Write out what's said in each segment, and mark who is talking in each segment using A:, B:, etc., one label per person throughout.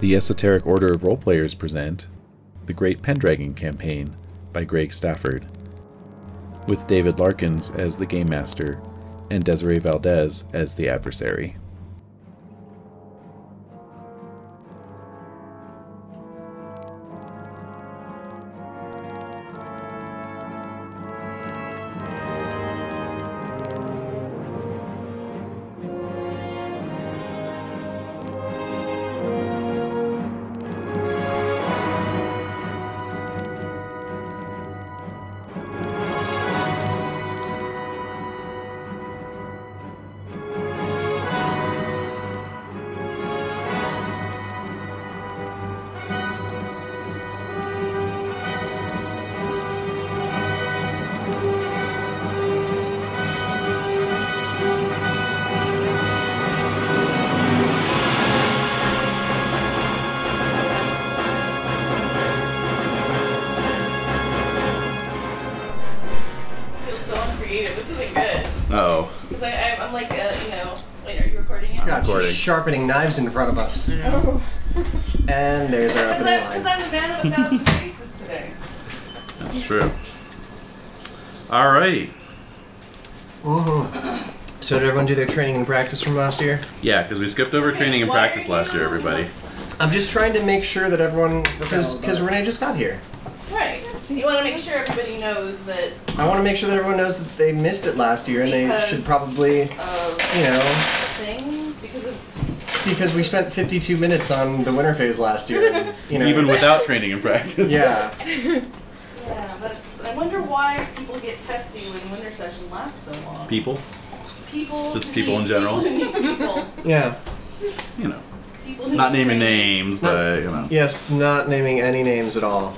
A: The Esoteric Order of Roleplayers present The Great Pendragon Campaign by Greg Stafford, with David Larkins as the Game Master and Desiree Valdez as the adversary.
B: feel so uncreative. This isn't good.
A: Oh,
B: Because I, I'm, I'm like, uh, you know, wait, are you recording it?
C: God,
A: Recording.
C: she's sharpening knives in front of us.
B: Oh.
C: And there's our
B: Because I'm, 'cause
C: opening line.
B: I'm the man of a thousand faces today.
D: That's true. All right.
C: hmm So did everyone do their training and practice from last year?
D: Yeah, because we skipped over training and
B: Why are
D: practice last
B: you-
D: year, everybody.
C: I'm just trying to make sure that everyone, because Renee just got here.
B: Right. You want to make sure everybody knows that
C: I want to make sure that everyone knows that they missed it last year and
B: Because-
C: they should probably,
B: of
C: you know,
B: things, because of.
C: because we spent 52 minutes on the winter phase last year. and, you know,
D: Even without training and practice.
C: yeah,
B: Yeah, but I wonder why people get testy when winter session lasts so long.
D: People,
B: People.
D: Just
B: who
D: people
B: need
D: in general.
B: People. who need people.
C: yeah,
D: you know,
B: People who
D: not
B: need
D: naming
B: training.
D: names, but you know.
C: yes, not naming any names at all.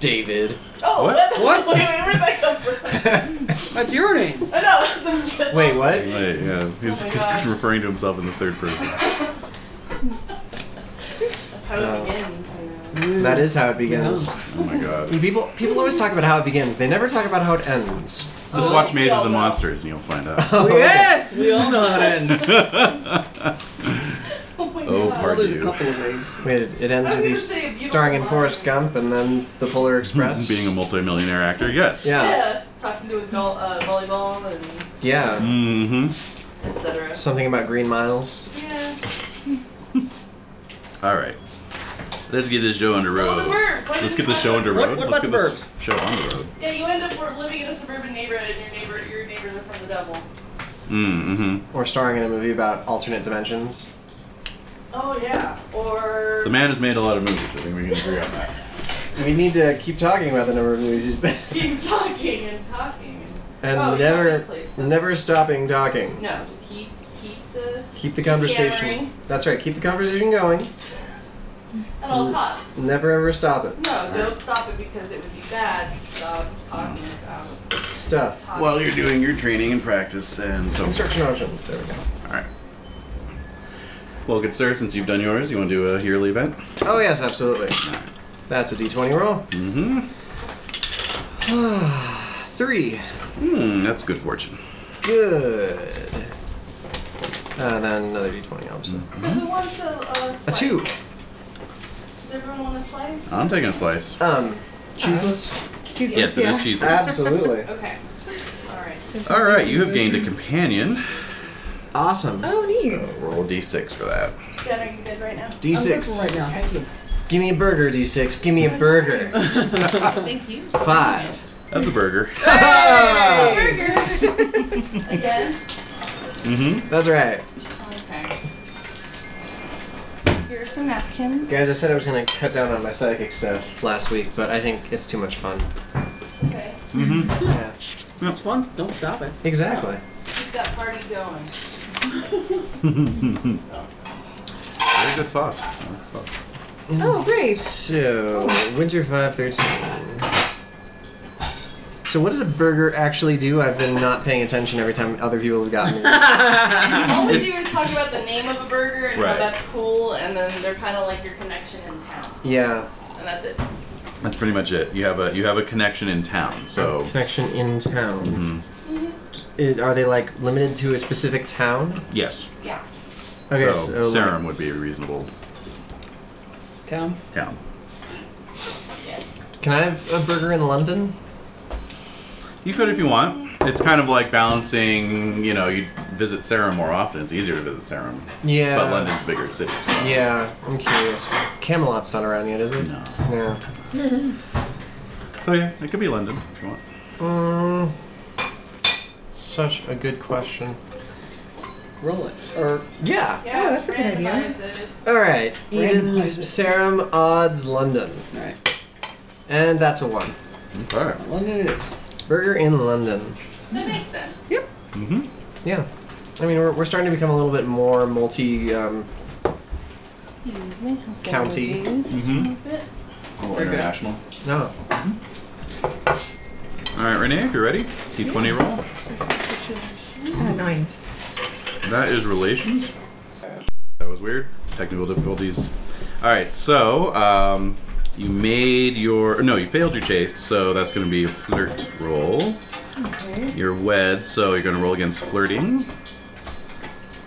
C: David.
B: Oh, Wait, wait,
D: What?
B: where did that come from?
E: That's your name.
B: I know. that's just-
C: Wait, what?
D: Wait, yeah, he's,
B: Oh my God.
D: he's referring to himself in the third person.
B: That's how
C: Oh.
D: Uh,
B: it begins. you know.
C: That is how it begins.
D: Oh my god.
C: People, people always talk about how it begins. They never talk about how it ends.
D: Just
B: Oh,
D: watch
B: we
D: Mazes
B: all
D: and
B: know.
D: Monsters and you'll find out.
C: Oh, okay.
E: Yes, we all know how it ends.
B: Oh my
D: Oh,
B: god.
E: Well, there's a
D: you.
E: couple of ways.
C: Wait, it, it ends
B: I was
C: with
B: gonna
C: these
B: say, if you don't
C: starring in
B: mind.
C: Forrest Gump and then the Polar Express.
D: Being a multimillionaire actor, yes.
C: yeah,
B: Yeah, talking to a gol- uh, volleyball and
C: yeah.
D: Mm-hmm.
B: etc.
C: Something about Green Miles.
B: Yeah.
D: All right. Let's get this show on the
B: All the
D: road.
B: verbs. Why
D: Let's
B: did
D: get the
B: you-
D: show on the
E: What-
D: road.
E: what
D: Let's
E: about
D: get
E: the
D: this show on the road.
B: Yeah, you end up we're living in a suburban neighborhood, and your neighbor, your neighbors are from the devil.
D: Mm-hmm.
C: Or starring in a movie about alternate dimensions.
B: Oh yeah. Or
D: The man has made a lot of movies. I think we can agree on that.
C: We need to keep talking about the number of movies he's been
B: keep talking and talking. and-
C: and
B: Oh, yeah,
C: never,
B: that place.
C: never stopping talking.
B: No, just keep keep the
C: Keep the conversation.
B: yammering.
C: That's right. Keep the conversation going.
B: at
D: Mm.
B: all costs.
C: Never ever stop it.
B: No, don't stop it because it would be bad. to Stop talking about
C: Stuff.
B: talking.
D: While Mm. you're doing your training and practice and so
C: Construction options. There we go.
D: All right. Well, good sir, since you've done yours, you want to do a yearly event?
C: Oh yes, absolutely. That's a D20 roll.
D: Mm-hmm.
C: Three.
D: Hmm, that's good fortune.
C: Good. Uh, then another d20, obviously.
B: So who wants a, a
C: A
B: slice?
C: two.
B: Does everyone want a slice?
D: I'm taking a slice.
C: Um, cheeseless?
F: Jesus,
D: Yes, it
F: yeah.
D: is cheese.
C: Absolutely.
B: Okay. All right.
D: All right, you have gained a companion.
C: Awesome.
F: Oh, neat.
D: So roll d6 for that.
B: Jen, are you good right now?
E: I'm
C: D6.
E: looking right now. Thank you.
C: Give me a burger, D6. Give me a burger.
B: Thank you.
C: Five.
D: That's a burger.
B: Again?
D: Mm-hmm.
C: That's right.
B: Okay. Here's some napkins.
C: Guys, I said I was going to cut down on my psychic stuff last week, but I think it's too much fun.
B: Okay.
D: Mm-hmm.
C: Yeah.
E: It's fun. Don't stop it.
C: Exactly.
B: Keep that party going.
D: Very good sauce. Nice sauce.
F: Oh, great.
C: So, Winter 513. So, what does a burger actually do? I've been not paying attention every time other people have gotten these.
B: All we do
D: It's-
B: is talk about the name of a burger and how
D: Right.
B: that's cool, and then they're kind of like your connection in town,
C: yeah.
B: and that's it.
D: That's pretty much it. You have a you have a connection in town, so
C: Connection in town.
D: Mhm.
F: Mm-hmm.
C: It- are they like limited to a specific town?
D: yes.
B: Yeah.
C: Okay, so,
D: so
C: like,
D: Serum would be reasonable.
E: Town.
D: town.
B: Yes.
C: Can I have a burger in London?
D: You could if you want. It's kind of like balancing, you know, you visit Sarum more often. It's easier to visit Sarum.
C: Yeah.
D: But London's a bigger city. So.
C: Yeah, I'm curious. Camelot's not around yet, is it?
D: No.
C: No.
D: So yeah, it could be London if you want.
C: Mm, such a good question.
E: Roll it. Or
C: Yeah.
B: Yeah,
G: that's a good idea.
B: randomize it.
C: All right.
E: Random
C: Evens, Serum, odds, London,
E: all right.
C: and that's a one.
D: Okay.
E: London it is.
C: Burger in London.
B: That makes sense.
D: Mm-hmm.
C: Yeah. I mean, we're, we're starting to become a little bit more multi. Um,
G: Excuse me. I'll say
C: County.
G: one of these.
D: Mm-hmm.
B: Bit.
D: A little
E: Very good.
D: international.
C: no.
D: All right, Renee, if you're ready, D20 roll.
G: That's the situation. Oh, nine.
D: That is relations. That was weird. Technical difficulties. All right, so um, you made your no, you failed your chaste, so that's going to be a flirt roll.
G: Okay.
D: You're wed, so you're going to roll against flirting.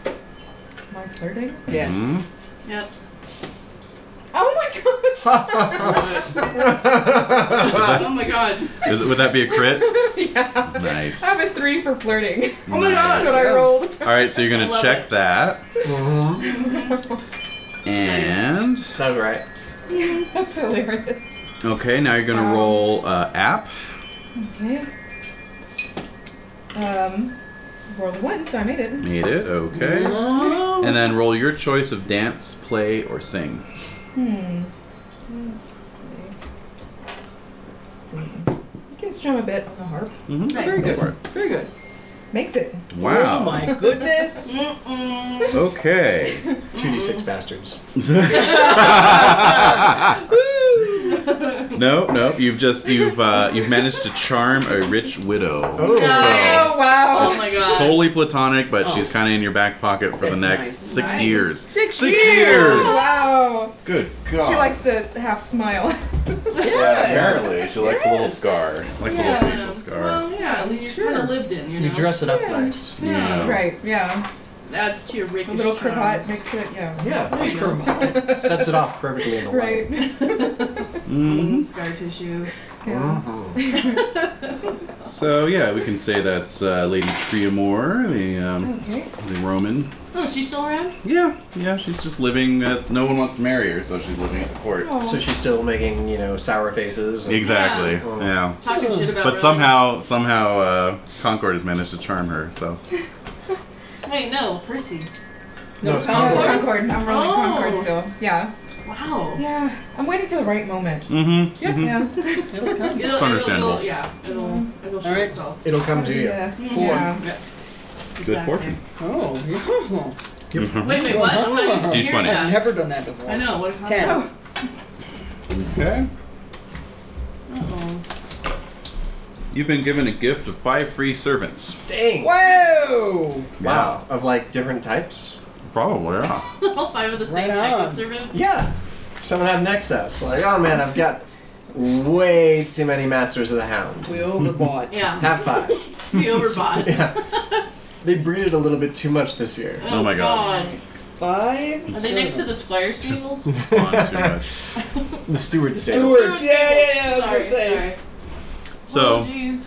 G: Am I flirting?
E: Yes.
D: Mhm.
B: Yep. Oh my gosh.
C: Mm-hmm.
B: oh my god.
D: Is it, would that be a crit?
G: yeah.
D: Nice.
G: I have a three for flirting.
D: Oh my Nice.
G: That's what I rolled.
D: All right, so you're
B: I
D: going to
B: love
D: check
B: it.
D: that,
C: Mhm.
D: and
C: That was right.
G: That's hilarious.
D: okay, now you're going to
G: Um,
D: roll uh, app.
G: Okay. Um, rolled a one, so I made it.
D: Made it. Okay.
E: Oh.
D: And then roll your choice of dance, play, or sing.
G: Hmm. Let's see. Let's see. You can strum a bit on the harp.
D: Mm-hmm.
E: Very good. Very good.
G: Makes it.
D: Wow.
E: Oh my goodness.
B: Mm-mm.
D: Okay.
C: 2d6 bastards.
D: no, no. You've just you've uh, you've managed to charm a rich widow.
C: Oh.
B: Nice.
G: Oh wow.
B: Oh my god.
D: Totally platonic, but
E: Oh.
D: she's kind of in your back pocket for
E: That's
D: the next
E: nice.
D: six
G: Nice.
D: years.
E: Six,
D: years.
G: Oh, wow.
D: Good God.
G: She likes the half smile.
D: Yeah,
E: Yes.
D: apparently she likes a little
E: Yes.
D: scar. Likes a
G: Yeah.
D: little facial scar.
B: Well, yeah, I mean, you're
E: Sure.
B: kind of lived in, you know.
C: You dress it up
G: Yeah.
C: nice.
D: Yeah.
G: Right, yeah.
B: That's to your
G: A
B: rakish
G: little cravat
B: charms.
G: next to it, yeah.
C: Yeah.
B: There you go.
C: Sets it off perfectly in the
G: Right.
C: wedding.
D: Mhm.
B: Scar tissue.
G: yeah.
C: Mhm.
D: So yeah, we can say that's uh, Lady Triamore, the um,
G: Okay.
D: the Roman.
B: Oh, she's still around?
D: Yeah, yeah. She's just living. At, no one wants to marry her, so she's living at the court.
G: Aw.
C: So she's still making, you know, sour faces. and-
D: Exactly.
C: Yeah.
D: yeah.
B: Talking shit about
D: But
B: Roman.
D: somehow, somehow, uh, Concord has managed to charm her. So
B: Wait, no, Percy.
C: No, it's
G: Oh,
C: Concord.
G: Concord. I'm rolling
B: Oh.
G: Concord still. Yeah.
B: Wow.
G: Yeah. I'm waiting for the right moment.
D: Mm-hmm.
E: Yep.
D: hmm
G: Yeah.
E: It'll come.
B: It'll,
D: understandable.
B: It'll, yeah, it'll, it'll show
E: All right.
B: itself.
C: It'll come to you.
G: Yeah.
B: Mhm.
E: Four.
G: Yeah.
E: Yeah.
D: Good
B: Exactly.
D: fortune.
E: Oh, yeah.
D: Mm-hmm.
B: Wait, wait, what? I'm not used to hearing
D: D20.
E: I've
B: that.
E: never done that before.
B: I know, what if
E: Ten.
B: Oh.
D: Okay.
B: Uh-oh.
D: You've been given a gift of five free servants.
C: Dang.
E: Whoa!
C: Wow. Of like different types?
D: Probably. Yeah.
B: All five of the same
E: Right
B: type
E: on.
B: of servant?
C: Yeah. Someone had Nexus. Like, oh man, I've got way too many Masters of the Hound.
E: We overbought.
B: Yeah.
C: Have five.
B: Be overbought.
C: Yeah.
B: oh,
C: They breed it a little bit too much this year.
D: Oh my God.
E: Five.
B: Are they next to the Squire Stables?
D: Fun, too much.
C: The steward's table.
E: Stewards. Yeah, yeah, yeah. I was
B: sorry,
E: gonna say.
B: sorry.
D: So,
B: Oh, jeez.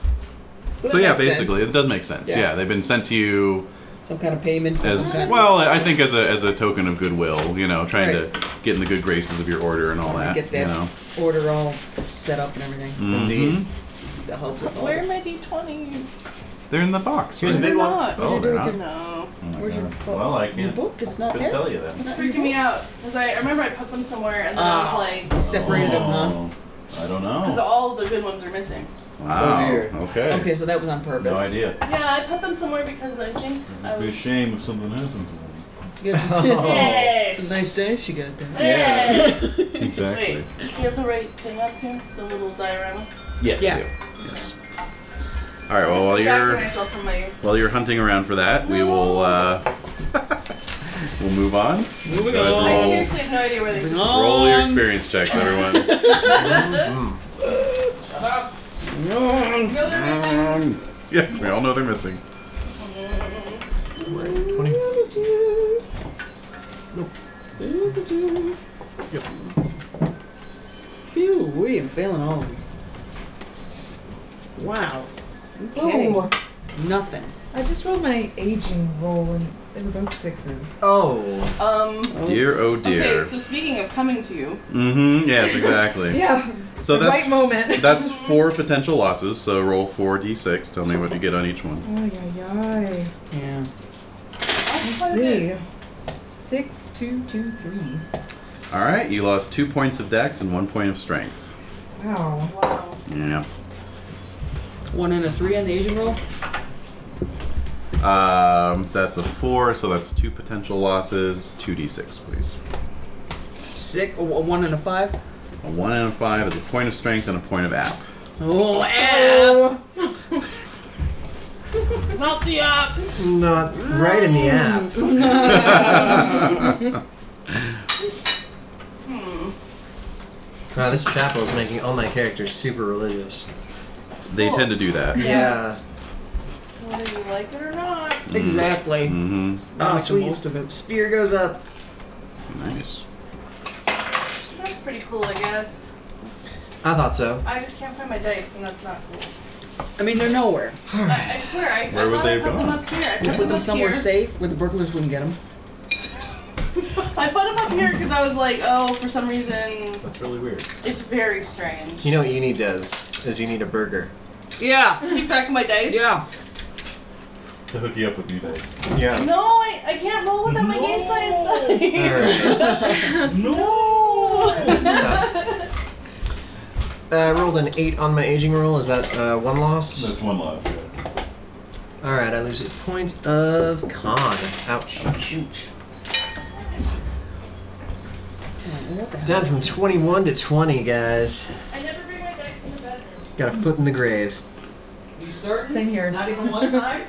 E: that
D: so yeah,
E: makes sense.
D: basically, it does make sense.
E: Yeah.
D: Yeah. they've been sent to you
E: some kind of payment for some
D: as
E: kind
D: well. I think as a as a token of goodwill. You know, trying
E: Right.
D: to get in the good graces of your order and all that.
E: get that
D: You know.
E: order all set up and everything.
C: Indeed.
D: Mhm.
E: The help with all
B: Where are
E: the-
B: my D20s?
D: They're in the box.
C: Here's a
D: right?
C: big one.
B: Not.
D: Oh,
E: What'd you
D: they're
E: do with your-
D: not.
B: No.
D: Oh my
E: Where's your
D: God.
E: book?
D: well, I
E: Your
D: can't.
E: book? It's not
D: couldn't
E: there.
D: tell you that.
E: It's not in your
B: Freaking me out. Because I, I remember I put them somewhere and then I was
E: Ah.
B: like,
E: book. Separated them, huh?
D: Oh, I don't
B: because
D: know.
B: all the good ones are missing.
D: Wow.
C: Oh, dear.
D: Okay.
E: Okay, so that was on purpose.
D: No idea.
B: Yeah, I put them somewhere because I think I
D: It'd be a
B: was.
D: shame if something happened to them.
E: She got some,
B: Yay!
E: some nice days she got there.
B: Yay!
D: Exactly.
B: Oh. Wait, do you have the right thing up here? The little diorama?
D: Yes,
E: Yeah.
D: we do. Yes. All right. Well, Oh, while
B: Distracting
D: you're
B: myself from my.
D: while you're hunting around for that, we will uh, we'll move on.
E: Moving
D: Go ahead,
E: on.
B: I
D: roll.
B: seriously have no idea where they.
D: Roll
E: Um,
D: your experience checks, everyone.
B: Shut up!
D: no,
B: they're missing.
D: Yes, we all know they're missing.
C: Twenty.
E: Nope. we am failing all of them. Wow. Okay.
G: Ooh,
E: Nothing.
G: I just rolled my aging roll and they were both sixes.
C: Oh.
B: Um.
D: Dear, oh dear.
B: Okay, so speaking of coming to you,
D: mm-hmm. Yes, exactly.
G: Yeah.
D: So
G: the
D: that's
G: right moment.
D: that's four potential losses. So roll four d6. Tell me what you get on each one.
G: Ay, ay,
E: Yeah.
B: I'll
G: ay. Let's
B: put it
G: see. Six, two, two, three.
D: All right, you lost two points of dex and one point of strength.
G: Wow.
B: in. Wow.
D: Yeah.
E: One and a three on the agent roll.
D: Um, that's a four, so that's two potential losses. Two d6, please.
E: Six. a Oh, One and a five.
D: A one and a five is a point of strength and a point of app.
E: Oh, app.
G: Oh,
E: Not the app.
C: Not right in the app.
B: Hmm.
C: Wow, this chapel is making all my characters super religious.
D: they tend to do that.
C: Yeah.
B: Whether you like it or not.
E: Exactly.
D: Mm-hmm.
E: I'll
C: Oh,
E: make the
C: sweet.
E: most of it.
C: Spear goes up.
D: Nice.
B: That's pretty cool, I guess.
C: I thought so.
B: I just can't find my dice, and that's not cool.
E: I mean, they're nowhere.
B: I, I swear, I,
D: Where
B: I
D: would
B: thought I
D: they have
B: put them
D: gone?
B: up here. I put
E: Put
B: them
E: them
B: up
E: somewhere
B: here.
E: safe where the burglars wouldn't get them.
B: I put them up here because I was like, oh, for some reason,
D: That's really weird.
B: it's very strange.
C: You know what you need does is you need a burger.
E: Yeah.
B: keep track of my dice.
E: Yeah.
D: To hook you up with new dice.
C: Yeah.
B: No, I, I can't roll without my game science dice. no.
C: Uh, I rolled an eight on my aging roll. Is that uh, one loss?
H: That's one loss, yeah.
C: All right, I lose a point of con. Ouch.
E: What the hell?
C: Down from 21 to 20, guys.
B: I never bring my dice in the bedroom.
C: Got a foot in the grave.
E: You certain?
G: Same here.
E: Not even one time?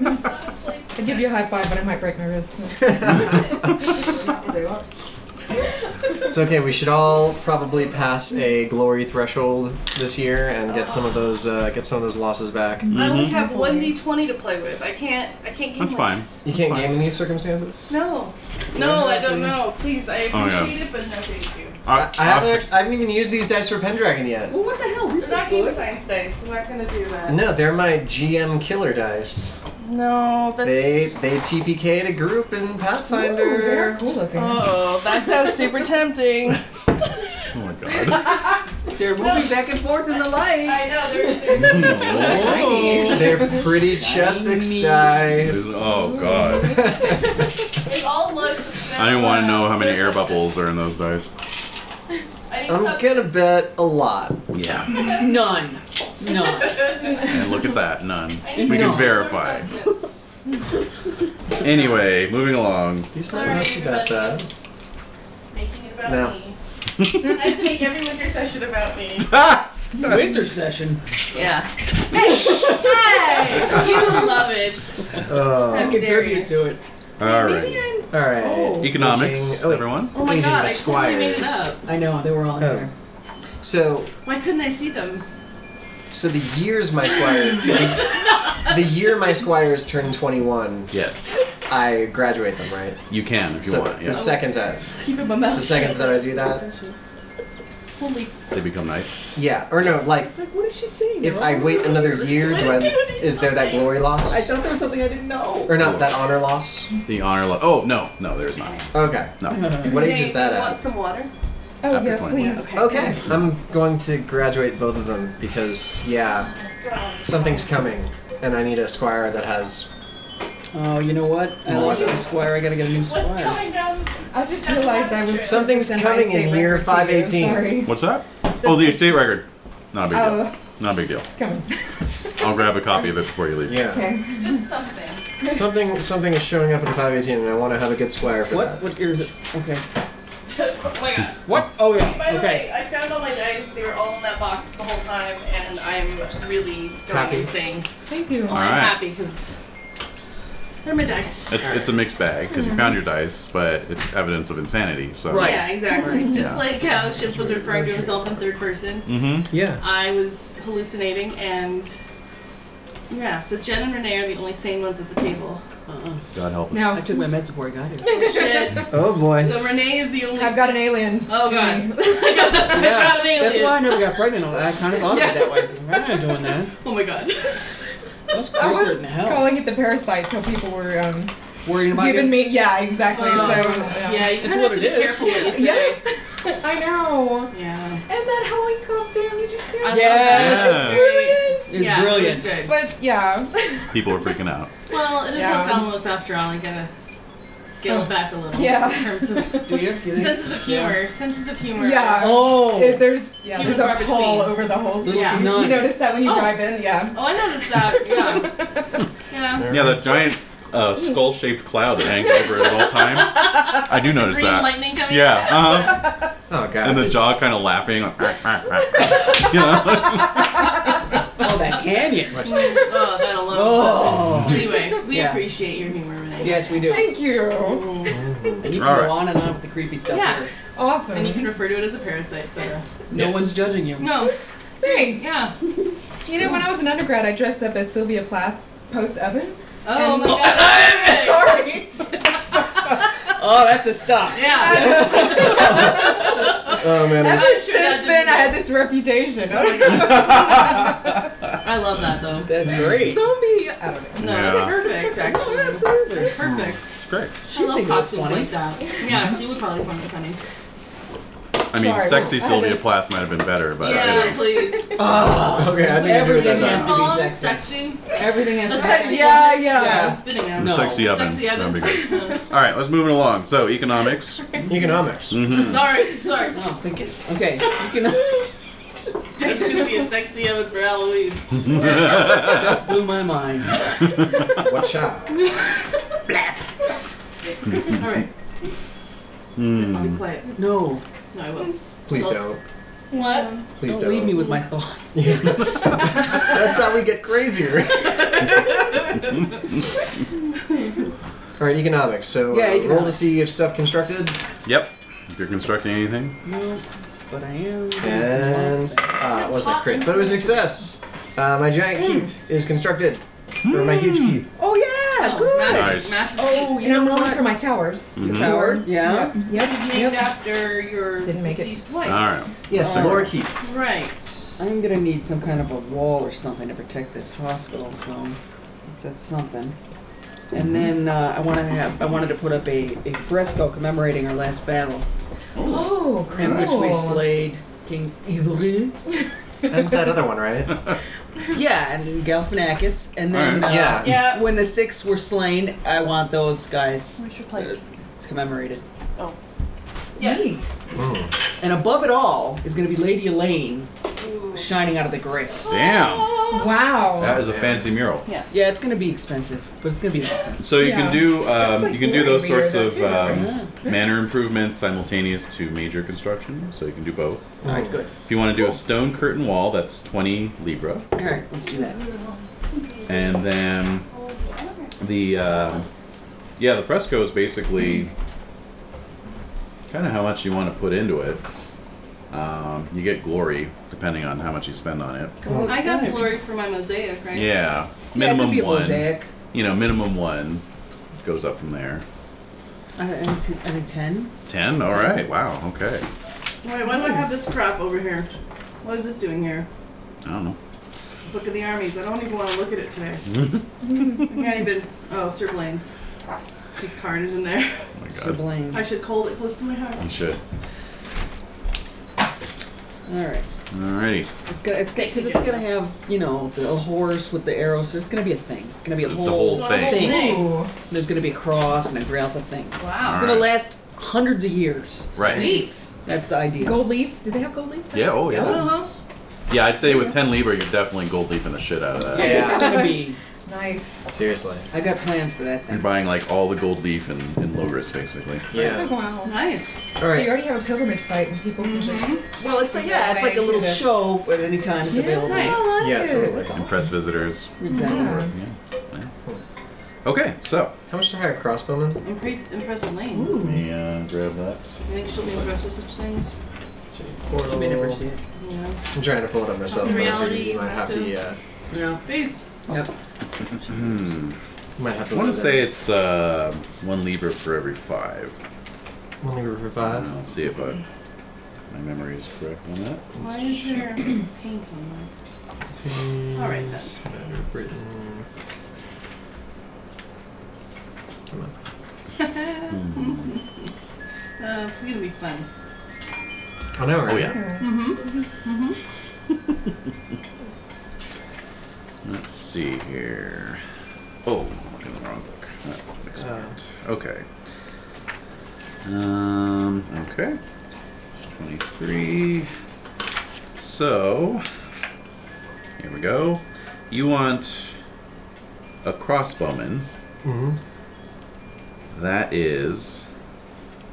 B: Not a place
G: I give you a high five, but I might break my wrist.
C: it's okay. We should all probably pass a glory threshold this year and get some of those uh, get some of those losses back.
B: I
D: Mm-hmm.
B: only have one d20 to play with. I can't. I can't game
D: That's
B: like
D: fine.
B: this.
C: You can't game in these circumstances.
B: No, no, I don't know. Please, I
D: Oh, yeah.
B: appreciate it, but no, thank you.
D: Uh,
C: I, I haven't. act- I haven't even used these dice for Pendragon yet.
E: Well, Oh, what the hell? This
B: It's
E: is
B: not game
E: good.
B: science dice. I'm not gonna do that.
C: No, they're my GM killer dice.
B: No, that's.
C: They they TPK'd a group in Pathfinder.
G: Ooh, they are cool looking.
E: uh,
B: oh, that sounds super tempting.
D: Oh my god.
E: They're moving back and forth in the light.
B: I know. They're, they're
C: They're pretty Chessex dice.
D: oh god.
B: it all looks. except,
D: I don't want to know
B: uh,
D: how many
B: there's
D: air
B: substance.
D: bubbles are in those dice.
B: I need
C: I'm gonna
B: substance.
C: bet a lot.
D: Yeah.
E: None. None.
D: And look at that, none.
B: I need
D: We
E: No.
B: more
D: can verify.
B: substance.
D: Anyway, moving along.
C: These might
B: Sorry,
C: not be that
B: everybody.
C: bad.
B: It's Making it about
C: No.
B: me. I have to make every winter session about me.
D: Ah!
E: Winter session.
B: Yeah. hey, you love it.
C: Oh.
E: Contribute to it.
D: All
B: Maybe
D: right.
B: I'm.
C: All right.
E: Oh.
D: Economics,
C: Aging- oh, wait.
D: everyone.
B: Oh my
C: Aging
B: god! I totally
C: Esquires.
B: made it up.
E: I know, they were all in
C: Oh.
E: there.
C: So,
B: Why couldn't I see them?
C: so the years my squire, the, the year my squires turn 21,
D: Yes,
C: I graduate them, right?
D: you can if you
C: So
D: want.
C: the
D: Yeah.
C: second time,
B: Keep it my mouth.
C: the second that I do that,
B: Holy.
D: They become knights.
C: yeah, or no, like
E: It's like, what is she saying?
C: if I wait another year, do I, is there that glory
E: I
C: loss
E: thought there was something I didn't know.
C: or not that honor loss?
D: The honor. Lo- oh no, no, there's not.
C: Okay,
D: No.
C: what age is that
B: Want
C: at?
B: some water?
G: oh,
D: After
G: yes,
D: 20.
G: please.
C: Okay, I'm going to graduate both of them because yeah, something's coming, and I need a squire that has
E: Oh, you know what? I lost my squire. I gotta get a new
B: What's
E: squire.
B: coming down?
G: I just realized I was.
C: Something's
G: this is an
C: coming in
G: ice date
C: year
G: record to you,
C: 518.
G: Sorry.
D: What's that? Oh, the estate record. Not a big deal.
G: Oh,
D: Not a big deal.
G: it's coming.
D: I'll grab a copy of it before you leave.
C: yeah.
G: Okay.
B: Just something.
C: Something something is showing up in 518, and I want to have a good squire for
E: What?
C: that.
E: What year is it? Okay.
B: oh my god.
E: What? Oh,
B: By
E: yeah.
B: the way,
E: Okay.
B: I found all my dice. They were all in that box the whole time, and I'm really going
C: Happy.
B: insane.
G: Thank you.
D: All
B: I'm
D: right.
B: happy because they're my dice.
D: It's it's a mixed bag because you found your dice, but it's evidence of insanity. So.
E: Right.
B: Yeah, exactly. Just like how Ships was referring to himself in third person,
D: Mm-hmm.
C: Yeah.
B: I was hallucinating and Yeah, so Jen and Renee are the only sane ones at the table.
E: Uh-uh.
D: God help us.
E: I
G: Now,
E: took my meds before I got here.
B: Shit.
C: Oh boy.
B: So Renee is the only.
G: I've got an alien.
B: Oh god. I got, I got an alien.
E: That's why I never got pregnant. on that. I kind of thought of it that way. I'm not doing that.
B: Oh my god.
E: That's
G: I
E: creeper
G: was
E: than hell.
G: calling it the parasite till people were um,
E: Worrying about
G: giving
E: it.
G: me. Yeah, exactly.
E: Oh.
G: so
B: Um, yeah.
G: yeah.
B: you
E: That's
B: kind of have to
E: what it
B: be
E: is.
B: careful what you say.
G: Yeah. I know.
B: Yeah.
G: And that Halloween costume, did you see
B: I
G: it?
B: love that.
D: Yeah.
G: It's brilliant.
E: It's
B: yeah,
E: brilliant.
B: It was good.
G: But yeah.
D: People are freaking out.
B: Well, it is
G: Yeah.
B: Los Alamos after all. I gotta scale it back a little.
G: Yeah.
B: In terms
E: Do
B: of
E: you? You think-
B: senses of humor. Senses of humor.
G: Yeah.
E: Oh.
G: It- there's yeah,
B: Few
G: there's
B: and
G: a
B: far
G: pall
B: between.
G: over the whole
E: Little
B: Yeah.
G: scene.
E: none.
G: You notice that when you
B: Oh.
G: drive in, yeah.
B: Oh, I noticed that. Yeah. Yeah.
D: Yeah, that giant uh, skull-shaped cloud that hangs over it at all times. I do notice
B: Green
D: that.
B: lightning coming.
D: Yeah, uh-huh.
C: Oh god.
D: and the dog kind of laughing, like, you know.
E: Oh, that canyon.
C: Watch that.
B: Oh, that alone.
E: Oh.
B: Anyway, we
E: Yeah.
B: appreciate your humor, Renee.
E: yes, we do.
G: Thank you.
C: Oh,
E: And you can
D: All right.
E: go on and on with the creepy stuff.
B: Yeah.
E: here.
G: Awesome.
B: And you can refer to it as a parasite, so.
E: No
D: Yes.
E: one's judging you.
B: No.
G: Thanks.
B: Yeah.
G: You know, when I was an undergrad, I dressed up as Sylvia Plath post oven.
B: Oh
G: And-
B: my god.
G: Sorry.
E: Oh, that's a stop.
B: Yeah.
C: Oh man. I'm-
G: Ever since then, I had this reputation.
B: Oh I love that though.
E: That's great.
G: so me. I don't
B: No,
G: know.
D: Yeah.
B: that's perfect actually.
G: Oh,
E: Absolutely.
B: Perfect.
D: It's great.
B: She I love
E: thinks it's
B: costumes
E: funny.
B: like that. Yeah, she would probably find it funny.
D: I mean,
G: Sorry,
D: sexy
G: I had
D: Sylvia
G: to-
D: Plath might have been better, but
B: yeah,
D: you know.
B: please.
E: Oh.
C: Okay, I need to do it that
E: Everything
C: time.
E: has to be
B: Um,
E: sexy.
B: sexy.
E: Everything has
B: The
E: to be
B: sexy
E: sexy.
G: Yeah,
B: oven.
G: yeah.
B: yeah. Spitting out.
D: The
E: No.
D: sexy
B: The
D: oven.
B: sexy
D: That'd be
B: oven.
D: great. All right, let's move it along. So, economics.
C: Economics.
D: Mhm.
B: sorry, sorry.
E: Oh, I'm thinking. Okay. You can
B: That's gonna be a sexy oven for Halloween.
E: just blew my mind.
C: Watch out.
B: All right, I'll be
D: Mm.
B: quiet.
E: No.
B: No, I Um, will.
C: Please don't.
B: What?
C: Please
E: don't
C: don't.
E: leave me with my thoughts.
C: That's how we get crazier. All right, economics. So
E: Yeah,
C: uh, roll to
E: economics.
C: see if stuff constructed
D: Yep. If you're constructing anything,
E: No. But I am. doing some
C: and
E: thoughts.
C: uh, it wasn't a crit, but it was a success. Uh, my giant keep is constructed, or my huge keep.
E: Oh yeah.
B: Oh,
E: good.
D: Nice.
B: Massive, massive
E: Oh,
B: oh,
E: you
G: And
E: know
G: I'm rolling
E: what?
G: for my towers.
E: Your
D: Mhm.
E: tower. Yeah.
G: Yep. Yep.
B: It's named
G: yep.
B: after your
G: Didn't make it.
B: deceased wife.
D: all right.
C: Yes, the
E: Uh,
C: lower keep.
B: Right.
E: I'm gonna need some kind of a wall or something to protect this hospital, so I said something. And then uh, I wanted to have I wanted to put up a, a fresco commemorating our last battle,
G: Oh, cool.
E: in which we slayed King Idri.
C: And that other one, right?
E: Yeah, and then Galifianakis. And then
D: Alright.
E: uh,
C: Yeah.
B: Yeah.
E: when the six were slain, I want those guys
B: We should
E: uh, commemorated.
B: Oh. Yes.
C: Mm.
E: And above it all is going to be Lady Elaine
B: Ooh.
E: shining out of the grave.
D: Damn.
B: Oh.
G: Wow.
D: That is a fancy mural.
B: Yes.
E: Yeah, it's going to be expensive, but it's going to be awesome.
D: So you
G: Yeah.
D: can do um,
G: That's, like,
D: you can do those
G: way weirder
D: sorts
G: though,
D: of
G: too,
E: Yeah.
D: um, manner improvements simultaneous to major construction. So you can do both.
E: All right, good.
D: If you want to do a stone curtain wall, that's 20 libra,
E: All right, let's do that.
D: and then the um yeah the fresco is basically kind of how much you want to put into it. Um, you get glory depending on how much you spend on it.
B: I got glory for my mosaic, right?
D: Yeah,
E: Yeah, it could
D: minimum
E: be a
D: one.
E: mosaic.
D: You know, minimum one goes up from there.
E: I, I, think- I think ten.
D: Ten. All right. Wow. Okay.
B: Wait, why do I have this crap over here? What is this doing here?
D: I don't know.
B: Book of the Armies. I don't even want to look at it today. I can't even. Oh, Sir Blaine's. His card is in there.
D: Oh my
E: Sir
D: god.
E: Blaine's.
B: I should hold it close to my heart.
D: You should.
E: All right.
D: Alrighty.
E: It's gonna, it's gonna, because it's gonna have, you know, the horse with the arrow. So it's gonna be a thing. It's gonna be a
D: It's a
E: whole.
D: whole thing.
G: Ooh.
E: There's gonna be a cross and a grail. It's a thing. It's
B: Wow.
E: gonna
D: Alright.
E: last hundreds of years.
D: Right.
B: Sweet.
E: That's the idea.
G: Gold leaf. Did they have gold leaf?
D: Yeah, oh
B: I don't
D: yeah.
B: know.
D: Yeah, I'd say with 10 Libra, you're definitely gold leafing the shit out of that.
E: It's
C: Yeah.
E: gonna be.
G: Nice.
C: Seriously.
E: I got plans for that
D: You're
E: thing.
D: buying like all the gold leaf in, in Logris, basically.
C: Yeah.
G: Wow.
B: Nice.
C: All
G: So you
C: right.
G: already have a pilgrimage site and people can just.
E: Well, it's a, yeah, it's like a little show at any time it's available.
G: Yeah, I like
C: Yeah,
G: it.
C: totally.
G: That's awesome.
D: Impress visitors.
E: Exactly.
G: Yeah.
D: Yeah. yeah. Okay, so.
C: How much to hire a crossbowman?
B: Impress, impress with Lane.
D: Let me uh, grab that.
B: You think she'll be impressed with such things?
C: Let's see.
E: You may never see
C: Portal.
E: it.
B: You know.
C: I'm trying to pull it up myself,
B: In
C: but I
B: reality,
C: figured you
B: you
C: might
B: have
C: have
B: to-
C: the. Uh,
E: Yeah.
B: Face.
E: Yep.
D: Hmm.
C: Might have
D: I
C: to
D: want
C: look it
D: to say
C: up.
D: it's uh, one Libra for every five.
C: Only river
D: And
C: five.
D: I'll see if I, my memory is correct on that.
I: Why is there paint on All right, then.
C: Better Britain. Come on.
I: that? uh, this is gonna be fun.
C: Oh no.
D: Oh, yeah.
I: Mm-hmm.
D: Let's see here. Oh, I'm looking at the wrong book. That makes
C: Oh.
D: sense. Okay. Um, okay. It's 23. So, here we go. You want a crossbowman.
C: Mm-hmm.
D: That is.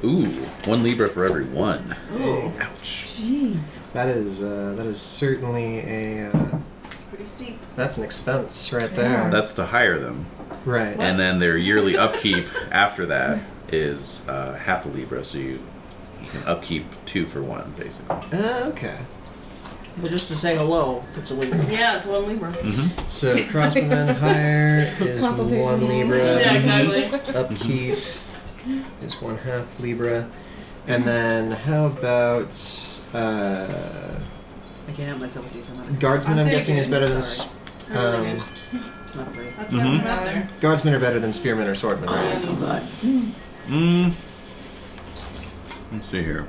D: Ooh, one Libra for every one.
I: Ooh,
D: Ouch.
G: Jeez.
C: That is uh, that is certainly a uh,
I: it's pretty steep.
C: that's an expense right
G: Yeah.
C: there.
D: That's to hire them.
C: right.
D: and then their yearly upkeep after that is uh, half a libra, so you you can upkeep two for one, basically.
C: Uh, okay.
E: But just to say hello, it's a Libra.
I: Yeah, it's one Libra.
C: So crossbowman hire is
G: Consultation.
C: one libra.
I: Yeah, exactly.
C: Upkeep is one half libra, and then how about uh,
E: I can't help myself with these. I'm not,
C: guardsmen? I'm,
I: I'm
C: guessing is
I: thinking,
C: better than
E: sorry.
I: I really
C: Um,
I: did.
E: it's not brave.
I: That's mm
D: Mhm.
I: out there.
C: guardsmen are better than spearmen or swordmen, right?
I: Nice.
E: But
D: Mm. Let's see here.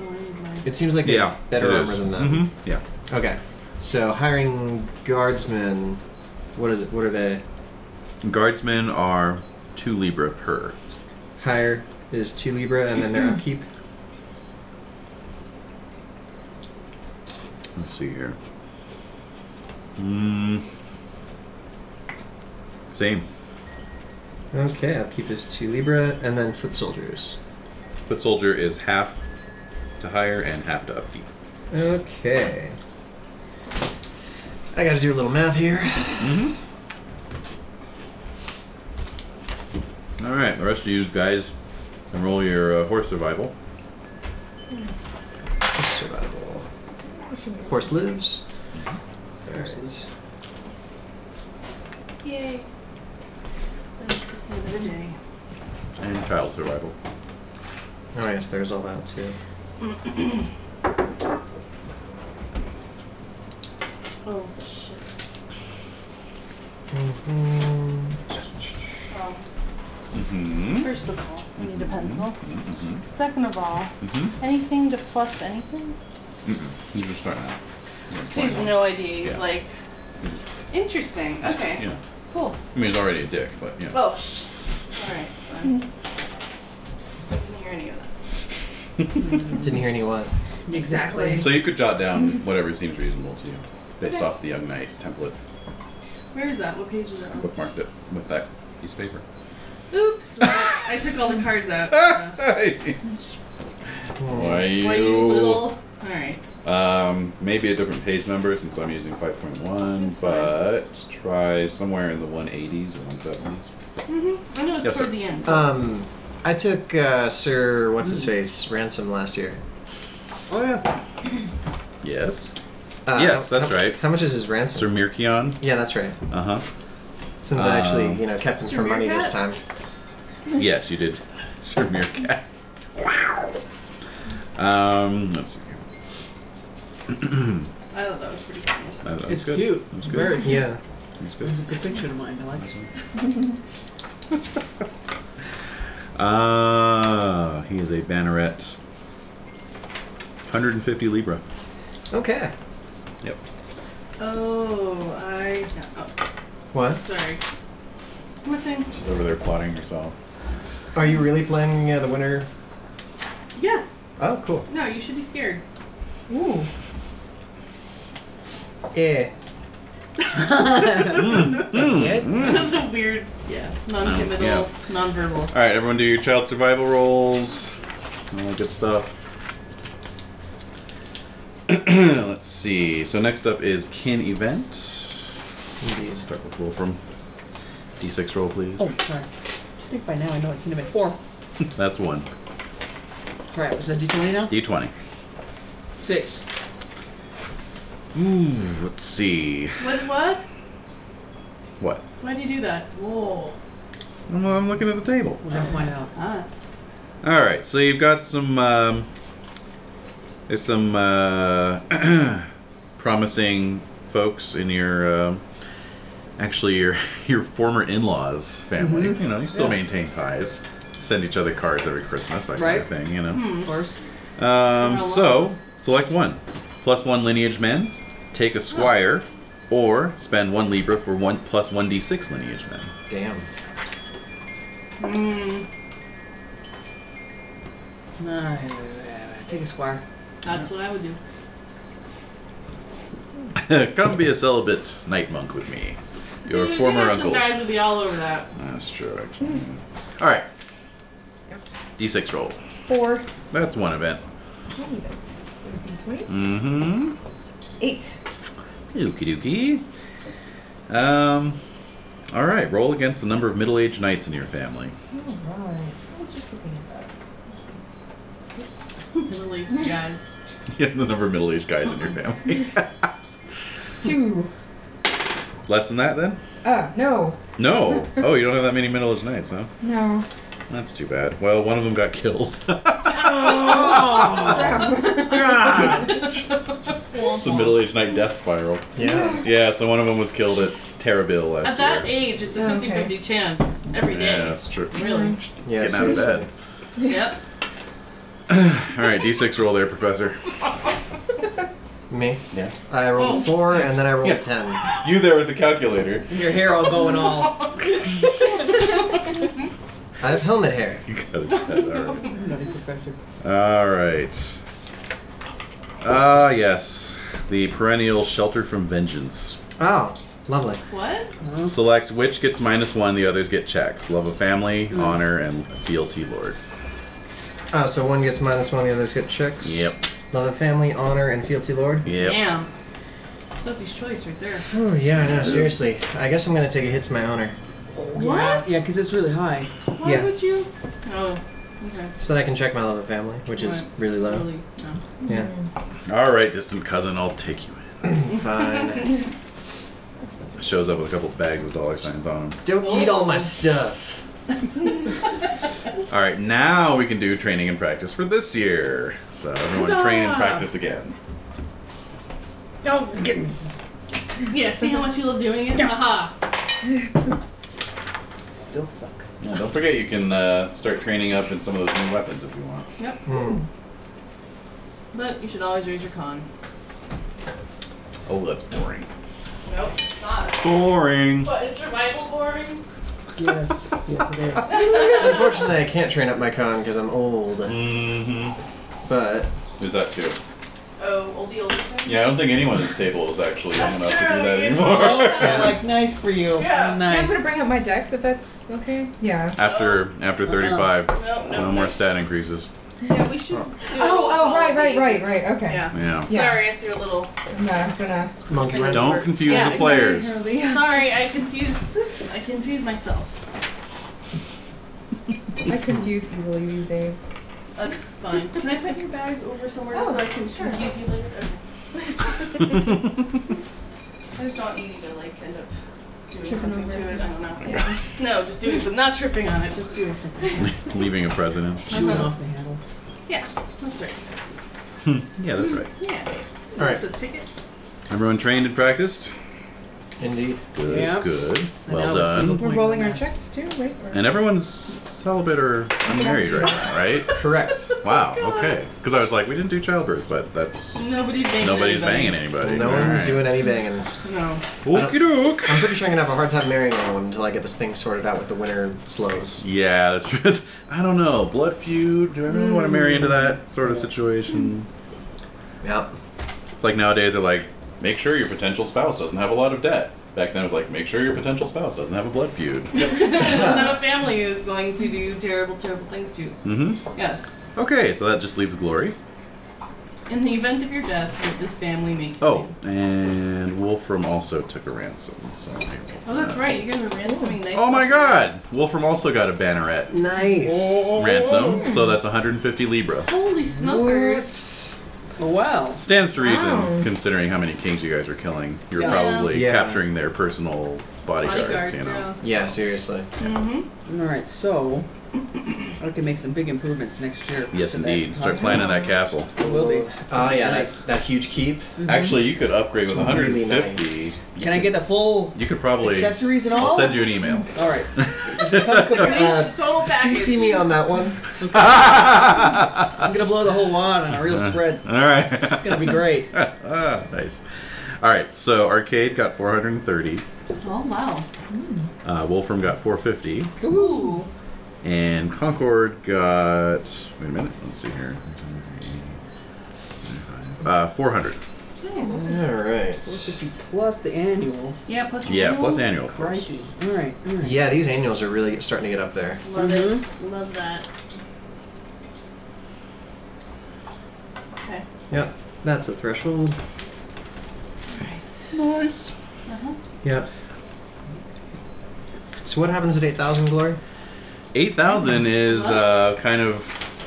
I: Oh, I need my-
C: It seems like they have
D: Yeah,
C: better
D: it
C: armor
D: is.
C: than them.
D: Mhm, Yeah.
C: Okay, so hiring guardsmen, what is it? What are they?
D: Guardsmen are two libra per.
C: Hire is two libra, and then their upkeep.
D: Let's see here. Mm. Same.
C: Okay, upkeep is two libra, and then foot soldiers.
D: Foot soldier is half to hire and half to upkeep.
C: Okay. I gotta do a little math here.
D: Mm-hmm. All right, the rest of you guys can roll your uh, horse survival.
C: Survival. Horse lives. Alright.
I: Yay. Nice to see another day.
D: and child survival.
C: Oh, yes, there's all that too.
I: Oh, shit.
C: Hmm.
I: Oh.
D: Mm-hmm.
B: First of all, I need a pencil.
D: Mm-hmm.
B: Second of all,
D: Mm-hmm.
B: anything to plus anything?
D: You just start now. Yeah,
B: She has
D: fine.
B: no idea.
D: Yeah.
B: Like, interesting. Okay,
D: Yeah.
B: cool.
D: I mean, it's already a dick, but yeah.
B: Oh, sh-
I: Alright, fine. I didn't hear any of that.
C: Didn't hear any what?
E: exactly.
D: so you could jot down whatever seems reasonable to you, based
I: Okay.
D: off the young knight template.
I: Where is that? What page is that
D: I
I: on?
D: bookmarked it with that piece of paper.
I: Oops! I took all the cards out. Uh,
D: Why
I: why you little. Alright.
D: Um, maybe a different page number since I'm using 5.1,
I: That's fine.
D: but try somewhere in the 180s or 170s.
I: Mm-hmm. I know it's
D: Yes,
I: toward
D: sir.
I: the end.
C: Um, I took uh, Sir What's His Face ransom last year.
D: Oh yeah. yes.
C: Uh,
D: Yes,
C: how-
D: that's
C: how-
D: right.
C: How much is his ransom?
D: Sir Mirkion.
C: yeah, that's right.
D: Uh huh.
C: Since I actually,
D: Um,
C: you know, kept him
I: Sir
C: for money this
I: Meerkat?
C: time.
D: yes, you did. Sir Mirkat. Wow. Um, let's see here.
I: I thought that was pretty funny.
D: That- that
E: It's
D: was good.
E: cute.
D: That's good.
E: Very cute.
C: Yeah.
D: That's good.
E: It's a good picture of mine. I like it.
D: Ah, he is a banneret. 150 libra.
C: Okay.
D: Yep.
I: Oh, I. Oh,
C: What?
I: sorry. Nothing.
D: She's over there plotting herself.
C: Are you really playing uh, the winner?
I: Yes!
C: Oh, cool.
I: No, you should be scared.
E: Ooh.
C: Yeah.
I: Hmm. That was a weird, yeah, non
D: Sounds-
I: committal,
D: yeah.
I: non verbal.
D: All right, everyone, do your child survival rolls. All that good stuff. Let's see. So next up is kin event.
C: Indeed.
D: Start with roll from d6 roll, please.
E: Oh, sorry. I think by now I know I can have it. Four.
D: That's one.
E: Crap, is that D20 now?
D: D20.
E: Six.
D: Ooh, let's see.
I: What, what?
J: What?
B: Why do you do that? Whoa.
D: I'm, I'm looking at the table.
E: We're gonna find out.
B: Ah.
D: All right, so you've got some um, there's some uh, promising folks in your um actually your your former in-laws family.
B: Mm-hmm.
D: You know, you still
E: Yeah.
D: maintain ties, send each other cards every Christmas, that kind
E: Right.
D: of thing. You
B: Hmm.
D: know.
E: Of course.
D: Um,
B: Or
D: so select one, plus one lineage men, take a squire, or spend one libra for one plus one d6 lineage men.
C: Damn.
B: Mm,
E: Nah, Take a squire.
B: that's what I would do.
D: Come be a celibate night monk with me, your
B: Dude, we
D: former
B: have
D: uncle.
B: Some guys would be all over that.
D: That's true, actually. All right. D6 roll.
G: Four.
D: That's one event.
G: Twenty. Twenty.
D: Mm-hmm.
G: Eight.
D: Okie dokie. Um. All right. Roll against the number of middle-aged knights in your family.
G: Alright. I was just looking at that.
B: Middle-aged guys.
D: Yeah, the number of middle-aged guys in your family.
G: Two.
D: Less than that, then?
G: Uh, no.
D: No. Oh, you don't have that many middle-aged knights, huh?
G: No.
D: That's too bad. Well, one of them got killed.
I: Oh.
D: it's a middle-aged knight death spiral.
C: Yeah.
D: Yeah. So one of them was killed at Terrabil last
B: At that
D: year.
B: age, it's a
G: Okay.
B: 50-50 chance every
D: yeah,
B: day.
D: that's true.
B: Really?
I: Mm.
C: Yeah.
D: Getting out of
C: seriously.
D: bed.
B: yep.
D: All right, d6 roll there, Professor.
C: Me?
D: Yeah.
C: I rolled
B: Oh.
C: a four and then I rolled
D: Yeah.
C: a ten.
D: You there with the calculator.
E: Your hair all going all.
C: I have helmet hair.
D: You got it. All right.
E: Nutty professor.
D: All right. Ah, yes. The perennial shelter from vengeance.
C: Oh, lovely.
B: What?
D: Select which gets minus one, the others get checks. Love of family,
B: Mm.
D: honor, and fealty lord.
C: Oh, so one gets minus one, the others get chicks.
D: Yep.
C: Love of family, honor, and fealty lord.
D: Yep.
B: Damn. Sophie's choice right there.
C: Oh yeah, I know. Seriously, I guess I'm gonna take a hit to my honor
B: What?
E: Yeah, because it's really high.
B: Why
C: Yeah.
B: would you? Oh, okay.
C: so that I can check my love of family, which is
B: Right.
C: really low.
B: Really? No.
C: Yeah.
D: All right, distant cousin, I'll take you in.
C: Fine.
D: Shows up with a couple bags with dollar signs on them.
C: Don't eat all my stuff.
D: All right, now we can do training and practice for this year. So everyone train and
B: Huzzah!
D: practice again.
C: Don't get.
B: Yeah, see how much you love doing it? Haha.
E: Still suck.
D: Yeah, don't forget you can uh, start training up in some of those new weapons if you want.
B: Yep.
C: Hmm.
B: But you should always raise your con.
D: Oh, that's boring.
B: Nope, it's not.
D: Boring.
B: What, is survival boring?
E: Yes. yes, it is.
C: Unfortunately, I can't train up my con because I'm old.
D: Mm-hmm.
C: But
D: There's that too.
B: Oh, oldie oldie thing?
D: Yeah, I don't think anyone at this table is actually young
B: That's
D: enough to do
B: true,
D: that
B: you
D: anymore.
E: I'm like, nice for you.
B: Yeah.
G: Yeah, I'm
E: Nice.
G: gonna bring up my decks if that's okay. Yeah.
D: after after 35,
B: No, no.
D: no more stat increases.
B: Yeah, we should. do a roll
G: Oh, oh,
B: call
G: right,
B: of
G: right, right,
B: ages.
G: right. Okay.
B: Yeah.
D: Yeah.
G: Yeah.
B: Sorry, I threw a little.
G: I'm not gonna.
C: monkey wrench.
D: Don't confuse
B: Yeah,
D: the players.
B: Sorry, I confuse. I confuse myself.
G: I confuse easily these days.
B: That's fine. Can I put your bag over somewhere
G: Oh,
B: so I can
G: sure.
B: confuse you later? I just don't want you to like end up doing
G: Tripping
B: something
G: over
B: to
G: it.
B: it. I don't know. Yeah. No, just doing some. Not tripping on it. Just doing something.
D: Leaving a president.
E: Chewing off the handle.
B: Yeah, that's right.
D: yeah, that's right.
B: Yeah.
C: All right.
B: It's a ticket.
D: Everyone trained and practiced.
C: Indeed.
D: Good,
E: Yeah.
D: good.
E: And
D: Well
E: now it's single
D: done.
E: point
G: We're rolling our
E: mass.
G: checks too, right? Or-
D: And everyone's celibate or unmarried right now, right?
C: Correct.
D: Wow.
B: Oh, God.
D: Okay. Because I was like, we didn't do childbirth, but that's
B: Nobody's banging.
D: nobody's
B: anybody.
D: banging anybody.
C: No one's doing any bangings.
B: No.
D: Okey doke.
C: I'm pretty sure I'm gonna have a hard time marrying anyone until I get this thing sorted out with the winter slows.
D: Yeah, that's true. I don't know. Blood feud. Do I really want to marry into that sort of situation?
C: Yep.
D: It's like nowadays they're like, make sure your potential spouse doesn't have a lot of debt. Back then it was like, make sure your potential spouse doesn't have a blood feud.
B: Doesn't have a family who's going to do terrible, terrible things to you.
D: hmm
B: Yes.
D: Okay, so that just leaves Glory.
B: In the event of your death, would this family make you
D: Oh, and Wolfram also took a ransom. So I rolled
B: Oh, that's
D: that.
B: right. You guys are ransoming nice.
D: Oh my God! Wolfram also got a banneret
C: Nice.
D: ransom, so that's 150 libra.
B: Holy smokers.
E: Well.
D: Stands to reason,
G: Wow.
D: considering how many kings you guys are killing. You're
E: Yeah.
D: probably
C: Yeah.
D: capturing their personal bodyguards, you know.
C: Yeah, seriously.
B: Mm-hmm.
E: All right, so I can make some big improvements next year.
D: Yes,
E: to that
D: indeed. Start
E: hospital.
D: planning that castle.
E: It will be.
C: Ah, yeah,
E: Nice.
C: that's that huge keep.
D: Actually, you could upgrade
C: It's
D: with 150.
C: really nice.
D: You
E: Can I
D: could-
E: get the full
D: You could probably.
E: accessories and all?
D: I'll send you an email.
E: All right.
C: Uh,
I: Total package.
C: CC me on that one.
E: I'm gonna blow the whole wad on a real spread.
D: All right. It's
E: gonna be great.
D: Ah, nice. All right. So arcade got 430.
B: Oh wow.
D: Uh, Wolfram got 450.
B: Ooh.
D: And Concord got. Wait a minute. Let's see here. Uh, 400.
B: Nice.
C: All right.
E: 450 plus the annual.
B: Yeah. Plus.
D: Yeah,
B: renewal.
D: plus annual. of course.
E: Crikey. All right. All right.
C: Yeah, these annuals are really starting to get up there.
B: Love it. Love that. Okay.
C: Yep, that's a threshold.
B: All right.
D: Nice.
B: Uh-huh.
C: Yep. So what happens at 8,000 glory?
D: 8,000 is uh, kind of.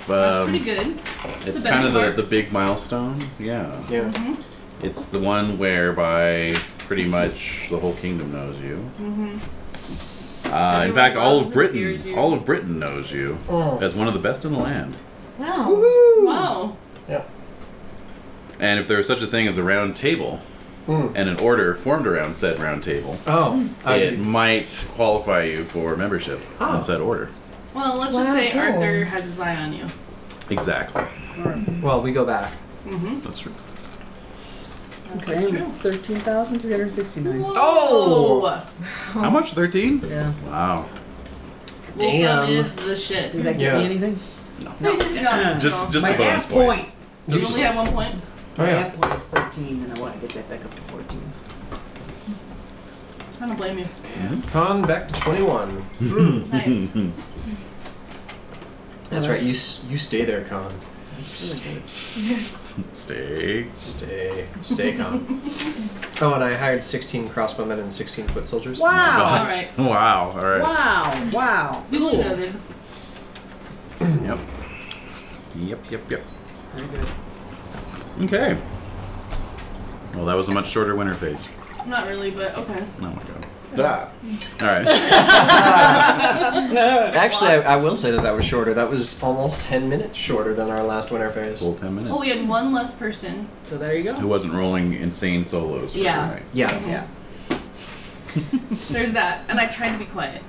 B: That's
D: Um,
B: pretty good.
D: It's,
B: It's a
D: kind of the,
B: benchmark.
D: the big milestone. Yeah.
C: Yeah.
D: It's the one whereby pretty much the whole kingdom knows you.
B: Mm-hmm.
D: Uh, in
B: Everyone
D: fact, all
B: loves
D: of
B: and
D: Britain,
B: fears you.
D: all of Britain knows you
C: Oh.
D: as one of the best in the land.
B: Wow.
E: Woohoo!
B: Wow.
C: Yep.
D: And if there was such a thing as a round table
C: Mm.
D: and an order formed around said round table,
C: Oh.
D: it
C: Okay.
D: might qualify you for membership
C: Oh.
D: in said order.
B: Well, let's just
G: Wow,
B: say
G: cool.
B: Arthur has his eye on you.
D: Exactly.
C: Well, we go back.
B: Mm-hmm.
D: That's true.
E: Okay. Thirteen thousand three hundred sixty-nine.
B: Oh!
D: How much? Thirteen?
E: Yeah.
D: Wow.
C: Damn.
B: Wolfram is the shit.
E: Does that get me
C: Yeah.
E: anything?
B: No, no,
D: Just, just
E: My
D: the bonus
E: half point.
B: You only have one point?
C: Oh,
E: My
C: yeah.
E: half point is thirteen, and I want to get that back up to fourteen.
B: I don't blame you.
C: Con back to 21.
D: Mm-hmm.
B: Nice.
C: That's right. You s- you stay there, Con.
E: That's really good.
D: Stay.
C: Stay. Stay, Con. oh, and I hired 16 crossbowmen and 16 foot soldiers.
E: Wow.
B: Alright.
D: Wow. All right.
E: Wow. Wow.
B: Duly noted.
D: Yep. Yep. Yep. Yep.
E: Very good.
D: Okay. Well, that was a much shorter winter phase.
B: Not really, but okay.
D: Oh my god. All right.
C: Actually, I, I will say that that was shorter. That was almost 10 minutes shorter than our last winter phase.
D: Full 10 minutes.
B: Well, we had one less person.
E: So there you
D: Who
E: go.
D: wasn't rolling insane solos? for
B: Yeah.
D: every night.
C: Yeah.
E: Yeah.
B: There's that. And I tried to be quiet.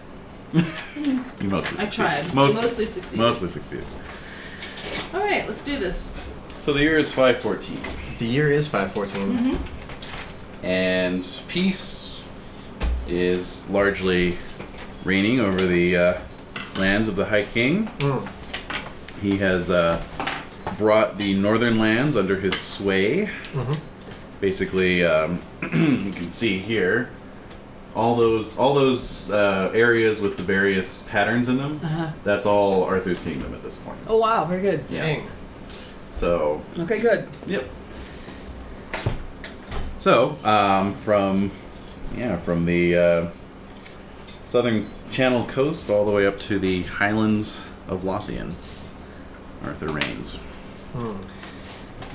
D: You mostly
B: I
D: succeeded.
B: tried.
D: Mostly.
B: Mostly succeeded.
D: Mostly succeeded.
B: Alright, let's do this.
D: So the year is 514.
C: The year is 514.
D: And peace is largely reigning over the uh, lands of the High King.
C: Mm.
D: He has uh, brought the northern lands under his sway.
C: Mhm.
D: Basically, um, you can see here all those all those uh, areas with the various patterns in them.
E: Uh-huh.
D: That's all Arthur's kingdom at this point.
E: Oh wow. Very good.
D: Yeah.
C: Dang.
D: So
E: Okay. Good.
D: Yep. So, um, from yeah, from the uh, southern Channel coast all the way up to the highlands of Lothian, Arthur reigns.
C: Mm.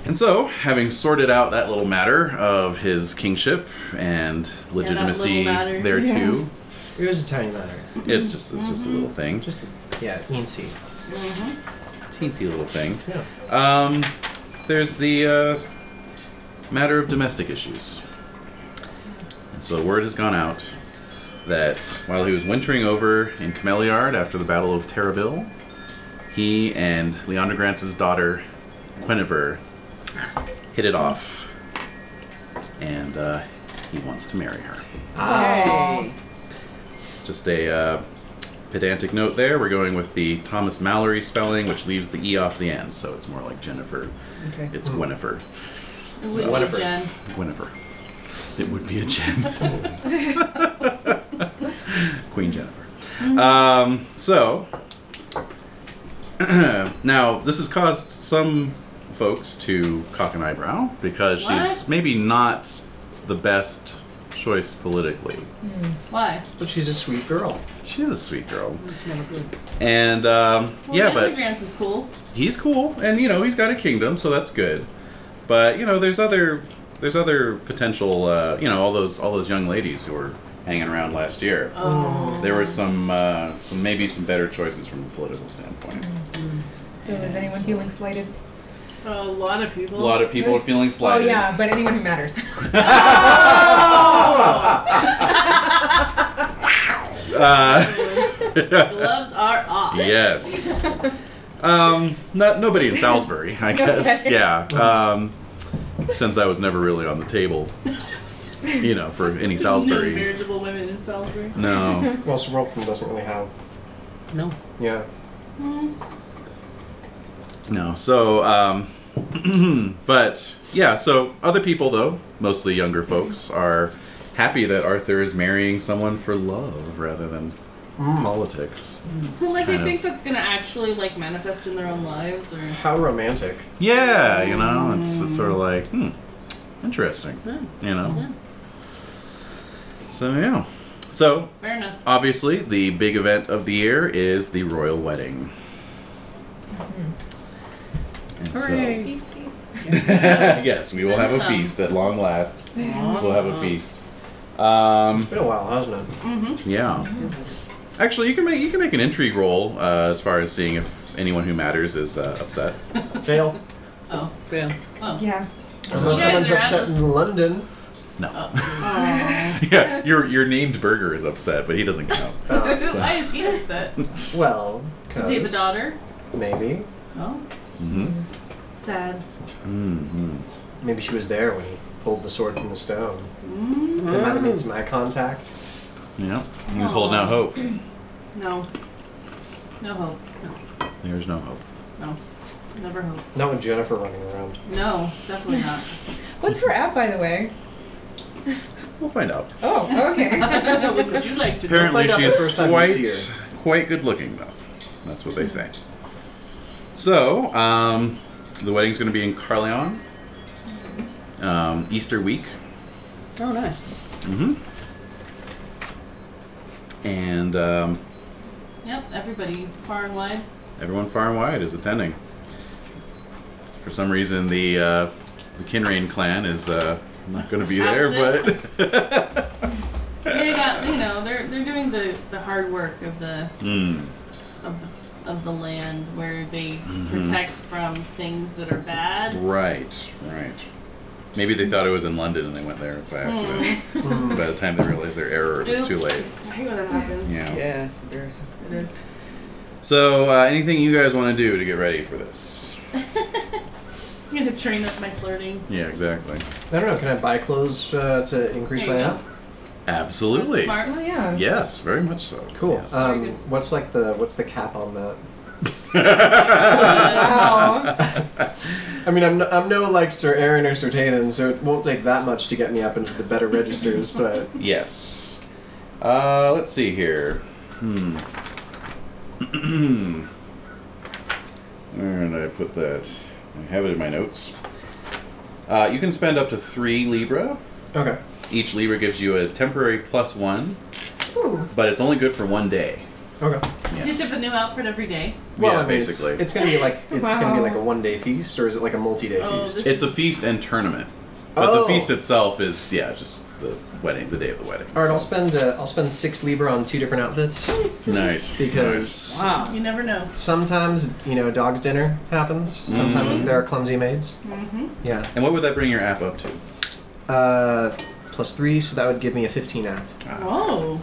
D: And so, having sorted out that little matter of his kingship and
B: that
D: legitimacy
B: little matter.
D: there too,
C: It was a tiny matter.
D: it's just it's just a little thing, just
C: Just a, yeah, E teensy.
D: a teensy little thing.
C: Yeah.
D: Um, there's the uh, matter of domestic issues. And so word has gone out that while he was wintering over in Cameliard after the Battle of Terrabil, he and Leander Grance's daughter, Guinevere, hit it off. And uh, he wants to marry her.
C: Ah.
E: Hey.
D: Just a uh, pedantic note there. We're going with the Thomas Mallory spelling, which leaves the E off the end, so it's more like Jennifer.
E: Okay.
D: It's Guinevere.
B: It would be
C: Whatever.
B: Jen.
D: Guinevere. It would be a Jen. Queen Jennifer. Um, so, now this has caused some folks to cock an eyebrow because she's
B: What?
D: maybe not the best choice politically.
B: Why?
C: But she's a sweet girl.
D: She's a sweet girl.
E: It's never good.
D: And, um,
B: Well,
D: yeah,
B: the
D: but.
B: Undergrants is cool.
D: he's cool and you know he's got a kingdom so that's good but you know there's other there's other potential uh, you know all those all those young ladies who are hanging around last year.
B: Oh.
D: There were some, uh, some maybe some better choices from a political standpoint.
G: So is anyone feeling slighted?
I: A lot of people.
D: A lot of people are feeling
G: Oh
D: slighted.
G: yeah, Oh. but anyone who matters.
B: Oh!
D: Uh,
B: Gloves are off.
D: yes. Um, not nobody in Salisbury, I guess.
G: Okay.
D: Yeah. Um, since I was never really on the table, you know, for any
I: No
D: Salisbury.
I: marriageable women in Salisbury.
D: No.
C: Well, Sorolfin doesn't really have.
E: No.
C: Yeah.
D: No. So, um, but yeah. So other people, though, mostly younger folks, are happy that Arthur is marrying someone for love rather than politics.
I: So, like,
D: Kind
I: you
D: of.
I: think that's gonna actually like manifest in their own lives, or
C: How romantic.
D: Yeah, you know, it's it's sort of like, hmm, interesting. You know. So yeah. So
B: Fair enough.
D: obviously, the big event of the year is the royal wedding. And so-
G: Feast, feast.
D: yes, we will
B: And
D: have a
B: some.
D: feast at long last. We'll have a feast.
C: It's
D: Um,
C: been a while, hasn't it?
B: Mm-hmm.
D: yeah. Actually, you can make you can make an intrigue roll uh, as far as seeing if anyone who matters is uh, upset.
C: Fail.
B: Oh.
E: Fail.
B: Oh.
G: Yeah.
C: Unless
B: You guys
C: someone's
B: are out
C: upset
B: of-
C: in London.
D: No. yeah, your your named burger is upset, but he doesn't count.
C: Uh,
B: Why is he upset?
C: well,
B: Does he have a
C: 'cause
B: daughter?
C: Maybe.
B: Oh.
D: Mhm.
B: Sad.
D: Mhm.
C: Maybe she was there when he pulled the sword from the stone. That might have
B: Mm.
C: made some eye contact.
D: Yeah, he was holding out hope.
B: No. No hope.
D: There's no hope.
B: No. Never hope.
C: Not with Jennifer running around.
B: No. Definitely not.
G: What's her app, by the way?
D: We'll find out.
G: Oh, okay.
B: what would you like to do?
D: Apparently,
C: find out
D: she's
C: the first time we see
D: quite quite good looking though. That's what they say. So, um, the wedding's going to be in Carleon, um, Easter week.
E: Oh, nice.
D: hmm And um,
B: Yep. Everybody, far and wide.
D: everyone far and wide is attending. For some reason, the uh, the Kinrain clan is uh, not going to be there,
B: Absent.
D: but.
B: They got. You know, they're they're doing the the hard work of the
D: Hmm.
B: of the, of the land where they
D: Mm-hmm.
B: protect from things that are bad.
D: Right, right. Maybe they thought it was in London and they went there by
C: Hmm.
B: Mm-hmm.
D: accident. By the time they realized their error, it was too
B: Oops.
D: late.
I: I hate when that happens.
D: Yeah.
E: Yeah, it's embarrassing.
I: It is.
D: So, uh, anything you guys want to do to get ready for this?
B: I'm gonna train up my flirting.
D: Yeah, exactly.
C: I don't know. Can I buy clothes uh, to increase
B: There
C: my
B: you go.
C: app?
B: That's
D: Absolutely.
B: smart.
G: Oh yeah.
D: Yes, very much so.
C: Cool.
D: Yes.
C: Um,
B: Very
C: what's like the what's the cap on that?
D: Uh,
G: Wow.
C: I mean, I'm no, I'm no like Sir Aaron or Sir Tayden, so it won't take that much to get me up into the better registers. But
D: yes. Uh, let's see here. Hmm. Where did I put that? I have it in my notes. Uh, you can spend up to three Libra
C: okay,
D: Each Libra gives you a temporary plus one,
G: Ooh.
D: but it's only good for one day.
C: okay.
B: You have to have a new outfit every day.
C: Well,
D: Yeah,
C: I mean, it's-
D: basically.
C: it's, gonna be like it's gonna be
G: Wow.
C: like a one day feast, or is it like a multi day
B: Oh,
C: feast?
B: this-
D: It's a feast and tournament. But
C: Oh.
D: the feast itself is, yeah, just the wedding, the day of the wedding.
C: All right, I'll spend uh, I'll spend six libra on two different outfits
D: Nice.
C: because
E: Wow.
B: You never know.
C: sometimes you know dog's dinner happens. Sometimes there are clumsy maids. Mm-hmm. Yeah,
D: Nice. And what would that bring your app up to?
C: uh, plus three, so that would give me a fifteen app.
D: Ah.
B: Whoa.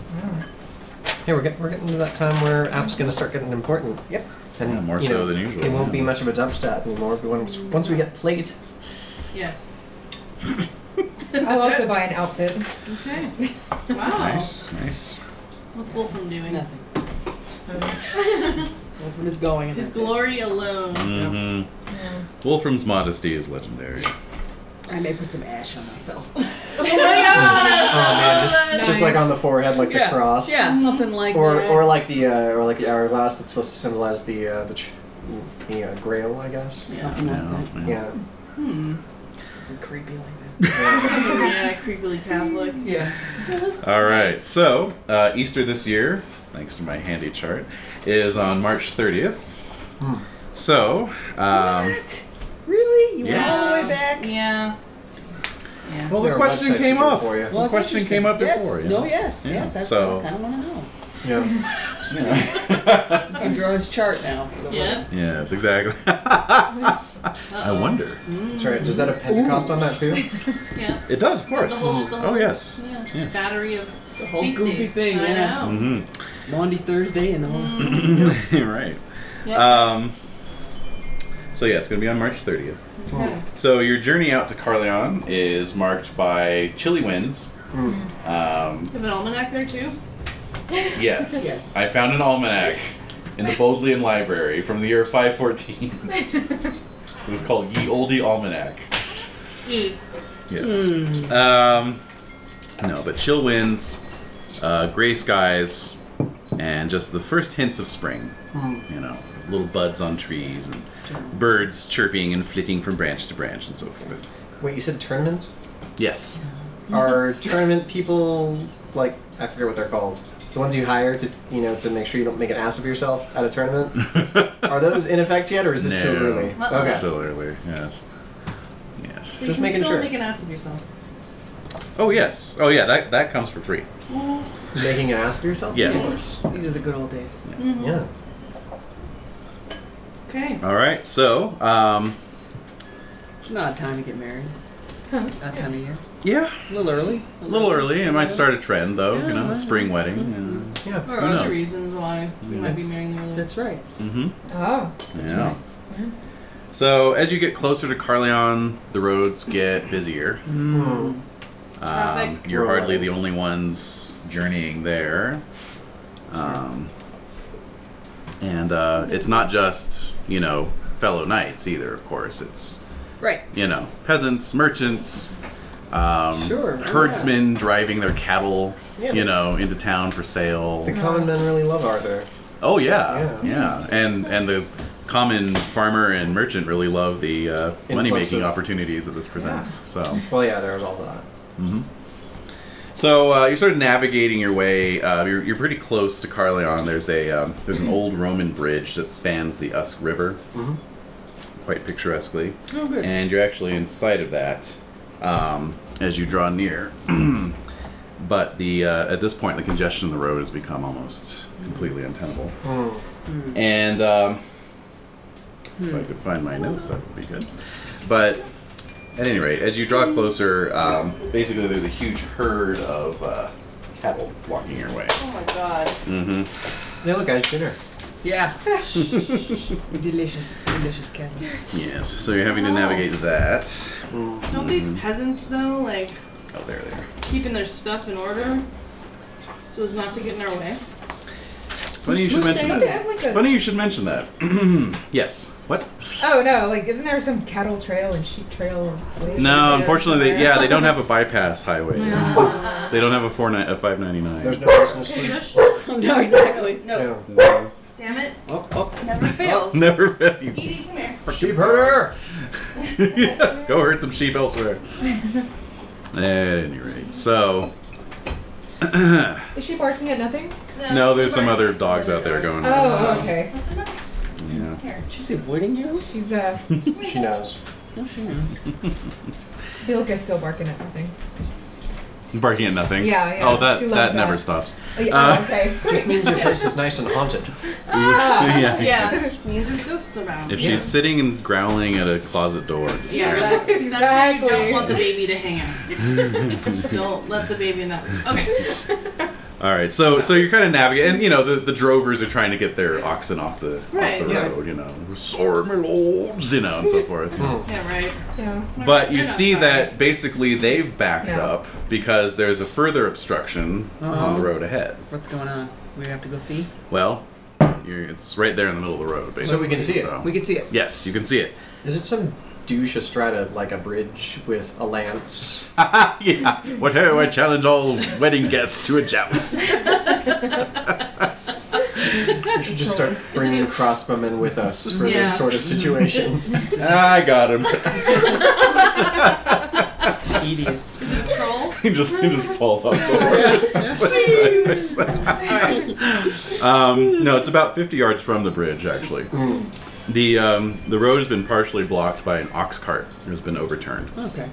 C: Here we're getting we're getting to that time where apps gonna start getting important.
E: Yep.
C: And
D: Yeah, more
C: you
D: so
C: know,
D: than usual,
C: It won't
D: yeah.
C: be much of a dump stat anymore. But once once we get plate,
B: Yes.
G: I'll also buy an outfit.
B: Okay. Wow.
D: Nice, nice.
B: What's Wolfram doing?
E: Nothing. Wolfram is going. And
B: His
E: that's it.
B: glory alone.
D: hmm Wolfram's modesty is legendary.
B: Yes.
E: I may put some ash on myself.
C: oh man, just just like on the forehead, like the cross.
E: Yeah, something like
C: Or,
E: that.
C: or like the uh, or like the hourglass that's supposed to symbolize the uh, the, tr- the uh, Grail, I guess.
E: something like
D: Yeah,
E: that.
D: yeah.
C: Yeah.
E: Something creepy like that.
B: yeah, creepily Catholic.
E: Yeah.
D: All right, so uh, Easter this year, thanks to my handy chart, is on March 30th.
C: Hmm.
D: So, um,
E: what? Really? You
D: Yeah.
E: went all the way back?
B: Yeah. Yeah.
D: Well,
C: There
D: the
C: are
D: question
C: websites
D: came
C: that do it
D: up.
C: for you.
D: The question came up
E: yes.
D: before. you
E: No,
D: know?
E: yes,
D: Yeah,
E: yes. That's
D: so-
E: what I kind of want to know.
C: Yeah.
E: I can draw his chart now. For the
B: Yeah.
D: yes, exactly. I
B: Uh-oh.
D: wonder.
C: That's right. Does that have Pentecost on that too?
B: Yeah.
D: It does, of course.
B: The whole- the
D: oh
B: whole-
D: yes.
B: Yeah.
D: Yes.
B: Battery of
E: The whole
B: feast
E: goofy
B: days.
E: thing.
B: I
E: yeah.
B: know.
D: hmm
E: Maundy Thursday and the whole.
D: right.
B: Yep.
D: Um, so yeah, it's going to be on March 30th.
B: Okay.
D: So your journey out to Carleon is marked by chilly winds.
E: Mm-hmm.
D: Um,
I: have an almanac there too.
D: yes.
E: Yes.
D: I found an almanac in the Bodleian Library from the year 514. it was called Ye Olde Almanac.
B: Dude,
D: Yes.
E: Hmm.
D: Um, no, but chill winds, uh, gray skies, and just the first hints of spring.
C: Hmm.
D: You know, little buds on trees and birds chirping and flitting from branch to branch and so forth.
C: Wait, you said tournament?
D: Yes.
C: Are tournament people like I forget what they're called? The ones you hire to you know to make sure you don't make an ass of yourself at a tournament. Are those in effect yet, or is this too
D: No.
C: early?
B: Uh-oh.
C: Okay.
D: Still early. Yes. Yes.
B: you
C: Just
B: can
C: making
B: still
C: sure.
B: Make an ass of yourself.
D: Oh yes. Oh yeah. That that comes for free.
C: Making an ass of yourself.
D: Yes.
E: These are the good old days.
C: Yeah.
I: Okay.
D: All right. So, um,
E: It's not a time to get married.
G: Huh.
E: That time of year.
D: yeah,
E: A little early.
D: a little early. It might start a trend though. You
E: Yeah,
D: know,
E: why
D: a spring wedding.
C: Yeah.
I: Or
D: Who
I: other
D: knows?
I: reasons why we might be
E: That's-
I: marrying early.
E: That's right.
D: Mm-hmm.
G: Oh.
D: yeah. So as you get closer to Carleon, the roads get busier.
C: Hmm.
D: Um,
I: Traffic.
D: you're
C: Right.
D: hardly the only ones journeying there. Um, and uh, it's not just you know fellow knights either. Of course, it's
E: Right.
D: you know peasants, merchants, um,
E: Sure, oh,
D: herdsmen driving their cattle
C: Yeah,
D: you
C: the-
D: know into town for sale.
C: The common men really love Arthur.
D: Oh yeah,
C: Yeah.
D: yeah, and and the common farmer and merchant really love the uh, money making
C: of-
D: opportunities that this presents. So,
C: Well, yeah, there's all that.
D: hmm so uh, you're sort of navigating your way. Uh, you're, you're pretty close to Carleon. There's a um, there's an old Roman bridge that spans the Usk River,
C: Mhm.
D: quite picturesquely,
E: Mm-hmm. Oh, good.
D: and you're actually in sight of that um, as you draw near. but the uh, at this point, the congestion of the road has become almost completely untenable.
C: Hmm.
D: And um, if I could find my notes, that would be good. But at any rate, as you draw closer, um, basically there's a huge herd of uh, cattle walking your way.
I: oh my god.
D: hmm
C: Hey, look, guys, dinner.
E: Yeah. delicious, delicious cattle.
D: Yes, so you're having to navigate that.
I: Don't these
D: Mm-hmm.
I: peasants though like
D: Oh, there they are.
I: keeping their stuff in order so as not to get in our way?
D: Funny you should mention
G: Don't they have
D: that.
G: like a-
D: Funny you should mention that. yes. What?
G: Oh no! Like, isn't there some cattle trail and sheep trail? And what is it
D: No,
G: there
D: unfortunately, they,
G: somewhere?
D: yeah, they don't have a bypass highway.
B: Uh,
D: They don't have a four ni- a five ninety
C: There's
D: nine.
C: no personal street.
B: shush.
E: no, exactly.
C: No.
I: Damn it.
E: Up, up.
I: Never fails.
D: Never ready.
B: Edie, come here.
C: Sheep herder.
D: Go herd some sheep elsewhere. At any rate, so
G: Is she barking at nothing?
D: no, there's
B: she's
D: some
B: barking
D: other
B: at some
D: dogs out there
B: dogs.
D: going.
G: Oh, okay.
B: That's enough.
D: Yeah.
E: She's avoiding you?
G: She's uh,
C: She knows.
E: No, she knows.
G: Bilka's still barking at nothing.
D: Barking at nothing.
G: Yeah, yeah,
D: Oh, that
G: she
D: that,
G: loves
D: never
G: that.
D: stops.
G: Oh, yeah,
D: Uh,
G: oh, okay.
C: Just means your place is nice and haunted.
G: Ah!
D: yeah.
I: Yeah, means there's ghosts around.
D: If
C: Yeah.
D: she's sitting and growling at a closet door.
I: Yeah, that's,
E: That's
I: that's where you
G: exactly.
I: don't want the baby to hang out. don't let the baby in that. Okay.
D: All right, so so you're kind of navigating, and you know the, the drovers are trying to get their oxen off the
I: Right,
D: off the
C: yeah.
D: road, you know, sword my lords, you know, and so forth.
C: Hmm.
I: Yeah, right.
G: Yeah.
D: But you
I: They're not
D: see
I: sorry.
D: that basically they've backed
G: No.
D: up because there's a further obstruction
I: Uh-huh.
D: on the
E: Oh.
D: road ahead.
E: What's going on? We have to go see?
D: Well, you're, it's right there in the middle of the road, basically.
C: So we can see it.
E: We can see it.
D: Yes, you can see it.
C: Is it some douche Estrada like a bridge with a lance?
D: yeah. What ho, I challenge all wedding guests to a joust.
C: We should just start bringing crossbowmen with us for
I: Yeah.
C: this sort of situation.
D: I got him.
E: Tedious.
I: Is it a troll?
D: he just he just falls off the horse. um, no, it's about 50 yards from the bridge, actually.
C: Mm.
D: The um, the road has been partially blocked by an ox cart. It has been overturned.
E: Okay.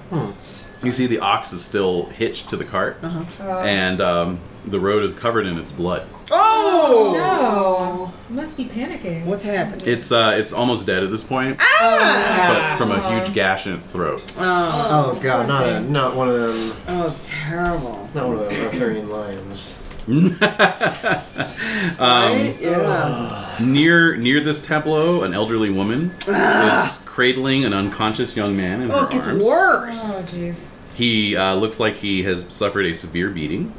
D: You see the ox is still hitched to the cart,
E: Uh-huh.
G: Oh.
D: and um, the road is covered in its blood.
E: Oh!
G: No. Must be panicking.
E: What's happened?
D: It's uh, it's almost dead at this point,
E: Ah!
D: but from a
E: Uh-huh.
D: huge gash in its throat.
E: Oh,
C: Oh god, not a, not one of them.
E: oh, it's terrible.
C: Not one of those Arthurian lions.
D: um,
E: Yeah.
D: near near this tableau, an elderly woman is cradling an unconscious young man in her
E: Ah! Oh, it gets
D: arms.
G: Oh,
E: worse.
G: jeez.
D: He uh, looks like he has suffered a severe beating.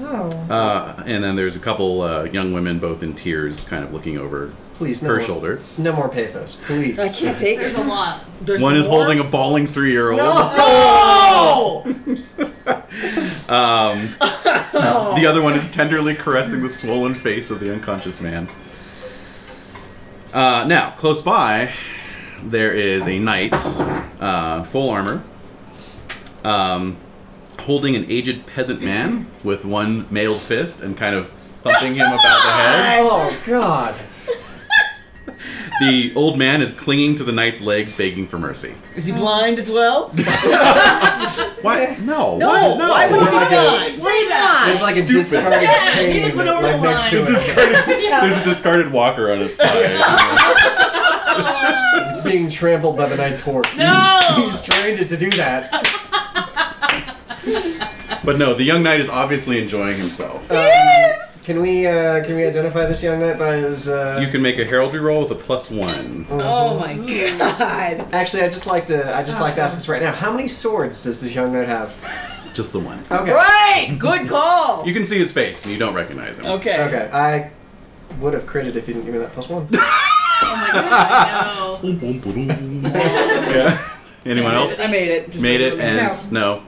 G: Oh.
D: Uh, and then there's a couple uh, young women, both in tears, kind of looking over
C: Please, no
D: her
E: Oh.
C: more,
D: shoulder.
C: No more pathos, please.
E: I can't take
B: There's
E: it.
B: a lot.
E: There's
D: One is
E: more?
D: holding a bawling three-year-old.
E: No!
D: Um, the other one is tenderly caressing the swollen face of the unconscious man. Uh, now, close by, there is a knight, uh, full armor, um, holding an aged peasant man with one mailed fist and kind of thumping him about the head.
C: Oh god.
D: The old man is clinging to the knight's legs, begging for mercy.
E: Is he blind as well?
D: Why? No.
E: No,
D: why, no.
E: why would
C: Is
E: he
C: it like a-
E: blind? Say
C: There's
E: that!
C: like a
D: Stupid.
C: discarded
E: Yeah, he
C: thing
E: just went over
C: like,
E: the
C: next
E: line.
C: to it.
D: Discarded- There's a discarded walker on its side.
C: It's being trampled by the knight's horse.
B: No!
C: He's trained it to do that.
D: but no, the young knight is obviously enjoying himself.
C: Yes! Can we uh, can we identify this young knight by his? Uh, Mm-hmm.
D: You can make a heraldry roll with a plus one.
E: Oh my god. Oh.
C: Actually, I just like to I just like to ask this right now. How many swords does this young knight have?
D: Just the one.
C: Okay.
E: Right! Good call!
D: You can see his face, and you don't recognize him.
E: Okay.
C: Okay. I would have critted if you didn't give me that plus one.
B: Oh my god, no.
D: yeah. Anyone else?
E: I made it. Just
D: Made it
E: a little
D: and no.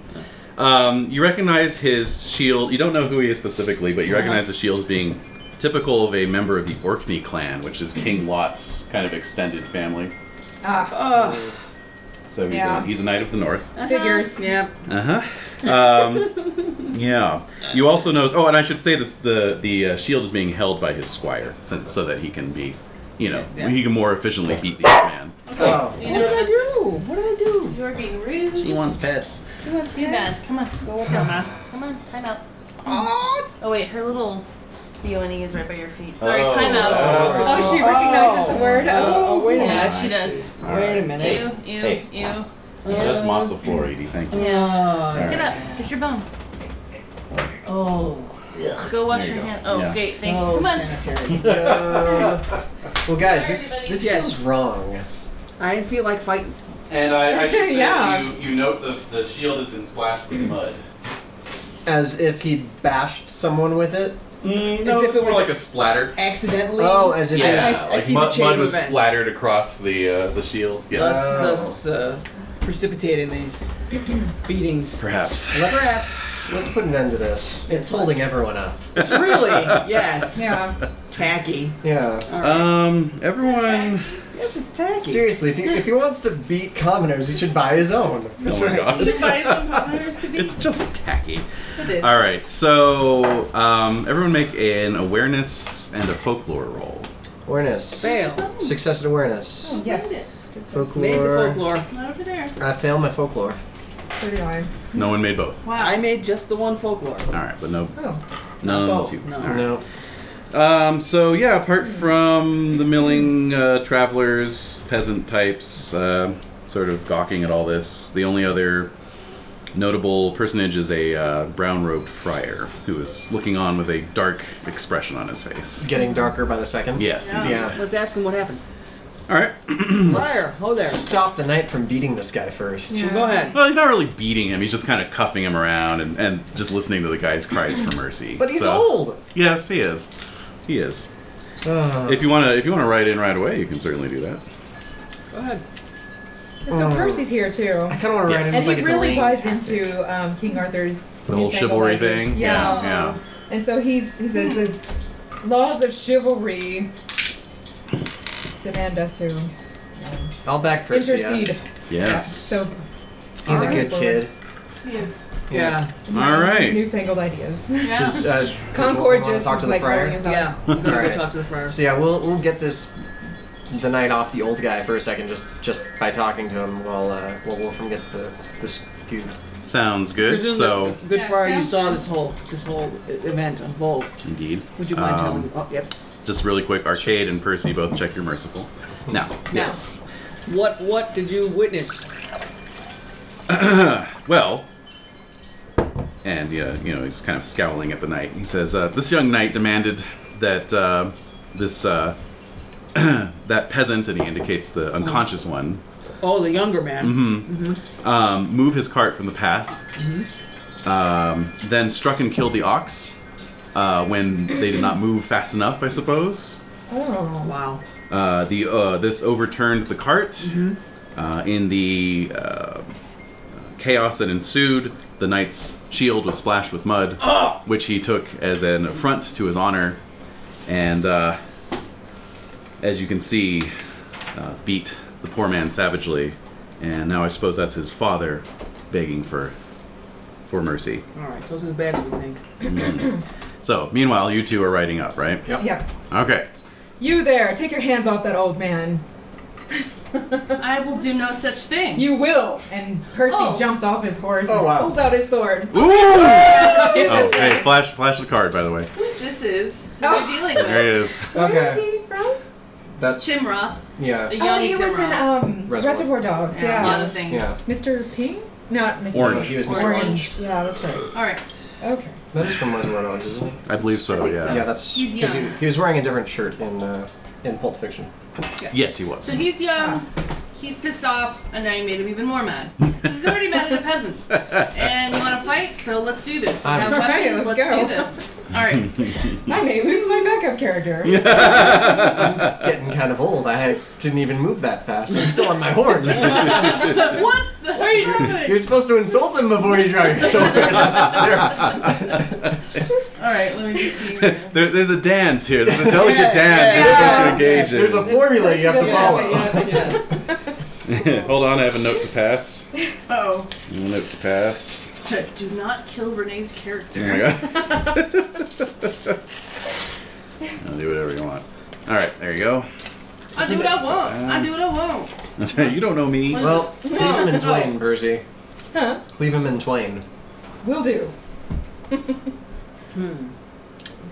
D: Um, you recognize his shield. You don't know who he is specifically, but you recognize the shield as being typical of a member of the Orkney clan, which is King Lot's kind of extended family.
G: Ah.
E: Ugh.
D: So he's,
G: Yeah.
D: a, he's a knight of the north.
G: Figures.
E: Yep.
D: Uh huh. Um, yeah. You also know. Oh, and I should say this: the the uh, shield is being held by his squire, since, so that he can be, you know,
E: Yeah.
D: he can more efficiently beat the old man.
C: Oh.
B: You
E: What did I
B: know,
E: do? What did I do?
B: you're being rude.
D: He wants pets.
B: Be best. Come on. Go with Come Come on. Time out. Oh, wait. Her little peony is right by your feet. Sorry,
D: Oh,
B: time out.
D: that's
G: Oh,
D: what
G: she recognizes
E: Oh.
G: the word.
E: Oh,
G: Oh,
E: wait a minute.
B: yeah,
D: I
B: she does.
D: All right.
E: Wait a minute.
B: Ew, ew,
D: Hey.
B: ew.
D: You just mopped the floor, Edie. Thank you.
E: Yeah.
B: Get up. Get your bum.
E: Oh.
B: Go wash
D: There you
B: your
D: go.
B: hands. Oh,
D: Yeah.
B: great. Thank you.
E: So
B: Come on.
E: sanitary.
C: Um, well, guys, this this
E: Yes.
C: feels wrong.
E: I didn't feel like fighting.
D: And I, I should say
G: Yeah.
D: that you, you note the, the shield has been splashed with mud.
C: As if he'd bashed someone with it.
D: Mm,
E: no, As if it's it more was- like
D: a splatter.
E: Accidentally.
C: Oh, as if
D: Yeah,
E: I- I
C: it's
E: s- I
D: like
E: see the
D: mud,
E: chain
D: mud was
E: events.
D: splattered across the uh, the shield. Yes,
E: Thus, thus uh, precipitating these beatings.
D: perhaps.
C: let's let's put an end to this. It's holding everyone up.
E: It's really, yes.
G: Yeah.
E: Tacky.
C: Yeah.
D: Um, everyone.
E: Yes, it's tacky.
C: Seriously, if he, if he wants to beat commoners, he should buy his own.
D: Oh my
E: right.
D: gosh. it's just tacky. All right, so um, everyone make an awareness and a folklore roll.
C: Awareness.
E: Fail.
C: Success and awareness.
G: Yes.
C: Folklore.
E: Made the folklore.
B: Not over there.
C: I failed my folklore.
G: So did I.
D: No one made both.
B: Wow.
E: I made just the one folklore.
D: All right, but no,
G: Oh.
D: none of
E: both,
D: the two.
E: no.
D: All right.
C: No.
D: Um, so yeah, apart from the milling uh, travelers, peasant types, uh, sort of gawking at all this, the only other notable personage is a uh, brown-robed friar who is looking on with a dark expression on his face.
C: Getting darker by the second.
D: Yes.
B: Yeah.
D: indeed.
C: Yeah.
E: Let's ask him what happened.
D: All right.
E: Liar. Hold there.
C: Stop the knight from beating this guy first.
G: Yeah.
E: Go ahead.
D: Well, he's not really beating him. He's just kind of cuffing him around and, and just listening to the guy's cries for mercy.
C: But he's
D: So-
C: old.
D: Yes, he is. He is.
C: Ugh.
D: If you wanna, if you wanna write in right away, you can certainly do that.
E: Go ahead.
G: So
C: Oh.
G: Percy's here too.
C: I kind of want to
D: Yes.
C: write him
G: And
C: like
G: he
C: a
G: really
C: deranged
G: was
C: tactic.
G: into um, King Arthur's
D: The whole
G: mythical
D: chivalry
G: legends.
D: thing? Yeah,
G: Yeah.
D: yeah.
G: And so he's he says the laws of chivalry demand us to um,
C: I'll back Percy.
G: intercede. Yeah,
D: Yes.
G: So
C: He's a
G: Alright.
C: good kid.
I: Yes.
E: Yeah.
D: All right.
G: newfangled ideas.
B: Yeah.
C: Does, uh, does
G: Concord
C: Wilhelm wanna
G: just
C: talk
G: is
C: to the
G: like rolling
C: friar?
G: his eyes.
E: Yeah. I'm gonna go
C: Alright.
E: talk to the friar.
C: So yeah, we'll we'll get this the night off the old guy for a second, just just by talking to him while uh, while Wolfram gets the the scoop.
D: Sounds good.
E: Presume
D: So,
E: that Good
G: Yeah,
E: Friday, you
G: sounds
E: saw
G: good.
E: this whole this whole e- event unfold.
D: indeed.
E: Would you mind
D: Um,
E: telling? Oh, yep.
D: Just really quick, Arcade and Percy both check your merciful. Now, yes.
E: What what did you witness?
D: well, and yeah, you know, he's kind of scowling at the knight. He says, uh, "This young knight demanded that uh, this uh, that peasant, and he indicates the unconscious one, Hmm.
E: Oh, the younger man.
D: Mm-hmm.
E: Mm-hmm.
D: um, move his cart from the path. Um, then struck and killed the ox uh, when they did not move fast enough, I suppose.
G: Oh.
E: Wow.
D: Uh, the uh, this overturned the cart. Uh, in the uh, chaos that ensued, the knight's shield was splashed with mud, which he took as an affront to his honor, and uh, as you can see, uh, beat the poor man savagely. And now I suppose that's his father begging for for mercy.
E: All right, so it's as bad as we think.
D: So, meanwhile, you two are riding up, right?
G: Yep.
D: Okay.
G: You there, take your hands off that old man.
B: I will do no such thing.
G: You will. And Percy
B: Oh.
G: jumped off his horse
C: Oh,
G: and
C: wow.
G: pulls out his sword.
D: Ooh!
G: Let's
D: Oh,
G: do this
D: hey,
G: thing.
D: flash, flash the card, by the way.
B: This is who
G: Oh.
B: we're dealing
D: There
B: with.
D: it is.
G: Where is
C: Okay.
G: he from?
C: That's
B: Chimroth, a
C: yeah.
B: young
G: Oh, he was in
B: Chimroth.
G: um,
C: Reservoir.
G: Reservoir. Dogs.
B: Yeah,
G: Yeah.
B: a lot of
C: Yes.
B: things.
C: Yeah.
G: Mr. Ping? Not Mr.
D: Orange.
C: He was Mr.
G: Orange.
C: Orange.
G: Yeah, that's right.
B: All right.
G: Okay.
C: That is from Reservoir Dogs, isn't it?
D: I believe so.
B: think
D: Yeah.
B: so.
C: Yeah, that's
B: He's
C: 'cause He,
B: young.
C: he was wearing a different shirt in uh, in Pulp Fiction.
D: Yes, he was.
B: So he's young, he's pissed off, and now you made him even more mad. 'Cause He's already mad at a peasant. And you want to fight, so let's do this. We
C: Um,
B: have
G: All right,
B: weapons,
G: let's
B: let's,
G: go.
B: do this. Alright.
G: I may lose my backup character.
D: Uh,
C: Getting kind of old. I didn't even move that fast. I'm still on my horns.
B: what the Wait,
C: You're supposed to insult him before you drive your sword.
B: Alright, let me just see. here.
D: there, there's a dance here. There's a delicate dance
G: yeah.
D: you're
C: There's a
D: supposed
C: formula you have to follow.
E: Yeah, yeah.
D: to engage in. Hold on, I have a note to pass.
B: Uh-oh.
D: Note to pass.
B: Do not kill Renee's character.
D: There we go. I'll do whatever you want. All right, there you go.
B: I do what I want. I do what I want.
D: you don't know me.
C: Well, leave him in twain, Percy.
G: Huh?
C: Leave him in twain.
G: Will do.
E: Hmm. We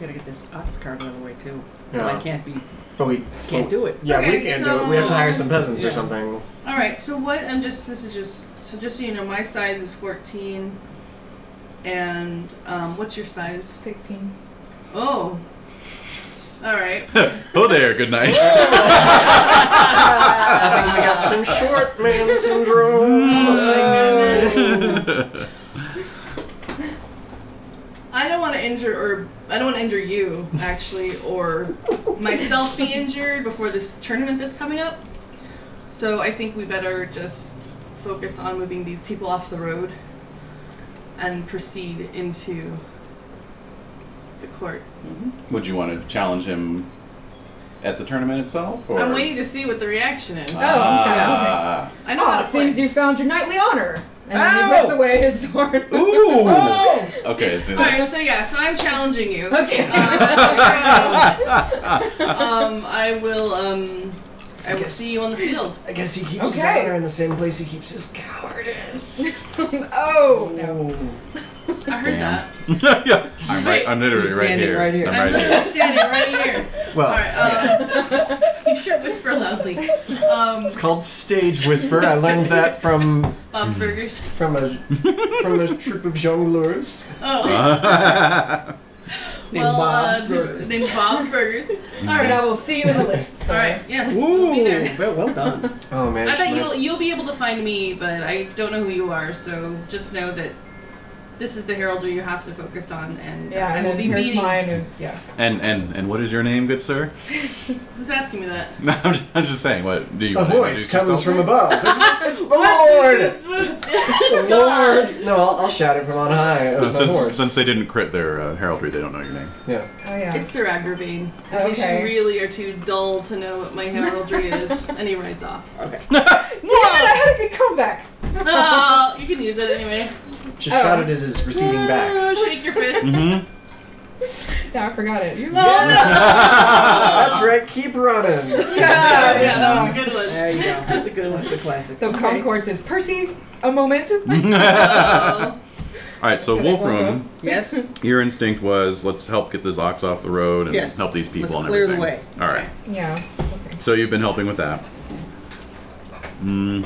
E: gotta get this ox card out of the way too.
C: Yeah.
E: Well, I can't be
C: But we
E: can't do it.
C: Yeah, we
B: Okay,
C: can't do
B: so-
C: it. We have to hire some peasants
E: Yeah.
C: or something.
B: Alright, so what I'm just this is just so just so you know, my size is fourteen. And um, what's your size?
G: 16.
B: Oh. Alright.
D: oh there, good night.
C: I got some short man
B: Oh,
C: syndrome.
B: I don't want to injure or I don't want to injure you actually or myself be injured before this tournament that's coming up. So I think we better just focus on moving these people off the road and proceed into the court.
D: Would you want to challenge him at the tournament itself? Or? Uh,
B: I'm waiting Oh, to see what the reaction is.
G: okay,
D: Ah.
B: I know
G: Oh,
B: how
G: it
B: to play.
G: seems you found your knightly honor. And then he puts away his sword.
D: Ooh.
G: Oh.
D: Okay, so
B: All right, so yeah, so I'm challenging you.
G: Okay.
B: Um, I will. Um, I will
C: Yes.
B: see you on the field.
C: I guess he keeps his
G: Okay.
C: honor in the same place he keeps his cowardice.
G: Um, oh. No.
B: I heard that.
D: yeah, I'm right. I'm literally
E: He's
D: right
E: standing
D: here.
E: right here.
D: I'm right here. Oh,
B: I'm standing right here.
C: Well,
B: All right. Um, you should whisper loudly. Um,
C: it's called stage whisper. I learned that from
B: Bob's
D: Hmm.
B: Burgers.
C: from a from a troupe of jongleurs.
B: Oh,
E: Named
B: well,
E: Bob's
B: uh,
E: Burgers.
B: named Bob's Burgers. All right.
G: And I will see you in the list.
B: All
G: Sorry.
B: right. Yes. We'll be there.
E: Well, well done.
C: Oh man.
B: I bet
C: my-
B: you'll you'll be able to find me, but I don't know who you are. So just know that this is the heralder you have to focus on, and
G: Yeah,
B: I
G: and
B: will
G: then
B: be
G: here's
B: meeting.
G: mine. And, yeah.
D: and and and what is your name, good sir?
B: Who's asking me that?
D: No, I'm just, I'm just saying. What do you?
C: A
D: wanna
C: voice
D: introduce
C: comes
D: yourself?
C: from above. It's, it's the Lord. The Lord. No, I'll, I'll shout it from on high.
D: No,
C: of my
D: since,
C: horse.
D: since they didn't crit their uh, heraldry, they don't know your name.
C: Yeah.
G: Oh, yeah.
B: It's Sir Agravain. In case
G: Okay.
B: you really are too dull to know what my heraldry is, and he rides off.
G: Damn it, I had a good comeback. Ah.
B: Oh, you can use it anyway.
C: Oh. Just shouted at his receding back. Mm-hmm.
B: Oh, shake your fist.
D: hmm
G: Yeah, I forgot it. You
C: Ah, That's right. Keep running.
G: Yeah,
I: yeah, that was a good one.
E: There you go.
I: That's a good one.
E: That's the classic.
G: So Concord says, Percy, a moment.
B: Oh,
D: All right, so
G: So they woke
D: Wolfram,
G: up.
E: yes.
D: your instinct was let's help get this ox off the road and
E: Yes.
D: help these people
E: Let's
D: and
E: clear the
D: everything.
E: way.
D: All right,
G: Yeah. Okay.
D: so you've been helping with that. Mm,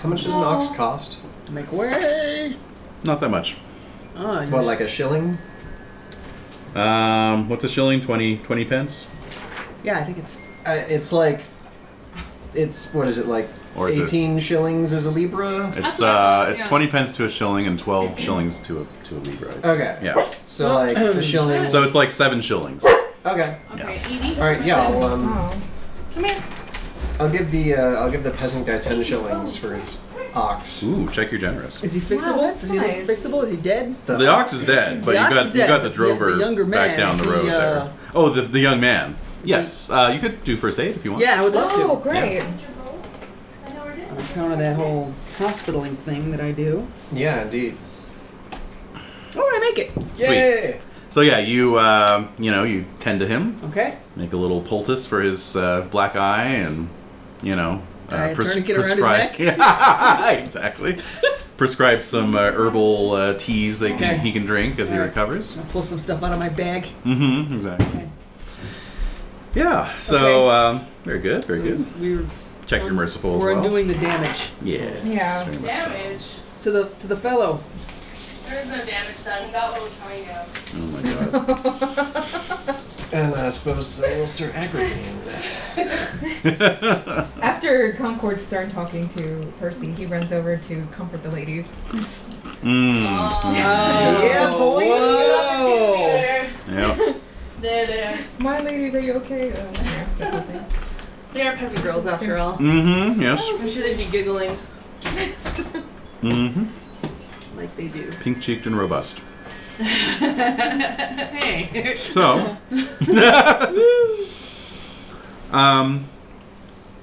C: How much does an ox cost?
E: Make way.
D: not that much.
E: Oh, you
C: What, like a shilling?
D: Um, what's a shilling? 20, 20 pence?
E: Yeah, I think it's.
C: Uh, it's like, it's what is it like?
D: Or is it-
C: Eighteen shillings is a libra.
D: It's
B: what I
D: uh,
B: thought,
D: it's
B: yeah.
D: twenty pence to a shilling and twelve shillings to a to a libra.
C: Okay.
D: Yeah.
C: So like a shilling.
D: So it's like seven shillings.
C: okay.
B: Okay, Edie.
C: All right. Yeah. I'll, um,
G: Oh.
B: Come here.
C: I'll give the uh, I'll give the peasant guy ten shillings for his ox.
D: Ooh, check you're generous.
E: Is he
G: Wow,
E: fixable?
G: that's
E: Is he
G: nice.
E: fixable? Is he dead?
D: The ox is dead,
E: The
D: but you
E: ox
D: got
E: is
D: you
E: dead,
D: got
E: but
D: the
E: the- the
D: drover
E: younger
D: back
E: man,
D: down
E: is
D: the
E: he,
D: road
E: uh,
D: there. Oh, the the young man. Yes, uh, you could do first aid if you want.
E: Yeah, I would love
G: Oh,
E: to.
G: great.
E: On account of that whole hospitaling thing that I do.
C: Yeah, indeed.
E: Oh, and I make it.
D: Sweet.
C: Yay!
D: So yeah, you uh, you know you tend to him,
E: Okay.
D: make a little poultice for his uh, black eye, and you know uh,
E: Uh, tourniquet around his
D: prescribe- Yeah, exactly. prescribe some uh, herbal uh, teas they can
E: Okay.
D: he can drink as he
E: Alright.
D: recovers.
E: I'll pull some stuff out of my bag.
D: Mm-hmm. Exactly.
E: Okay.
D: Yeah. So
E: Okay.
D: um, very good. Very good.
E: So we were,
D: Check your
E: un-
D: merciful as
E: We're
D: well.
E: undoing the damage
D: Yes,
G: Yeah.
D: very much so.
B: Damage.
E: to the to the fellow.
B: There is no damage done. That one was coming out.
D: Oh my god.
C: And I suppose uh, little Sir Agravain.
G: After Concord's done talking to Percy, he runs over to comfort the ladies. It's-
D: mm.
E: Uh.
C: yeah, boy.
B: There,
D: Yep.
B: Oh. there, there.
G: My ladies, are you okay? Oh, yeah, that's okay.
B: They are peasant girls after all.
D: Mm-hmm. Yes.
B: I'm sure they'd be giggling
D: Mm-hmm.
B: like they do.
D: Pink cheeked and robust.
B: hey.
D: So, um,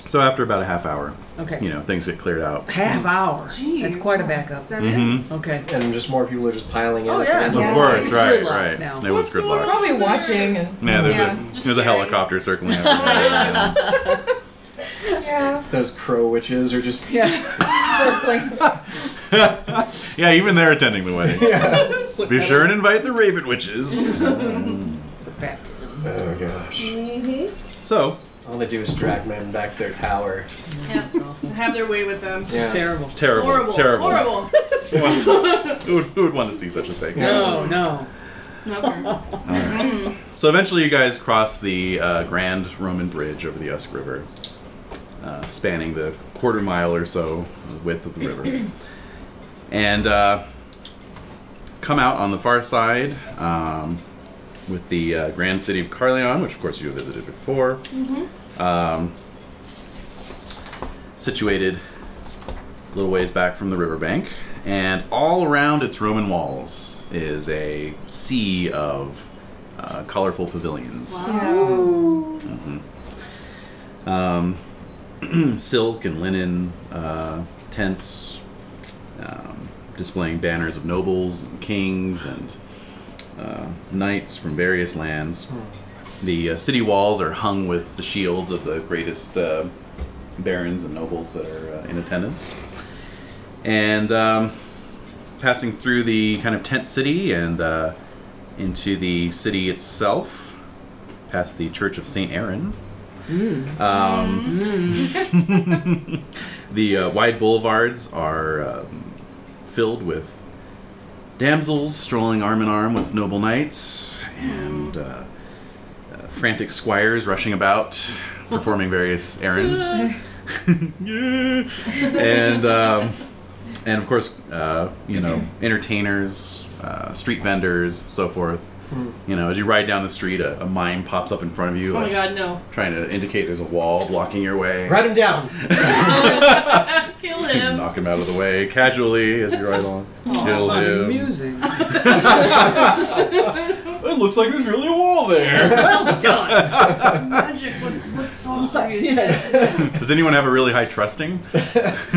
D: so after about a half hour,
E: Oh. Okay.
D: you know, things get cleared out.
E: Half hour.
B: Jeez.
E: That's quite a backup.
B: That
D: Mhm.
C: Mm-hmm.
B: is.
E: Okay.
C: And just more people are just piling in.
E: Oh,
C: at
E: yeah.
C: the end.
D: Of
G: Yeah.
D: course,
E: It's
D: right,
E: gridlock
D: right.
E: now.
D: It was gridlock.
G: Probably watching and
D: Yeah, there's
G: Yeah,
D: a
B: just
D: there's a
B: staring.
D: helicopter circling. Over
G: yeah,
C: Those crow witches are just.
E: Yeah.
G: circling.
D: there. yeah, even they're attending the wedding.
C: Yeah.
D: Be sure and invite the Raven Witches.
E: Baptism.
C: Oh gosh.
D: so,
C: All they do is drag men back to their tower.
B: Yeah.
E: It's awful.
B: Have their way with them.
E: It's
C: Yeah.
E: terrible.
D: it's terrible.
B: Horrible.
D: Terrible.
B: Horrible.
D: Who wants- who, would, who would want to see such a thing?
E: No, no.
B: Not her.
D: So eventually, you guys cross the uh, Grand Roman Bridge over the Usk River, uh, spanning the quarter mile or so width of the river, and uh, come out on the far side um, with the uh, grand city of Carleon, which of course you have visited before. Um, situated a little ways back from the riverbank, and all around its Roman walls is a sea of uh, colorful pavilions. Um, silk and linen uh, tents um, displaying banners of nobles and kings and uh, knights from various lands. The uh, city walls are hung with the shields of the greatest uh, barons and nobles that are uh, in attendance. And um, passing through the kind of tent city and uh, into the city itself, past the Church of St. Aaron. Um, the uh, wide boulevards are um, filled with damsels strolling arm in arm with noble knights and uh, uh, frantic squires rushing about performing various errands. Yeah. and um, and of course, uh, you know, entertainers, uh, street vendors, so forth. You know, as you ride down the street, a, a mime pops up in front of you,
B: Hmm. Oh my
D: like,
B: god, no.
D: trying to indicate there's a wall blocking your way.
C: Write him down.
B: Kill him.
D: Knock him out of the way casually as you ride along. Kill him.
E: Amusing.
D: It looks like there's really a wall there.
B: Well done. Magic. What, what sorcery is this?
D: Does anyone have a really high trusting?
E: Well,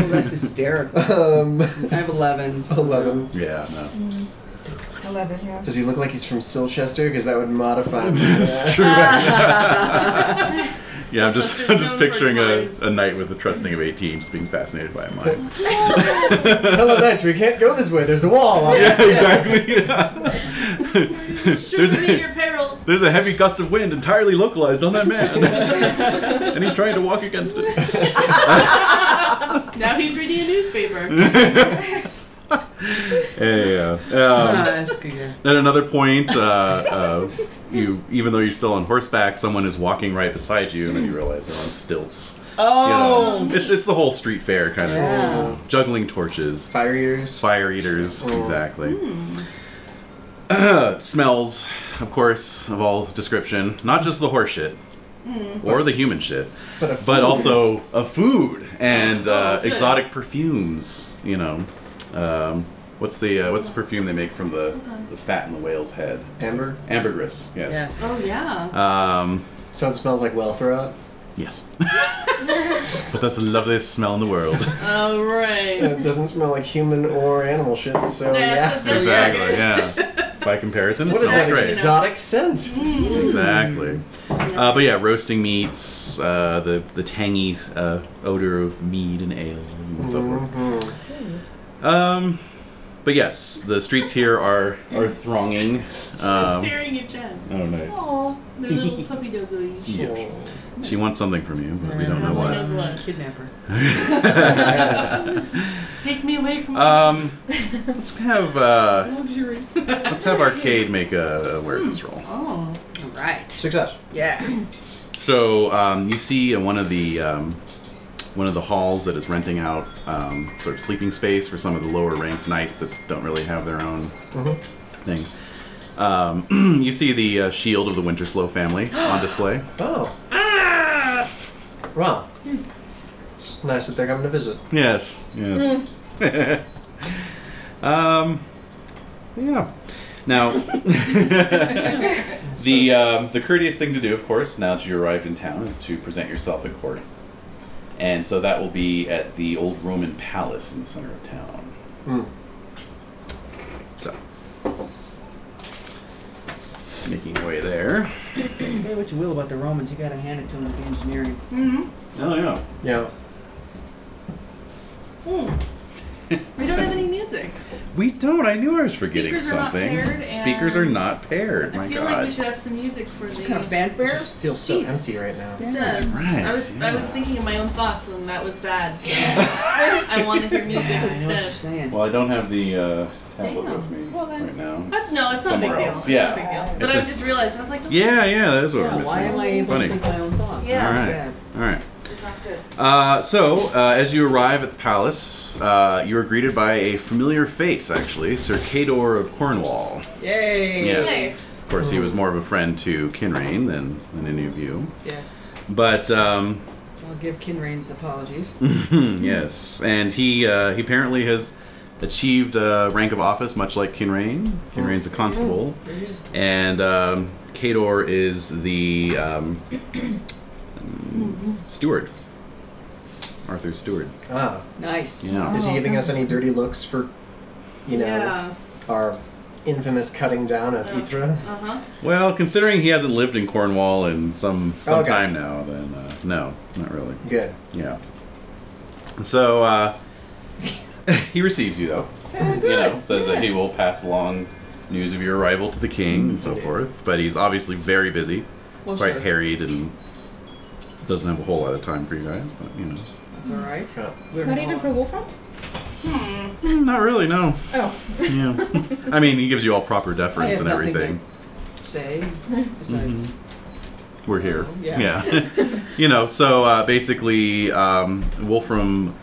E: that's hysterical.
C: Um,
E: I have 11. so-
C: eleven.
D: Yeah, no.
G: Eleven, yeah.
C: Does he look like he's from Silchester? Because that would modify.
D: That's
C: Yeah.
D: true. yeah, I'm just
B: Sylvester's
D: I'm just
B: known for
D: picturing a,
B: his
D: a knight with a trusting of 18 just being fascinated by a mine.
C: Hello, Knights. We can't go this way. There's a wall. on
D: yeah,
C: us.
D: exactly.
B: Shoot
D: there's,
B: me in your
D: a,
B: peril.
D: there's a heavy gust of wind entirely localized on that man, and he's trying to walk against it.
B: Now he's reading a newspaper.
D: Anyhow,
E: Ah,
D: um,
E: that's good. yeah.
D: At another point, uh, uh, you even though you're still on horseback, someone is walking right beside you, and then you realize they're on stilts. You know,
E: Oh,
D: it's it's the whole street fair kind of
E: Yeah.
D: juggling torches,
C: Fire eaters.
D: fire eaters,
C: Oh.
D: exactly.
E: Hmm.
D: Smells, of course, of all description. Not just the horse shit
E: Hmm.
D: or the human shit,
C: But, a
D: but
C: food.
D: also of food and uh,
B: Oh, good.
D: exotic perfumes. You know, um, what's the uh, what's the perfume they make from the the fat in the whale's head?
C: Amber?
D: Ambergris. Yes.
E: yes.
B: Oh yeah.
D: Um,
C: So it smells like well throw up.
D: yes. but that's the loveliest smell in the world.
B: All right.
C: And It doesn't smell like human or animal shit. So yeah.
B: That's- that's-
D: exactly. Yeah. By comparison, it
C: What is
D: smells
C: that
D: great.
C: exotic scent?
D: Mm. Exactly. Uh, but yeah, roasting meats, uh, the the tangy uh, odor of mead and ale, and so forth.
C: Mhm.
D: Um, but yes, the streets here are are thronging.
B: Just
D: Um,
B: staring at Jen.
D: oh, nice.
B: Aw, their little puppy doggies.
D: Yeah. She wants something from you, but we don't know
B: No one
D: what.
B: knows what.
E: Kidnapper.
B: Take me away from.
D: Um, let's have uh,
E: Luxury.
D: let's have arcade make a awareness roll.
B: Oh.
E: All right.
C: Success.
E: Yeah.
D: So um, you see in one of the um, one of the halls that is renting out um, sort of sleeping space for some of the lower ranked knights that don't really have their own
C: Mhm.
D: thing. Um, you see the uh, shield of the Winterslow family on display.
C: Oh. Wow. It's nice that they're coming to visit.
D: Yes, yes.
B: Mm.
D: um, yeah. Now, the um, the courteous thing to do, of course, now that you arrived in town, is to present yourself at court, and so that will be at the old Roman palace in the center of town.
C: Mm.
D: So, making your way there.
E: Say what you will about the Romans, you gotta hand it to them with the engineering.
B: hmm
D: Oh yeah.
C: Yeah.
B: Hmm. We don't have any music.
D: We don't. I knew I was forgetting
B: Speakers are not
D: something.
B: paired,
D: Speakers are
B: and
D: not paired. My
B: I feel
D: God.
B: like we should have some music for the.
E: Kind of fanfare.
C: It just feels so
E: Peace.
C: empty right now.
B: It does.
D: Right,
B: I was I was
D: yeah.
B: thinking of my own thoughts and that was bad. So I want to hear music
E: Yeah, I know what you're
B: instead.
E: saying.
D: Well, I don't have the uh, tablet
B: Damn.
D: with me
E: Well, then-
D: right now.
B: But Uh, no, it's not a big
D: somewhere
B: deal.
D: else.
B: It's not a big
D: Yeah.
B: deal. But
D: It's
B: I
D: a-
B: just realized I was like, oh,
D: Yeah, yeah, that is what we're
E: yeah,
D: missing.
E: why am I able
D: Funny.
E: to think my own thoughts?
B: Yeah.
D: All
E: That's
D: right.
E: bad.
D: All right.
B: It's not good.
D: Uh, so, uh, as you arrive at the palace, uh, you are greeted by a familiar face, actually, Sir Cador of Cornwall.
E: Yay.
D: Yes.
B: Nice.
D: Of course, he was more of a friend to Kinrain than, than any of you.
E: Yes.
D: But, um,
E: I'll give Kinrain's apologies.
D: yes, and he uh, he apparently has achieved uh, rank of office, much like Kinrain. Kinrain's a constable, and um, Kador is the um, mm, steward, Arthur's steward.
C: Ah.
E: Nice.
D: Yeah.
C: Is he giving us any dirty looks for, you know,
B: Yeah.
C: our infamous cutting down of Ithra?
B: Uh huh.
D: Well, considering he hasn't lived in Cornwall in some some
C: Okay.
D: time now, then uh, no, not really.
C: Good.
D: Yeah. So uh, he receives you though. You know, says that he will pass along news of your arrival to the king and so forth. But he's obviously very busy,
E: Well,
D: quite
E: Mm-hmm. Oh, sure.
D: harried, and doesn't have a whole lot of time for you guys. But you know,
E: That's all right.
C: Yeah.
E: We're
G: Not even for Wolfram?
D: Mm, not really. No.
G: Oh.
D: Yeah. I mean, he gives you all proper
E: I
D: deference
E: have
D: and
E: nothing
D: everything.
E: to say besides.
D: Mm-hmm. We're here.
E: Oh, yeah.
D: you know, so uh, basically, um, Wolfram,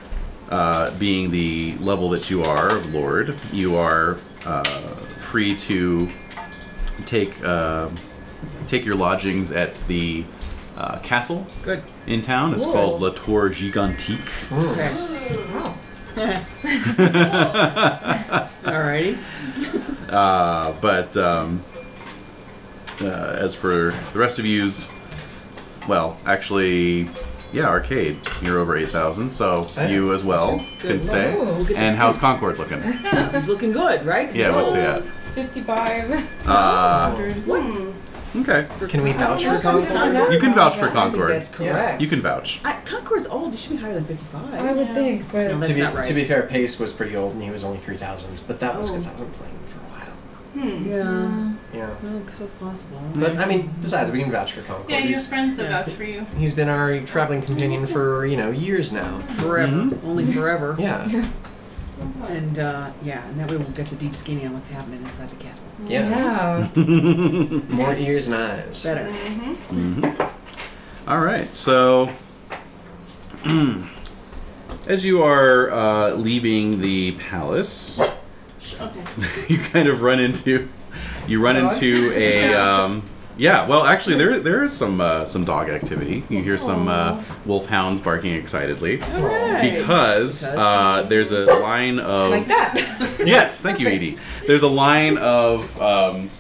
D: uh, being the level that you are of Lord, you are uh, free to take uh, take your lodgings at the uh, castle
E: Good.
D: in town. It's called La Tour Gigantique.
E: Okay. Alrighty.
D: Uh, but um, uh, as for the rest of yous, well, actually, Yeah, arcade. You're over 8,000, so
C: Yeah.
D: you as well
E: Good.
D: can stay.
G: Ooh,
E: look at
D: and
E: this
D: how's
E: kid.
D: Concord looking?
E: He's looking good, right?
D: yeah, what's he at?
G: 55.
D: Uh,
I: Hmm.
D: okay.
C: Can we vouch for
G: Concord?
D: You can vouch for
E: I think Oh, that's
D: Concord.
E: correct.
D: You can vouch.
E: I, Concord's old. You should be higher than 55.
G: I would think, but.
E: No, that's
C: to be
E: not right.
C: to be fair, Pace was pretty old, and he was only three thousand. But that was
E: Oh.
C: because I wasn't playing for a while.
E: Mm-hmm.
B: Hmm.
E: yeah.
C: Yeah.
E: No, because that's possible.
C: But I mean, besides, we can vouch for Concord.
B: Yeah, your
C: he's,
B: friends that
E: Yeah.
B: vouch for you.
C: he's been our traveling companion for you know years now.
E: Forever. Only forever.
C: Yeah.
E: Mm-hmm. And uh, yeah, and that way we'll get the deep skinny on what's happening inside the castle.
C: Yeah.
G: Yeah.
C: More ears and eyes.
E: Better.
B: Mm-hmm.
D: All right, so as you are uh, leaving the palace,
B: Okay.
D: you kind of run into you run
G: Dog?
D: into a um, yeah. Well, actually, there there is some uh, some dog activity. You hear some uh, wolf hounds barking excitedly
E: All right.
D: because uh, there's a line of
G: Like that.
D: yes, thank you, Edie. There's a line of um,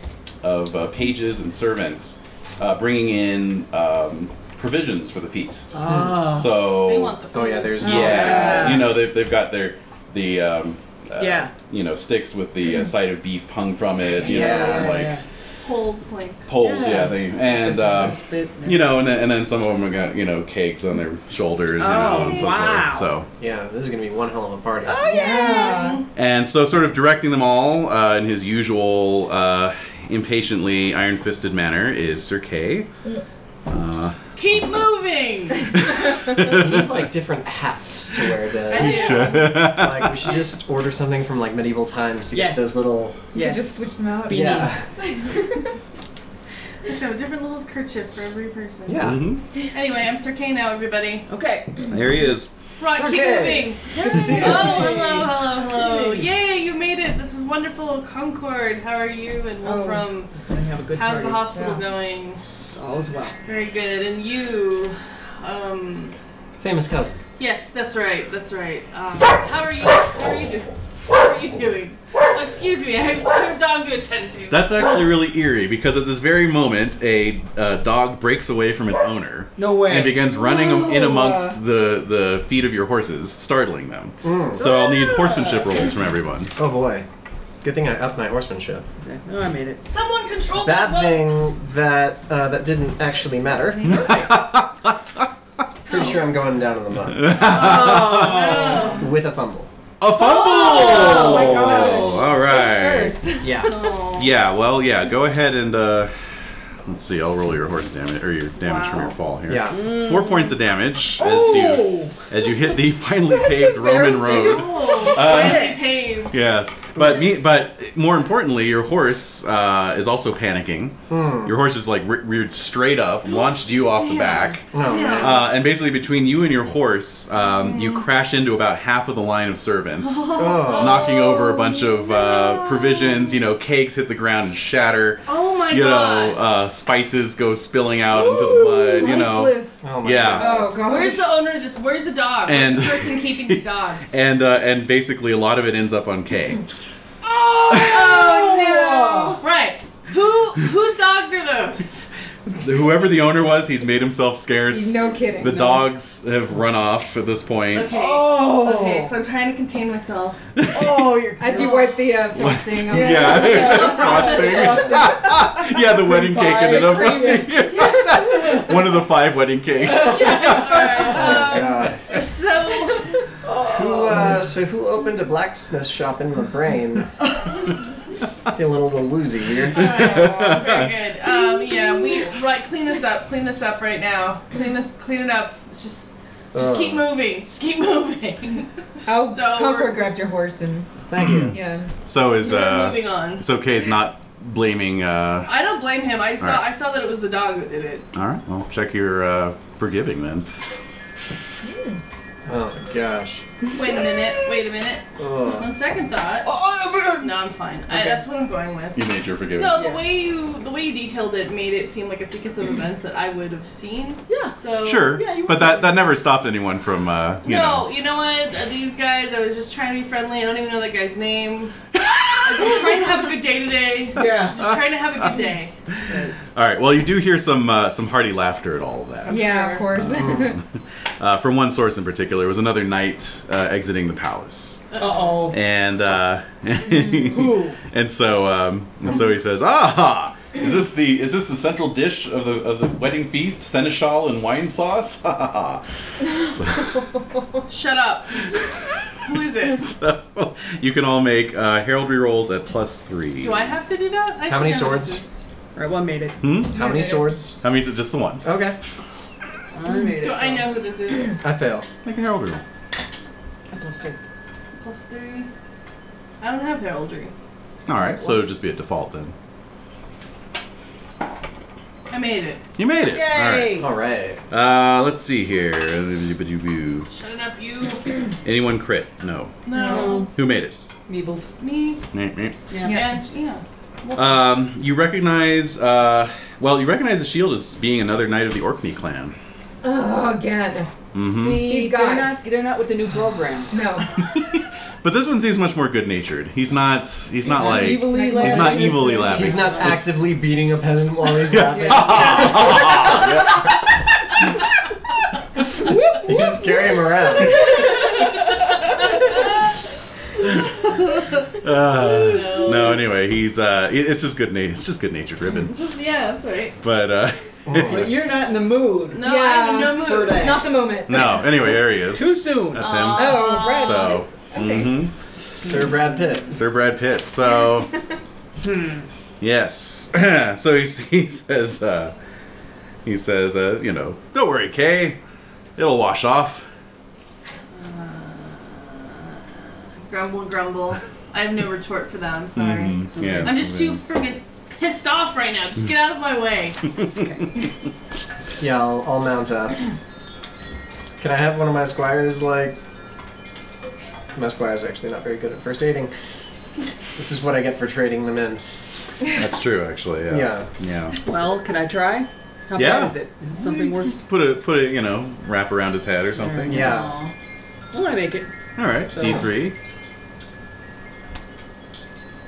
D: of uh, pages and servants uh, bringing in um, provisions for the feast.
E: Ah.
D: So
B: They want the food.
C: Oh yeah, there's
D: yeah,
E: yeah.
D: you know they've, they've got their the um, uh,
E: Yeah. Mm.
D: you know sticks with the uh, side of beef hung from it. You
E: yeah,
D: know, and, like
E: yeah.
B: Holes like.
D: poles.
E: Yeah.
D: Yeah, they, and. Uh, you know, and then, and then some of them got you know kegs on their shoulders, you know,
E: Oh,
D: and so
E: wow.
D: forth. So
C: Yeah, this is gonna be one hell of a party.
G: yeah.
D: And so, sort of directing them all uh, in his usual uh, impatiently iron fisted manner is Sir Kay. Uh,
B: Keep moving.
C: We need like different hats to wear
B: I
C: to.
B: do.
C: Like we should just order something from like medieval times to
E: Yes.
C: get those little.
G: You could
E: Yes.
G: just switch them out.
C: Yeah.
B: We should have a different little kerchief for every person.
C: Yeah.
D: Mhm.
B: Anyway, I'm Sir Kay now, everybody.
E: Okay.
D: There he is.
B: Right,
C: Sir
B: keep
C: Kay.
B: moving.
C: It's good to see you.
B: Oh, hello, hello, hello. Yay, you made it. This is wonderful. Concord, how are you? And
G: Oh.
B: Wolfram,
E: We're gonna have a good
B: how's the
E: party.
B: hospital
G: yeah.
B: going?
E: All is well.
B: Very good. And you, um,
C: Famous cousin.
B: yes, that's right, that's right. Um, how are you? How are you doing? How are you doing? Oh, excuse me, I have a dog to attend to.
D: That's actually really eerie because at this very moment, a uh, dog breaks away from its owner
E: No way.
D: and begins running am- in
G: Whoa.
D: amongst the, the feet of your horses, startling them.
C: Mm.
D: So I'll need horsemanship rolls from everyone.
C: Oh boy. Good thing I upped my horsemanship.
E: Okay. No, I made it.
B: Someone control
C: That
B: dog.
C: thing that uh, that didn't actually matter. Pretty sure I'm going down in the mud
B: Oh,
C: with a fumble.
D: A fumble!
G: Oh my gosh.
D: All right.
G: First.
C: Yeah.
B: no.
D: Yeah, well, yeah. Go ahead and uh, let's see. I'll roll your horse damage or your damage from
B: Wow.
D: your fall here.
C: Yeah.
D: four points of damage
E: Oh!
D: as you as you hit the finally paved Roman road.
B: Oh,
D: Uh,
B: finally paved.
D: Yes, but me, but more importantly, your horse uh, is also panicking.
C: Hmm.
D: Your horse is like re- reared straight
G: Oh,
D: up, launched you off the back.
C: No, man.
D: Uh, and basically, between you and your horse, um, you
G: Mm.
D: crash into about half of the line of servants,
C: Oh.
D: knocking over a bunch of uh, provisions. You know, cakes hit the ground and shatter.
B: Oh my
D: you know,
B: god.
D: uh, spices go spilling out into the mud. You know,
G: Priceless.
C: Oh my
D: yeah.
G: Oh, gosh.
B: Where's the owner of this? Where's the dog? Where's
D: And-
B: the person keeping these dogs?
D: and uh, and basically a lot of it ends up on K.
B: Oh no! Right. Who whose dogs are those?
D: Whoever the owner was, he's made himself scarce.
G: No kidding.
D: the
G: no.
D: dogs have run off at this point.
B: Okay.
E: Oh.
B: Okay, so I'm trying to contain myself.
E: Oh, you're.
G: As you wipe the uh, frosting on the-
D: Yeah, frosting. yeah, the wedding cake ended up. One of the five wedding cakes.
B: Alright,
C: Oh, God.
B: um, so
C: Who, uh, so who opened a blacksmith shop in my brain? Feeling a little woozy here.
B: Alright, Oh, very good. Um, yeah, we right clean this up, clean this up right now. Clean this clean it up. It's Just just keep moving. Just keep moving.
G: Oh,
B: So
G: Concord
B: we're-
G: grabbed your horse and
C: Thank you.
G: yeah.
D: So is
B: We're
D: uh,
B: moving on.
D: so Kay's not blaming. Uh,
B: I don't blame him. I saw
D: Alright.
B: I saw that it was the dog that did it.
D: all right, well check your uh, forgiving then.
C: Oh my gosh.
B: Wait a minute, wait a minute.
C: Oh.
B: On second thought.
E: Oh.
B: No, I'm fine. I, that's what I'm going with.
D: You made your forgiving.
B: No, the way you the way you detailed it made it seem like a sequence of events that I would have seen.
E: Yeah.
B: So
D: Sure,
E: Yeah, you
D: but that that never stopped anyone from uh, you
B: no,
D: know.
B: you know what? Uh, These guys, I was just trying to be friendly. I don't even know that guy's name. I'm just trying to have a good day today.
E: Yeah.
B: Just trying to have a good day.
D: All right. Well, you do hear some uh, some hearty laughter at all of that.
G: yeah,
B: sure.
G: of course.
D: Uh, from one source in particular, it was another knight uh, exiting the palace,
E: Uh oh.
D: and uh,
B: Mm-hmm.
D: and so um, and so he says, "Ah, is this the is this the central dish of the of the wedding feast? Seneschal and wine sauce." Ha ha ha. So-
B: Shut up. Who is it?
D: So you can all make uh, heraldry rolls at plus three.
B: Do I have to do that? I
C: How many
B: should know
C: swords?
B: this
E: Right, well, I made it.
D: Hmm?
C: How many
G: Okay.
C: swords?
D: How many? Is it just the one?
C: Okay.
E: I made
B: is.
E: it.
B: Do I know who this is?
C: I fail.
D: Make a heraldry roll.
E: Plus two.
B: Plus three. I don't have heraldry.
D: All right. So it'd just be a default then.
B: I made it.
D: You made it. All right.
E: Yay!
C: All right.
D: Uh, let's see here.
B: Shut it up, you.
D: Anyone crit? No.
B: No.
D: Who made it?
E: Meebles.
B: Me.
D: Meh, meh.
G: Yeah.
B: And yeah.
D: Um, you recognize, uh, well, you recognize the shield as being another knight of the Orkney clan.
G: Oh, again.
D: hmm
E: See,
G: These
E: they're not,
G: guys.
E: they're not with the new program.
G: No.
D: but this one seems much more good-natured. He's not. He's not like.
E: evilly
G: He's
E: laughing.
D: He's not evilly laughing.
C: He's not
D: It's-
C: actively beating a peasant while he's laughing. You just carry him around.
D: Uh, no. Anyway, he's. Uh, it- it's just good. Na- it's just good-natured ribbon.
B: Yeah, that's right.
D: But uh,
E: But
D: anyway.
E: you're not in the mood.
B: No, I have
G: Yeah.
B: no
E: For
B: mood.
E: that.
G: it's not the moment.
D: no. Anyway, there he is.
E: Too soon.
D: That's
B: Aw.
D: him.
G: Oh, Brad.
D: So.
G: Okay.
D: hmm
C: Sir Brad Pitt.
D: Sir Brad Pitt. So, yes. so he, he says, uh, he says, uh, you know, don't worry, Kay. It'll wash off.
B: Grumble, grumble. I have no retort for that. I'm sorry.
D: Mhm. Yeah.
B: I'm just too friggin' pissed off right now. Just get out of my way.
C: Yeah, I'll, I'll mount up. Can I have one of my squires, like. My squire's actually not very good at first aiding. This is what I get for trading them in.
D: That's true, actually. Yeah.
C: Yeah.
D: Yeah.
E: Well, can I try? How
D: Yeah.
E: bad is it? Is it something worth?
D: Put a put a you know wrap around his head or something.
C: Yeah.
E: I want to make it.
D: All right.
E: So-
D: D three.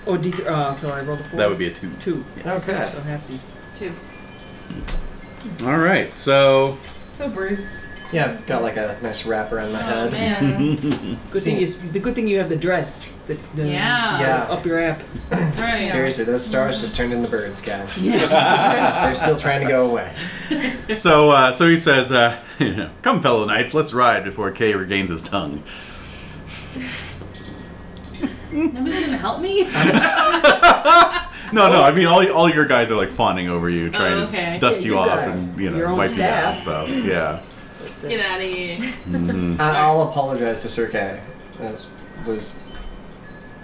E: Oh, D. Th- uh, so I rolled a four.
D: That would be a two.
E: two. Yes.
C: Okay.
E: So halfsies.
B: Two.
D: All right. So.
G: So Bruce.
C: Yeah, I've got like a nice wrap around my
B: Oh,
C: head.
B: man.
E: Good thing is the good thing you have the dress. The, the
B: Yeah.
C: Yeah.
E: Up your app.
B: That's right. Mm.
C: Seriously, those stars just turned into birds, guys. They're still trying to go away.
D: so uh, so he says, uh, you know, come fellow knights, let's ride before Kay regains his tongue.
B: Nobody's gonna help me.
D: No, no. I mean, all, all your guys are like fawning over you, trying
B: Oh, okay.
D: to dust
E: Yeah,
D: you
E: you
D: off
E: got
D: and you
E: your
D: know
E: own
D: wipe you down and
E: staff.
D: stuff. Yeah.
B: get out of here.
D: Mhm.
C: I- I'll apologize to Sir Kay. This was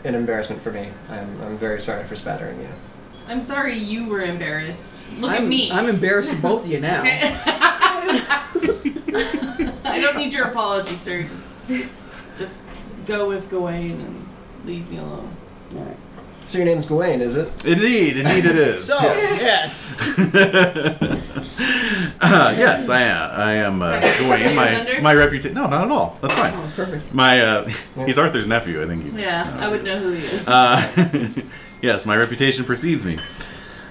C: an embarrassment for me. I'm, I'm very sorry for spattering you.
B: I'm sorry you were embarrassed. Look
E: I'm,
B: at me.
E: I'm embarrassed for both of you now.
B: Okay. I don't need your apology, sir. Just, just go with Gawain and leave me alone.
E: All right.
C: So your name's Gawain, is it?
D: Indeed, indeed, it is.
E: So yes.
D: uh, yes, I am. I am uh,
B: Sorry,
D: Gawain.
B: sorry,
D: My
B: Thunder.
D: my reputation. No, not at all. That's
E: Oh,
D: fine.
E: it's perfect.
D: My uh, he's Arthur's nephew, I think. He,
B: Yeah, I would know who he is.
D: Uh, yes, my reputation precedes me.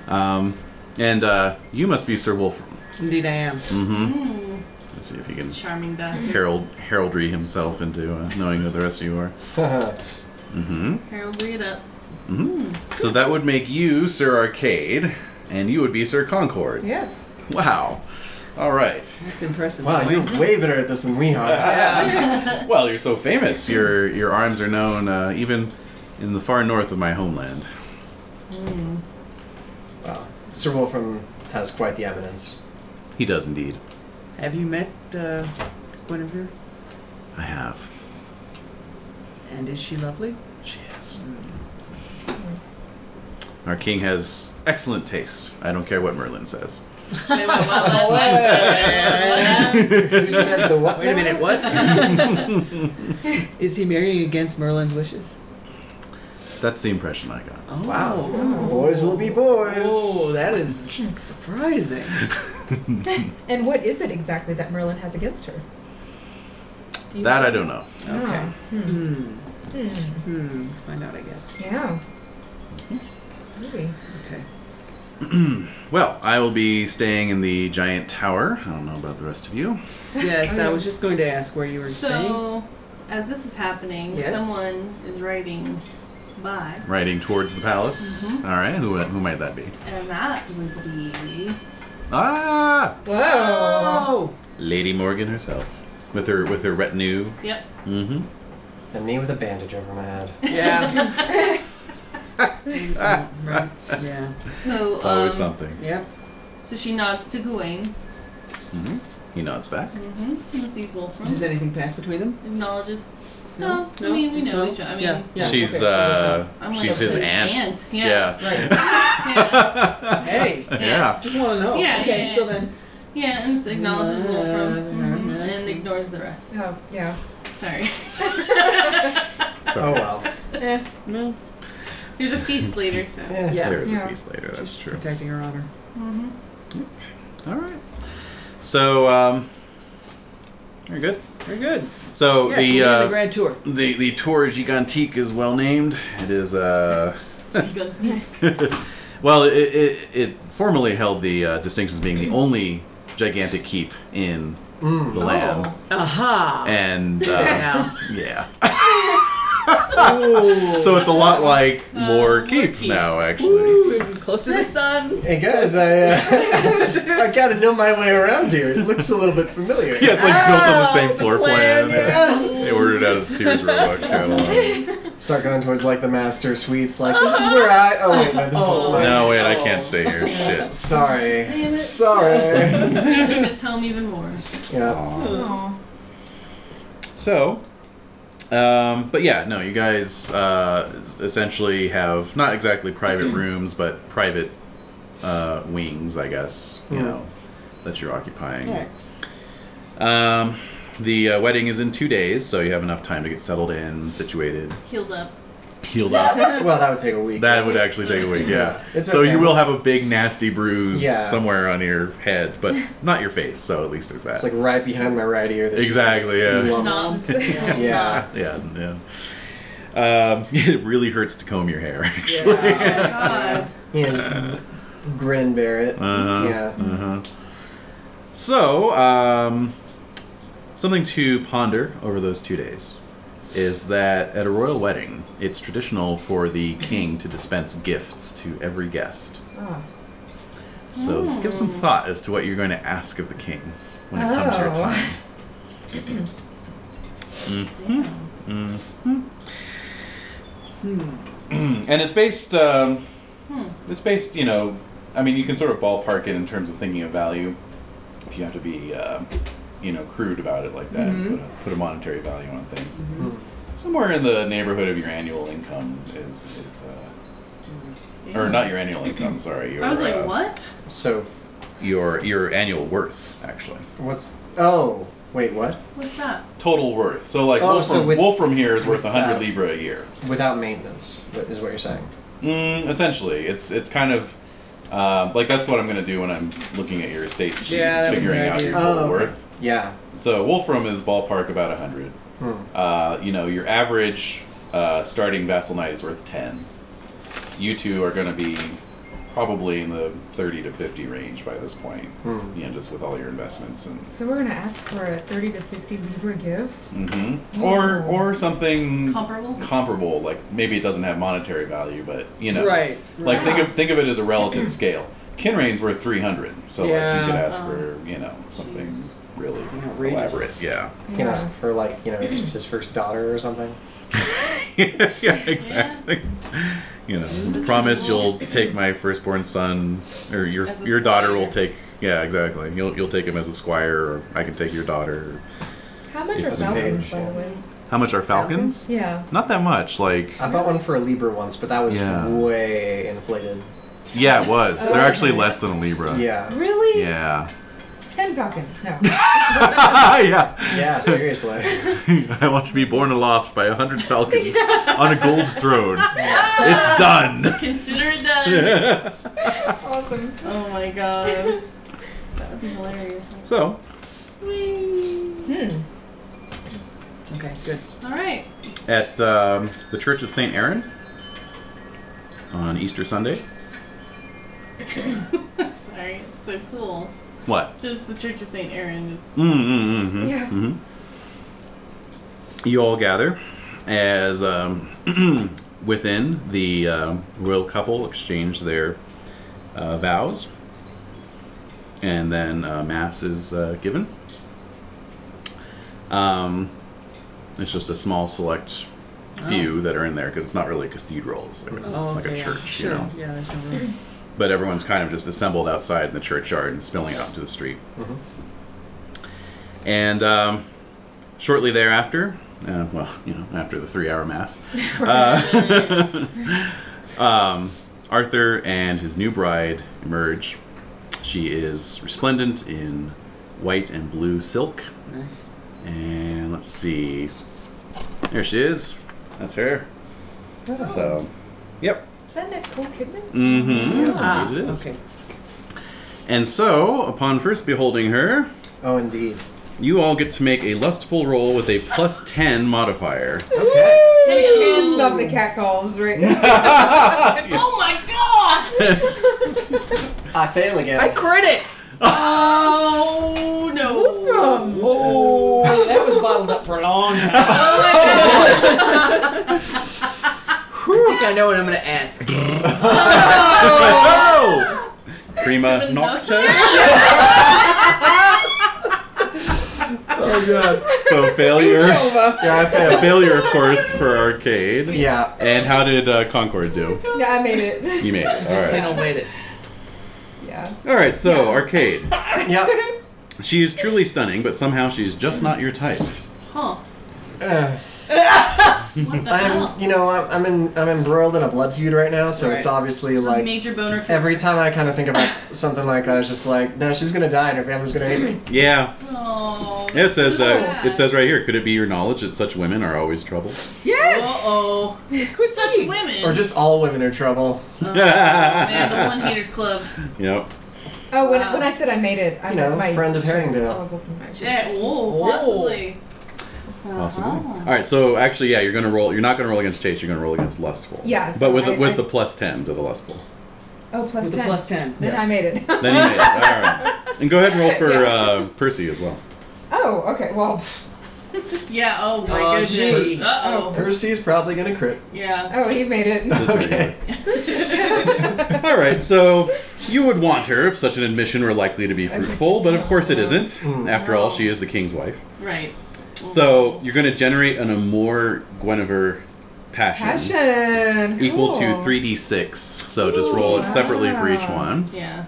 D: Um, and uh, you must be Sir Wolfram.
E: Indeed, I am.
D: Mm-hmm.
B: Mm,
D: Let's see if he can
B: charming bastard.
D: herald heraldry himself into uh, knowing who the rest of you are. Mm-hmm.
B: Harold, read up.
D: hmm So that would make you Sir Arcade, and you would be Sir Concord.
G: Yes.
D: Wow. All right.
E: That's impressive.
C: wow, you're
E: Gawain.
C: way better at this than we are.
D: Well, you're so famous. Your your arms are known uh, even in the far north of my homeland.
C: Wow. Sir Wolfram has quite the eminence.
D: He does indeed.
E: Have you met uh, Guinevere?
D: I have.
E: And is she lovely?
D: She is. Mm-hmm. Our king has excellent taste. I don't care what Merlin says.
B: Wait, wait, what? What? What? What?
C: Who said the what?
E: Wait a
C: now?
E: minute, what? Is he marrying against Merlin's wishes?
D: That's the impression I got.
E: Oh.
C: Wow. Boys will be boys.
E: Oh, that is surprising.
G: And what is it exactly that Merlin has against her? Do you
D: That I don't know.
E: Okay.
G: Oh. Hmm.
E: Hmm. Find out, I guess.
G: Yeah. Maybe.
E: Okay.
D: Well, I will be staying in the giant tower. I don't know about the rest of you.
E: Yes, I was just going to ask where you were staying.
B: So, as this is happening,
E: Yes.
B: someone is riding by,
D: Riding towards the palace.
E: Mm-hmm.
D: All right, who, who might that be?
B: and that would be.
D: Ah,
G: Whoa.
E: Oh,
D: Lady Morgan herself, with her with her retinue.
B: Yep.
D: Mm-hmm.
C: And me with a bandage over my head.
E: yeah,
D: Ah,
E: right, yeah,
B: So,
D: it's always
B: um,
D: something.
E: yep.
B: so she nods to Gawain,
D: hmm He nods back.
B: mm-hmm. who sees Wolfram,
E: Does anything pass between them?
B: acknowledges.
E: No,
B: No,
E: no,
B: I mean we
E: just
B: know
E: no.
B: each other. I mean,
E: Yeah, yeah.
D: she's
E: okay, so there's
D: uh,
B: I'm like
D: she's his
B: his
D: aunt.
B: aunt,
D: Yeah.
B: yeah. yeah,
D: Yeah.
E: Hey.
D: Yeah.
E: Just want to know.
B: Yeah,
E: okay,
B: yeah,
E: so
B: yeah.
E: then.
B: yeah, and so acknowledges Wolfram hmm
E: Uh,
B: and ignores the rest.
G: Oh, yeah.
B: Sorry.
D: Sorry,
C: Oh
D: guys.
C: well.
E: No.
B: There's a feast later, so.
C: Yeah.
E: Yeah.
D: There is
G: Yeah.
D: a piece later. That's
E: Just
D: true.
E: Protecting her honor.
B: Mm-hmm.
D: All right. So um, very good.
E: Very good.
D: So
E: Yes, we're
D: the
E: doing the
D: uh,
E: grand tour.
D: the the Tour Gigantique is well named. It is uh. well, it, it, it formerly held the uh, distinctions being the only gigantic keep in
C: Mm.
D: the land,
E: Aha.
D: and uh,
E: Now.
D: yeah,
E: Ooh.
D: so it's a lot like Lore
B: Lore
D: Keep
B: Keep.
D: now, actually.
E: Ooh, we're close to the sun.
C: Hey guys, I uh, I gotta know my way around here. It looks a little bit familiar.
D: Yeah, it's like built on the
E: Oh,
D: same
E: the
D: floor plan.
E: plan,
D: They ordered out of Sears Roebuck catalog.
C: Start going towards like the master suites. Like this is where I. Oh wait, no, this is
E: Oh.
C: where.
D: No, wait, I can't stay here. Shit.
B: Uh-huh. Damn
C: Sorry.
B: it.
C: Sorry.
B: Makes you miss home even more.
C: yeah.
G: Oh.
D: So, um, but yeah, no, you guys uh, essentially have not exactly private rooms, but private uh, wings, I guess. You
C: Hmm.
D: know that you're occupying.
E: Alright.
D: Um, the uh, wedding is in two days, so you have enough time to get settled in, situated,
B: Healed up.
D: healed up.
C: Well, that would take a week.
D: That would actually take a week, yeah.
C: Yeah, it's
D: so
C: okay.
D: you will have a big nasty bruise
C: Yeah.
D: somewhere on your head, but not your face. So at least there's that.
C: It's like right behind my right ear. There's
D: Exactly,
C: Just this
D: yeah.
C: lump.
B: Nods.
C: Yeah.
D: yeah, yeah. Um, it really hurts to comb your hair, actually.
E: Yeah.
B: Oh God.
C: He has grin bear it.
D: Uh-huh.
C: Yeah.
D: Uh-huh. So, um, something to ponder over those two days is that at a royal wedding, it's traditional for the king to dispense gifts to every guest.
G: Oh.
D: So give some
B: Hmm.
D: thought as to what you're going to ask of the king when it comes your
G: Oh.
D: time. Mhm.
B: Mm-hmm.
D: Mhm. and it's based. Um,
B: Hmm.
D: It's based, you know. I mean, you can sort of ballpark it in terms of thinking of value. If you have to be, uh, you know, crude about it like that, and put
B: Mm-hmm.
D: a, put a monetary value on things.
C: Hmm.
D: Somewhere in the neighborhood of your annual income is is. Uh, or not your annual income, sorry. Your,
B: Mm-hmm. I was
D: uh,
B: like, what?
C: So,
D: Your your annual worth, actually.
C: what's? Oh, wait, what?
B: What's that?
D: total worth. So like
C: Oh,
D: Wolfram,
C: so with-
D: Wolfram here is worth
C: with
D: 100
C: that.
D: libra a year.
C: Without maintenance, what- is what you're saying.
D: Mm, essentially, it's it's kind of uh, like that's what I'm going to do when I'm looking at your estate sheet,
E: Yeah,
D: is
E: that would be
D: figuring
E: an
D: out
E: idea.
D: your total
C: Oh, okay.
D: worth.
C: Yeah.
D: So Wolfram is ballpark about 100.
C: Hmm.
D: Uh, you know, your average uh, starting vassal knight is worth 10. You two are going to be probably in the 30 to 50 range by this point.
C: Hmm.
D: You know, just with all your investments and
G: So we're gonna ask for a 30 to 50 Libra gift?
C: Hmm.
D: Mm-hmm. Or or something
B: Comparable?
D: comparable, like maybe it doesn't have monetary value, but you know,
E: Right,
D: Like
E: right.
D: think of think of it as a relative scale. Kinrain's worth three hundred, so like
E: Yeah.
D: you could ask
B: Oh.
D: for you know something
B: Jeez.
D: really
E: Outrageous.
D: elaborate. Yeah.
C: You can ask for like you know his, his first daughter or something.
D: yeah, exactly. You know, promise you'll take my firstborn son, or your
B: As a
D: your daughter will
B: squire.
D: take. Yeah, exactly. You'll you'll take him as a squire, or I can take your daughter.
G: How much
D: It
G: are
D: doesn't
G: falcons, by
C: matter.
G: the way?
D: How much are falcons?
G: Yeah.
D: Not that much. Like
C: I bought one for a Libra once, but that was
D: Yeah.
C: way inflated.
D: Yeah, it was. They're
G: Oh,
D: actually
G: okay.
D: less than a Libra.
C: Yeah.
G: Really?
D: Yeah.
G: 10 falcons. No.
D: yeah.
C: Yeah, seriously.
D: I want to be borne aloft by a hundred falcons on a gold throne. It's done.
B: Consider it done.
G: awesome.
B: Oh my god. That would be hilarious.
D: so,
G: Hmm.
E: Okay, good.
B: All right.
D: at um, the Church of Saint Aaron, on Easter Sunday.
B: Sorry, it's so cool.
D: What?
B: Just the Church of Saint Aaron. Is,
D: Mm, mm, mm,
G: Yeah.
D: mm You all gather as um, within the um royal couple exchange their uh, vows, and then uh, mass is uh, given. Um, it's just a small select few that are in there because it's not really a cathedral, it's like a,
E: Oh,
D: like
E: okay,
D: a
E: yeah.
D: church,
E: Sure.
D: you know.
E: Yeah, there's no room.
D: But everyone's kind of just assembled outside in the churchyard and spilling out to the street.
C: Mhm.
D: And um, shortly thereafter, uh, well, you know, after the three hour mass, uh, um, Arthur and his new bride emerge. She is resplendent in white and blue silk.
E: Nice.
D: And let's see. There she is. That's her. So, yep.
G: Is that Nicole Kidman?
D: Mm-hmm.
E: Ah,
D: it is.
E: okay.
D: And so, upon first beholding her,
C: Oh, indeed.
D: you all get to make a lustful roll with a plus 10 modifier.
C: Okay.
G: We can't stop the catcalls right now.
B: oh my God!
C: I fail again.
E: I crit it!
B: Oh no!
E: Whoa! Oh, that was bottled up for a long time. Oh, Whew, I think I know what I'm gonna ask.
D: oh! Prima nocta.
C: oh god.
D: So failure.
C: Yeah, I
D: A
C: failed.
D: failure, of course, for arcade.
C: Yeah.
D: And how did uh, Concord do?
G: yeah, I made it.
D: You made it. All
E: Plain
D: right.
E: old made it.
G: Yeah.
D: All right. So arcade.
C: Yep.
D: She is truly stunning, but somehow she's just not your type.
B: Huh?
C: Uh,
B: What the hell?
C: I'm, you know, I'm, I'm in, I'm embroiled in a blood feud right now, so it's
E: Right.
C: obviously like
B: Major boner. kill.
C: every time I kind of think about something like that, it's just like, no, she's gonna die and her family's gonna hate me.
D: Yeah.
B: Oh.
D: It says. Uh,
B: sad.
D: it says right here. Could it be your knowledge that such women are always trouble?
G: Yes!
B: Uh-oh.
G: Could
B: Such
G: be.
B: women. Oh,
C: Or just all women are trouble.
B: Man, the one haters club.
D: Yep.
G: Oh, when,
B: Wow.
G: when I said I made it, I
C: You know,
G: meant my
C: friend of Herringdale.
G: I was looking at my-
B: Yeah. Oh,
E: Whoa.
B: possibly. Uh-huh.
D: Possibly.
B: Oh.
D: All right. So actually, yeah, you're gonna roll. You're not gonna roll against chase. You're gonna roll against lustful.
G: Yeah, so
D: But with
G: I-
D: with
G: I-
D: the plus ten to the lustful.
G: Oh, plus
E: With a
G: 10.
E: plus 10.
G: Then
C: Yeah.
G: I made it.
D: Then you made it. All right. And go ahead and roll for
G: Yeah.
D: uh, Percy as well.
G: oh, okay. Well, pff,
B: Yeah. Oh my
E: Oh,
B: goodness.
E: gee.
B: Uh oh.
C: Percy's probably gonna crit.
B: Yeah.
G: oh, he made it.
D: Just regular.
C: Okay.
D: All right, so you would want her if such an admission were likely to be fruitful, but of course it isn't.
C: Mm.
D: After all, she is the king's wife.
B: right.
D: So you're going to generate an amour Guinevere passion,
G: Passion.
D: equal to
G: Cool.
D: 3d6. So just roll it separately for each
G: wow.
D: one.
B: Yeah.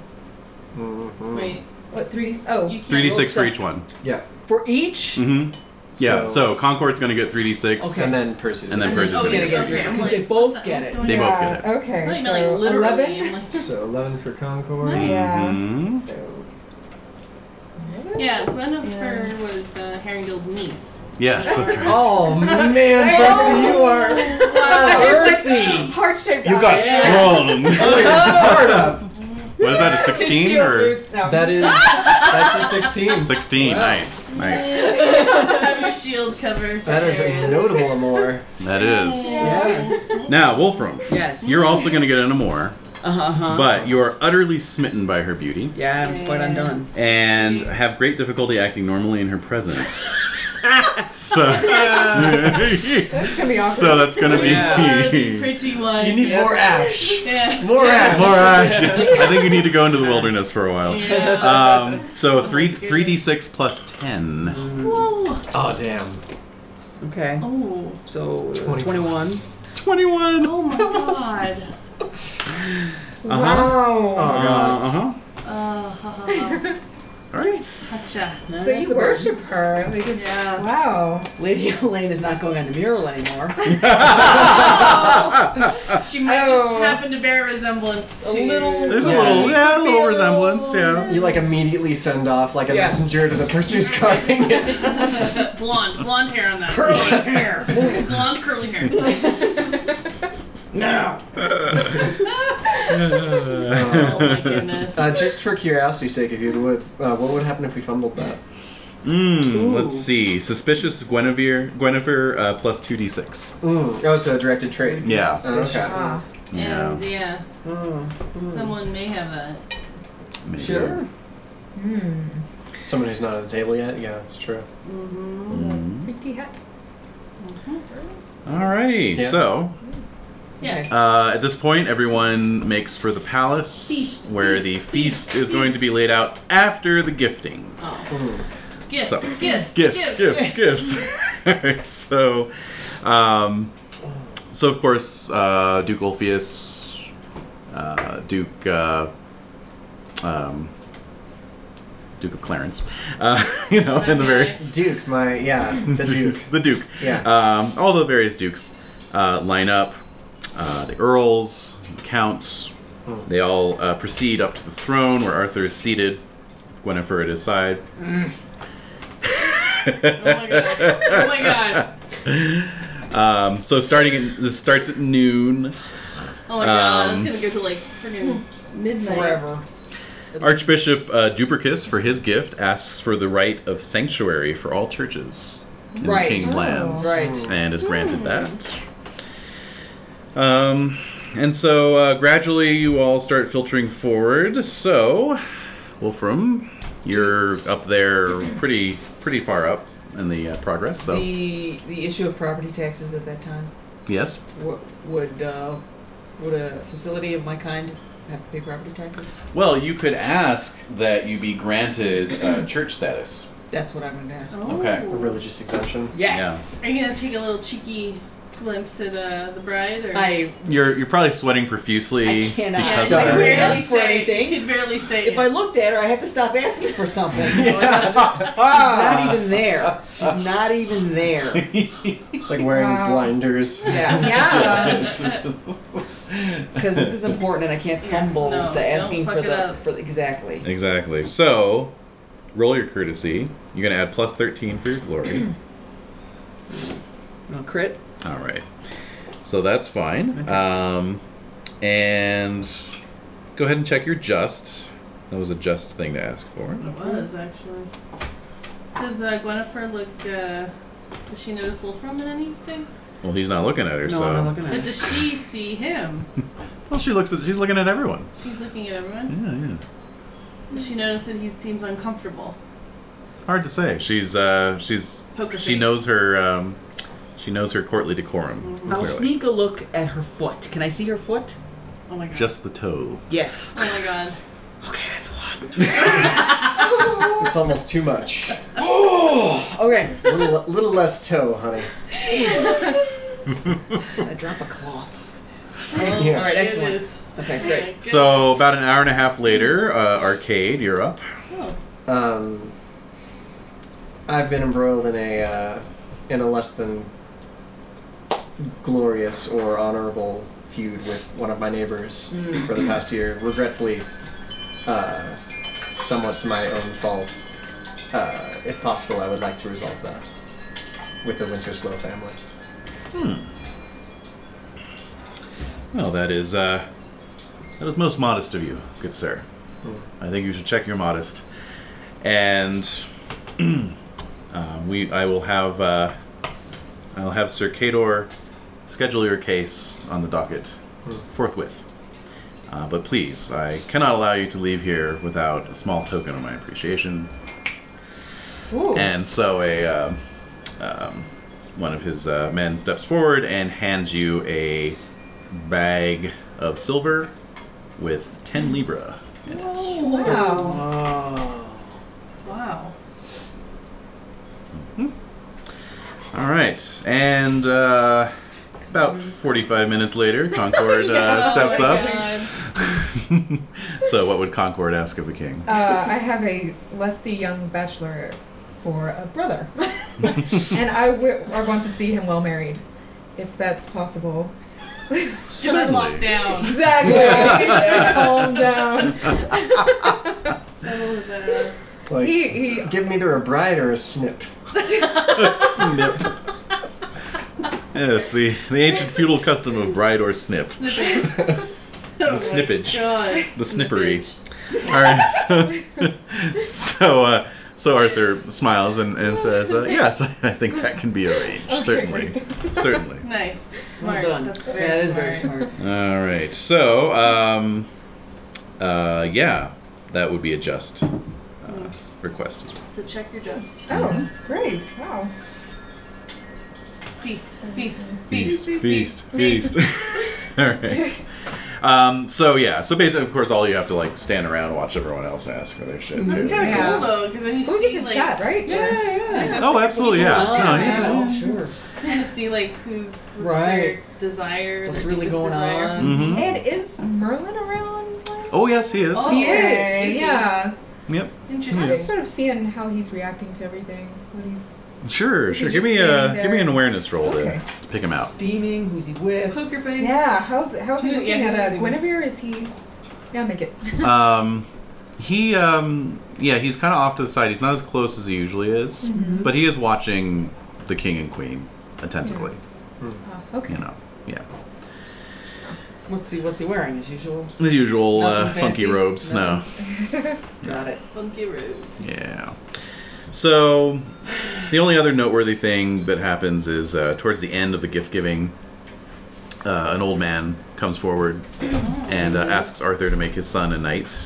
C: Mhm.
B: Wait.
G: What, 3D? Oh,
B: You can't.
D: 3d6 for each one.
C: Yeah.
E: For each?
D: hmm Yeah,
C: So-
D: so Concord's going to get 3d6.
E: Okay.
C: And then Percy's.
D: And then
C: gonna
D: Percy's
C: crit.
E: Oh, yeah,
D: gonna get
E: yeah,
D: three.
E: yeah. 'Cause they both get it.
D: They both
G: yeah.
D: get it.
G: Okay.
B: I mean,
G: so
B: like literally.
G: 11?
B: I'm like,
C: So 11 for Concord.
B: Nice.
G: Yeah.
D: Mhm.
G: So,
B: yeah, Guinevere was uh, Herringdale's niece.
D: Yes, that's right.
C: Oh man, Percy, you are
E: Uh, Percy!
G: Heart-shaped
D: You got
G: eyes.
D: strong.
C: you're a smart up.
D: what is that, a 16
G: Shield
D: or
G: boots. No,
C: That is that's a 16.
D: 16?
C: Wow.
D: Nice, nice.
B: Have your shield cover.
C: That is a notable amour.
D: That is.
C: Yes.
D: Now, Wolfram,
E: Yes.
D: you're also going to get an amour,
E: Uh huh.
D: but you are utterly smitten by her beauty
E: Yeah, I'm quite undone.
D: and have great difficulty acting normally in her presence. so,
G: That's gonna be awkward.
D: so that's going to be.
E: Yeah.
B: the pretty one.
C: You need more ash.
B: Yeah.
C: More ash.
D: More action. I think you need to go into the wilderness for a while.
B: Yeah.
D: Um, so three three d six plus ten.
B: Whoa.
C: Oh damn.
E: Okay.
B: Oh.
E: So, uh,
C: 21.
E: 21.
D: Twenty one.
B: Oh my god.
D: Uh
C: Oh
D: huh.
G: Wow.
C: god.
D: Uh huh.
B: Uh, ha, ha, ha.
D: All right.
B: Gotcha.
E: No,
G: So
E: that's
G: you
E: about-
G: worship her. Like it's,
B: Yeah.
G: Wow.
E: Lady Elaine is not going on the mural anymore.
B: She might
G: Oh.
B: just happen to bear a resemblance
E: A
B: to
E: little-
D: There's a
C: Yeah.
D: little yeah, a little resemblance. Yeah.
C: You like immediately send off like a
E: Yeah.
C: messenger to the person who's carving it.
B: blonde, blonde hair on that.
C: Curly hair.
B: blonde curly hair.
C: Now.
B: Oh my goodness.
C: Uh, just for curiosity's sake, if you would, uh, what would happen if we fumbled that?
D: Mm,
E: Ooh.
D: let's see. Suspicious Guinevere, Guinevere uh, plus 2d6.
C: Mm. Oh, so a directed trade.
D: Yeah.
C: Oh, okay.
G: Ah.
B: And
D: Yeah.
B: yeah,
E: Oh, mm.
B: someone may have that.
D: maybe.
E: Sure.
G: Hmm.
C: Someone who's not at the table yet? Yeah, it's true. Mm-hmm.
D: Mhm.
G: Pretty hat.
D: Alrighty,
C: Yeah.
D: so
B: Yes.
D: uh, at this point, everyone makes for the palace,
B: Feast,
D: where
B: feast,
D: the feast,
B: feast,
D: is going
B: feast.
D: to be laid out after the gifting.
B: Oh.
C: Mm.
B: Gifts,
D: So-
B: gifts,
D: gifts, gifts, gifts. All right, so, um, so of course, uh, Duke Ulfius, uh, Duke, uh, um, Duke of Clarence, uh, you know, and the
B: Okay.
D: various
C: Duke, my yeah, the Duke.
D: the Duke,
C: Yeah.
D: um, all the various dukes uh, line up. Uh, the earls, the counts,
C: Mm.
D: they all uh, proceed up to the throne where Arthur is seated, Guinevere at his side.
B: Mm. Oh my god. Oh my god.
D: Um, so starting at, this starts at noon.
B: Oh my god.
D: Um,
B: That's gonna go to like freaking midnight.
E: Forever.
D: Archbishop uh, Dupercus, for his gift, asks for the right of sanctuary for all churches in the
E: Right.
D: King's
G: Oh.
D: lands,
E: Right.
D: and is granted that. Um, and so uh, gradually you all start filtering forward. So, Wolfram, you're up there, pretty pretty far up in the uh, progress. So
E: The the issue of property taxes at that time.
D: yes,
E: What would uh, would a facility of my kind have to pay property taxes?
D: well you could ask that you be granted uh, church status.
E: That's what I'm going to ask.
B: Oh.
D: Okay.
C: A religious exemption.
E: Yes.
B: Are you gonna take a little cheeky glimpse at uh, the bride? Or
E: I
D: You're you're probably sweating profusely
E: I cannot.
D: because
E: Stop
D: of
E: it.
D: her.
E: Really? ask for
B: say
E: anything.
B: It. You could barely say
E: if
B: it.
E: I looked at her, I have to stop asking for something. So I gotta- She's
C: Ah!
E: not even there. She's not even there.
C: It's like wearing
G: Wow.
C: blinders.
E: Yeah.
G: Yeah.
E: Because this is important, and I can't
B: Yeah,
E: fumble
B: no,
E: the asking
B: don't fuck
E: for
B: it
E: the
B: up.
E: for the, exactly.
D: exactly. So, roll your courtesy. You're gonna add plus thirteen for your glory.
E: No crit.
D: All right. So that's fine. Um, and go ahead and check your just. That was a just thing to ask for.
B: It was actually. Does uh, Guinevere look? Uh, does she notice Wolfram in anything?
D: Well, he's not looking at her,
E: No,
D: so.
E: I'm not looking at
B: But
E: it.
B: does she see him?
D: Well, she looks at. She's looking at everyone.
B: She's looking at everyone.
D: Yeah, yeah.
B: Does she notice that he seems uncomfortable?
D: Hard to say. She's uh, she's
B: Poker
D: she
B: face.
D: knows her um, she knows her courtly decorum.
E: I'll
D: clearly.
E: sneak a look at her foot. Can I see her foot?
B: Oh my god.
D: Just the toe.
E: Yes.
B: Oh my god.
E: Okay, that's a lot.
C: It's almost too much.
E: Okay.
C: little, little less toe, honey.
E: I drop a cloth.
D: Oh,
C: Yeah.
E: All
B: There
E: right,
B: it
E: excellent.
B: is.
E: Okay,
B: Oh my
E: great.
B: goodness.
D: So about an hour and a half later, uh, arcade, you're up.
B: Oh.
C: Um, I've been embroiled in a uh, in a less than glorious or honorable feud with one of my neighbors
E: Mm.
C: for the past year. Regretfully, uh, somewhat to my own fault. Uh, if possible, I would like to resolve that with the Winterslow family.
D: Well, that is uh, that is most modest of you, good sir. I think you should check your modest. And um, we, I will have uh, I'll have Sir Cador schedule your case on the docket forthwith. Uh, but please, I cannot allow you to leave here without a small token of my appreciation.
E: Ooh.
D: And so a um, um, one of his uh, men steps forward and hands you a bag of silver with ten libra in it.
G: Wow.
C: Oh.
B: Wow.
D: All right, and uh, about forty-five minutes later, Concord uh, steps
B: oh my
D: up.
B: God.
D: so, what would Concord ask of the king?
G: Uh, I have a lusty young bachelor for a brother, and I wi- I want to see him well married, if that's possible.
B: Locked down.
G: Exactly. Calm down.
B: So was that.
C: It's like,
G: he he.
C: give me either a bride or a snip.
D: snip. Yes, the, the ancient feudal custom of bride or snip.
B: Snipping.
D: The snippage.
B: Oh God.
D: The snippery. All right, so, so, uh, So Arthur smiles and, and says, uh, Yes, I think that can be arranged. Certainly. Certainly.
B: Nice. Smart.
E: Well done.
B: That's
E: yeah,
B: very
E: that is
B: smart.
E: very smart.
D: All right. So, um, uh, yeah, that would be a just uh, request as well.
B: So check your just.
G: Oh, great. Wow.
B: Feast. Feast.
D: Feast, feast, feast. all right. Um, so yeah, so basically, of course, all you have to like stand around and watch everyone else ask for their shit too.
B: It's kind of
G: Yeah.
B: cool though, because then you
G: Well, we
B: see
G: get to
B: like
G: chat, right?
E: Yeah, yeah.
D: Oh, absolutely, yeah. No, you
G: yeah.
D: do.
E: Oh, sure.
B: you kind of see like who's what's their
E: Right.
B: desire,
E: What's
B: their
E: really
B: deepest
E: going
B: desire.
E: on?
D: Mhm.
G: And is Merlin around? like-
D: Oh yes, he is.
B: Oh,
E: He
G: Okay,
E: is.
G: Yeah.
D: Yep.
B: Interesting.
G: I'm
D: Yeah.
G: just sort of seeing how he's reacting to everything. What he's.
D: Sure,
G: Is he
D: sure.
G: just
D: Give me a
G: standing there?
D: give me an awareness roll
G: Okay.
D: to pick him out.
E: Steaming. Who's he with?
B: Poker face.
G: Yeah. How's how's he
B: Yeah,
G: looking
B: he
G: at
B: doesn't
G: uh,
B: even-
G: Guinevere? Is he? Yeah, make it.
D: Um, he um, yeah, he's kind of off to the side. He's not as close as he usually is,
E: Mm-hmm.
D: but he is watching the king and queen attentively.
G: Oh, okay.
D: You know, yeah.
E: What's he? What's he wearing? As usual.
D: His usual uh,
E: Nothing
D: funky
E: fancy,
D: robes. No.
E: Got it.
B: Funky rude.
D: Yeah. So, the only other noteworthy thing that happens is uh, towards the end of the gift giving, uh, an old man comes forward and uh, asks Arthur to make his son a knight.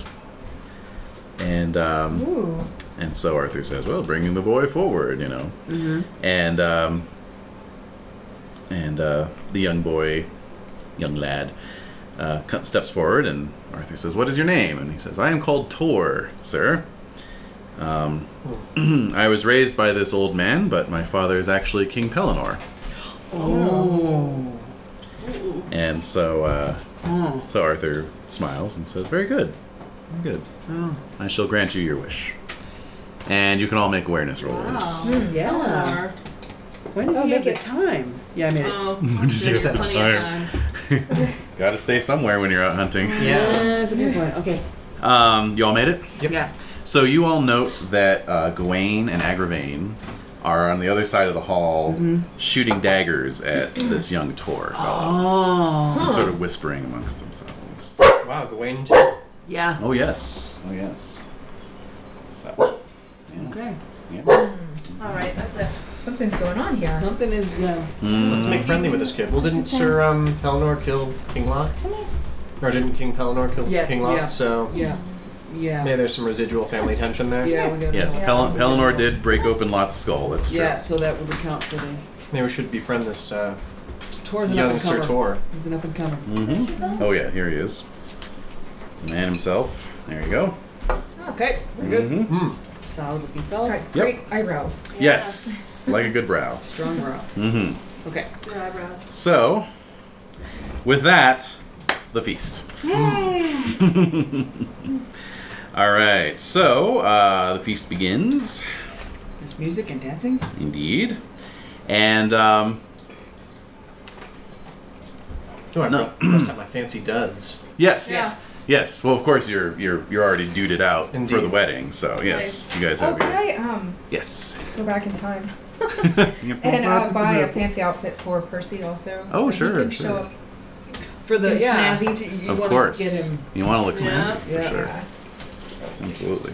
D: And um,
G: Ooh.
D: and so Arthur says, "Well, bringing the boy forward, you know." Mm-hmm. And um, and uh, the young boy, young lad, uh, co- steps forward, and Arthur says, "What is your name?" And he says, "I am called Tor, sir. Um, I was raised by this old man, but my father is actually King Pellinor."
E: Oh.
B: Ooh.
D: And so uh,
E: Oh.
D: so Arthur smiles and says, "Very good, very good.
E: Oh.
D: I shall grant you your wish." And you can all make awareness rolls.
B: Wow.
E: Yeah.
B: Or-
E: When did
G: Oh,
E: he have the
G: make it-
E: time? Yeah, I mean. it.
B: Oh,
D: Just
B: there's
D: accept
B: plenty
D: desire.
B: of time.
D: Got to stay somewhere when you're out hunting.
E: Yeah, that's a good point. Okay.
D: Um, you all made it?
E: Yeah.
D: So you all note that uh, Gawain and Agravain are on the other side of the hall
E: Mm-hmm.
D: shooting daggers at this young Tor fellow
E: Oh.
D: and sort of whispering amongst themselves.
C: Wow, Gawain just
E: Yeah.
D: Oh, yes. Oh, yes. So, yeah.
E: Okay.
D: yeah.
B: All right, that's it.
G: Something's going on here.
E: Something is. Yeah.
C: Let's
E: Mm-hmm.
C: make friendly with this kid. Well, didn't Sir um, Pelennor kill King Lot? Or didn't King Pelennor kill
E: Yeah,
C: King Lot?
E: yeah.
C: So
E: Yeah. Yeah.
C: maybe there's some residual family tension there.
E: Yeah. We got
D: Yes, Pel- Pellinor did break open Lot's skull. That's true.
E: Yeah. So that would account for the.
C: Maybe we should befriend this uh,
E: Tor's an up
C: young
E: and
C: Sir
E: comer.
C: Tor.
E: He's an up and comer.
D: hmm
E: Mm-hmm.
D: Oh, yeah, here he is. The man himself. There you go.
E: Okay. We're good.
D: Mhm.
C: Hmm.
E: Solid looking
G: All
E: fellow.
G: right, great eyebrows.
D: Yes. Like a good brow.
E: Strong brow.
D: Mm hmm.
E: Okay.
B: Your eyebrows.
D: So, with that, the feast. All right. So uh, the feast begins,
E: There's music and dancing.
D: indeed, and um,
C: Oh, I
D: No.
C: no. must have my fancy duds.
D: yes,
B: Yes.
D: yes. Well, of course you're you're you're already duded out for
C: Indeed.
D: the wedding, so yes,
B: Nice.
D: you guys
G: Oh,
D: have
G: can
D: your
G: I um
D: yes.
G: go back in time and uh, buy a fancy outfit for Percy also?
D: Oh,
G: so
D: sure,
G: He can
D: sure.
G: show up.
E: For the
G: It's
E: yeah.
G: snazzy.
E: You- you
D: of
E: wanna
D: course,
E: Get him.
D: you want to look
B: Yeah.
D: snazzy for
E: Yeah.
D: sure. Absolutely.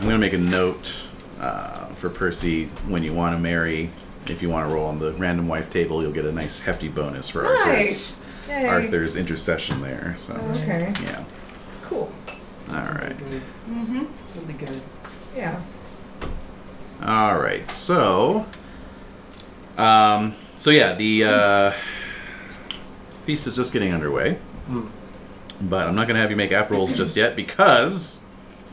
D: I'm gonna make a note uh, for Percy when you want to marry. If you want to roll on the random wife table, you'll get a nice hefty bonus for
G: Nice.
D: Arthur's
G: Yay.
D: Arthur's intercession there. So
G: Okay.
D: yeah,
G: Cool.
D: all right,
E: Good.
B: Mm-hmm.
E: That'll be good.
G: Yeah.
D: all right. So, um, so yeah, the uh, feast is just getting underway,
C: Mm.
D: but I'm not gonna have you make app rolls just yet because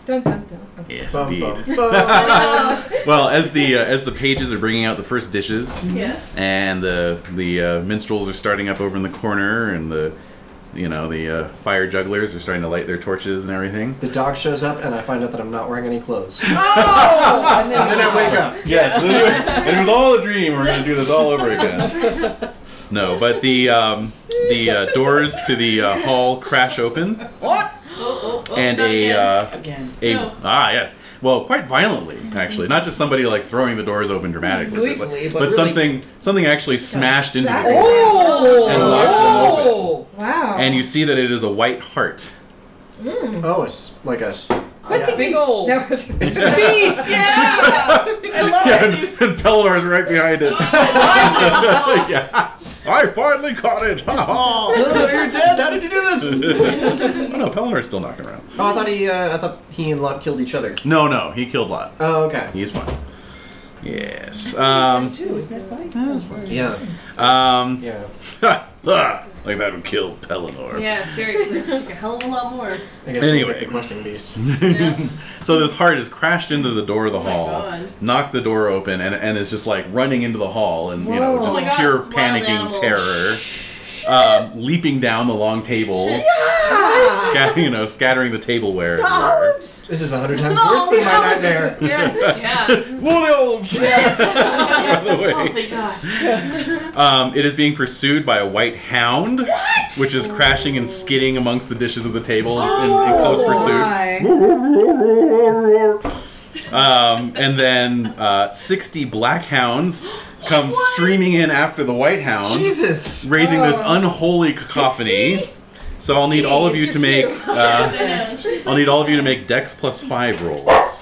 G: Dun dun dun. Okay.
D: yes,
C: Bum,
D: indeed.
C: bum, bum.
D: Well, as the uh, as the pages are bringing out the first dishes.
B: Yes.
D: and the the uh, minstrels are starting up over in the corner, and the you know the uh, fire jugglers are starting to light their torches and everything.
C: the dog shows up, and I find out that I'm not wearing any clothes. and
E: Oh, and then,
C: then I wake up.
D: Yes, it was all a dream. We're gonna do this all over again. No, but the um, the uh, doors to the uh, hall crash open,
B: Oh, oh, oh,
D: and
B: not
D: a
B: yet.
D: uh,
E: again.
D: a
B: No.
D: ah yes, well quite violently actually. Not just somebody like throwing the doors open dramatically, but,
E: Gleefully, but
D: but
E: really-
D: something something actually smashed into the
G: That-
D: door.
E: Oh.
D: And locked them open.
G: Wow.
D: and you see that it is a white heart.
G: Mm.
C: Oh, it's like a s-
G: Christy
I: Big
G: Beast.
I: old.
G: No, Christy-
I: Beast, yeah! I love
D: Yeah, and,
I: it.
D: and Pelor's right behind it. yeah. I finally caught it! Ha ha!
C: Oh, you're dead. How did you do
D: oh
C: this?
D: no, Pelor's still knocking around.
C: Oh, I thought he. Uh, I thought he and Lot killed each other.
D: No, no, he killed Lot.
C: Oh, okay.
D: He's fine. Yes. Um,
E: too. Isn't that funny?
D: yeah, that's fine.
C: Yeah.
D: Um,
C: Yeah.
D: ah, like that would kill Pelennor.
B: Yeah, seriously. it Took a hell of a lot more.
C: I guess
D: Anyway.
C: we'll take the questing beast.
B: Yeah. Oh
D: so this heart has crashed into the door of the hall,
B: God.
D: knocked the door open, and, and is just like running into the hall and you know
E: Whoa.
D: just
E: Oh my
B: God,
D: pure
B: it's wild
D: panicking
B: animal.
D: terror, um, leaping down the long table,
B: Shit.
D: scat- you know scattering the tableware. everywhere.
E: Olives.
C: This is a hundred times worse than my nightmare.
B: Yeah.
D: Wool the olives! By the way.
B: Oh, thank God.
D: Um, it is being pursued by a white hound, which is crashing and skidding amongst the dishes of the table in, in close
G: Why?
D: pursuit. Um, and then uh, 60 black hounds come streaming in after the white hound,
C: Jesus.
D: raising this
G: Oh.
D: unholy cacophony. So I'll need all of you
G: It's
D: to
G: your
D: make
G: cue.
D: uh,
B: I know.
D: I'll need all of you to make Dex plus five rolls.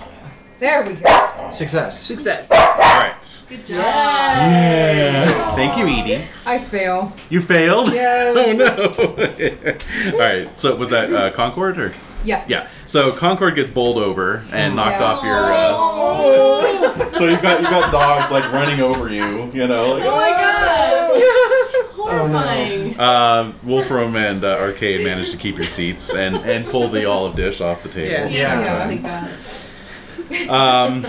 G: There we go.
C: Success.
E: Success.
D: All right.
B: Good job.
D: Yeah. Thank you, Edie.
G: I fail.
D: You failed.
G: Yes.
D: Oh no! All right. So was that uh, Concord or?
G: Yeah.
D: Yeah. So Concord gets bowled over and knocked off your. Uh,
G: Oh.
D: so you've got you've got dogs like running over you. You know. Like, oh my
C: Oh,
B: Horrifying.
D: Uh, Wolfram and uh, Arcade managed to keep your seats and and pull the olive dish off the table.
E: Yes.
C: Yeah.
B: Thank God.
D: Um,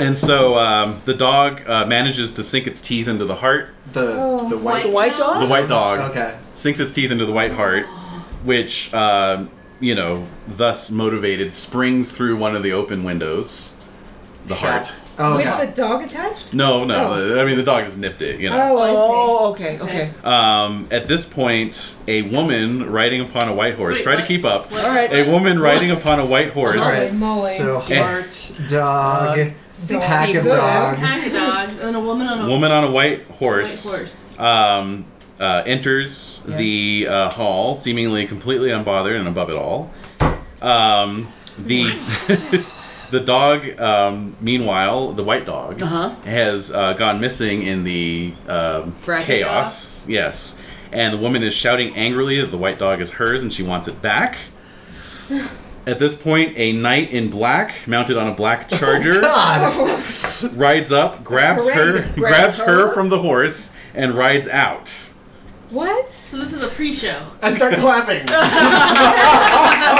D: and so um, the dog uh, manages to sink its teeth into the heart.
C: The
G: Oh,
C: the white.
E: The white dog?
D: The white dog.
C: Okay.
D: sinks its teeth into the white heart, which, um, you know, thus motivated, springs through one of the open windows. The heart.
C: Oh,
G: With
C: okay.
G: the dog attached?
D: No, no.
G: Oh.
D: the- I mean, the dog just nipped it, you know.
G: Oh,
E: Oh, okay, okay.
D: Um, at this point, a woman riding upon a white horse.
B: Wait,
D: try to
B: what?
D: keep up.
B: What?
E: All right.
D: A woman riding upon a white horse.
C: All right.
G: Molly.
C: So heart, dog,
G: Sixty
C: pack of
G: good.
B: Pack of
C: dogs.
B: dogs and a woman on a
D: Woman on a white
B: white
D: horse.
B: horse.
D: um, uh, enters
E: Yes.
D: the uh, hall, seemingly completely unbothered and above it all. Um, the the dog, um, meanwhile, the white dog,
E: Uh-huh.
D: has uh, gone missing in the um,
E: Fracas.
D: chaos. Yes. And the woman is shouting angrily that the white dog is hers and she wants it back. At this point, a knight in black, mounted on a black
E: Oh,
D: charger,
C: God.
D: rides up, grabs her,
G: Parade.
D: grabs
E: Grabs
D: her
E: her.
D: from the horse, and rides out.
G: What?
B: So this is a pre-show.
C: I start clapping.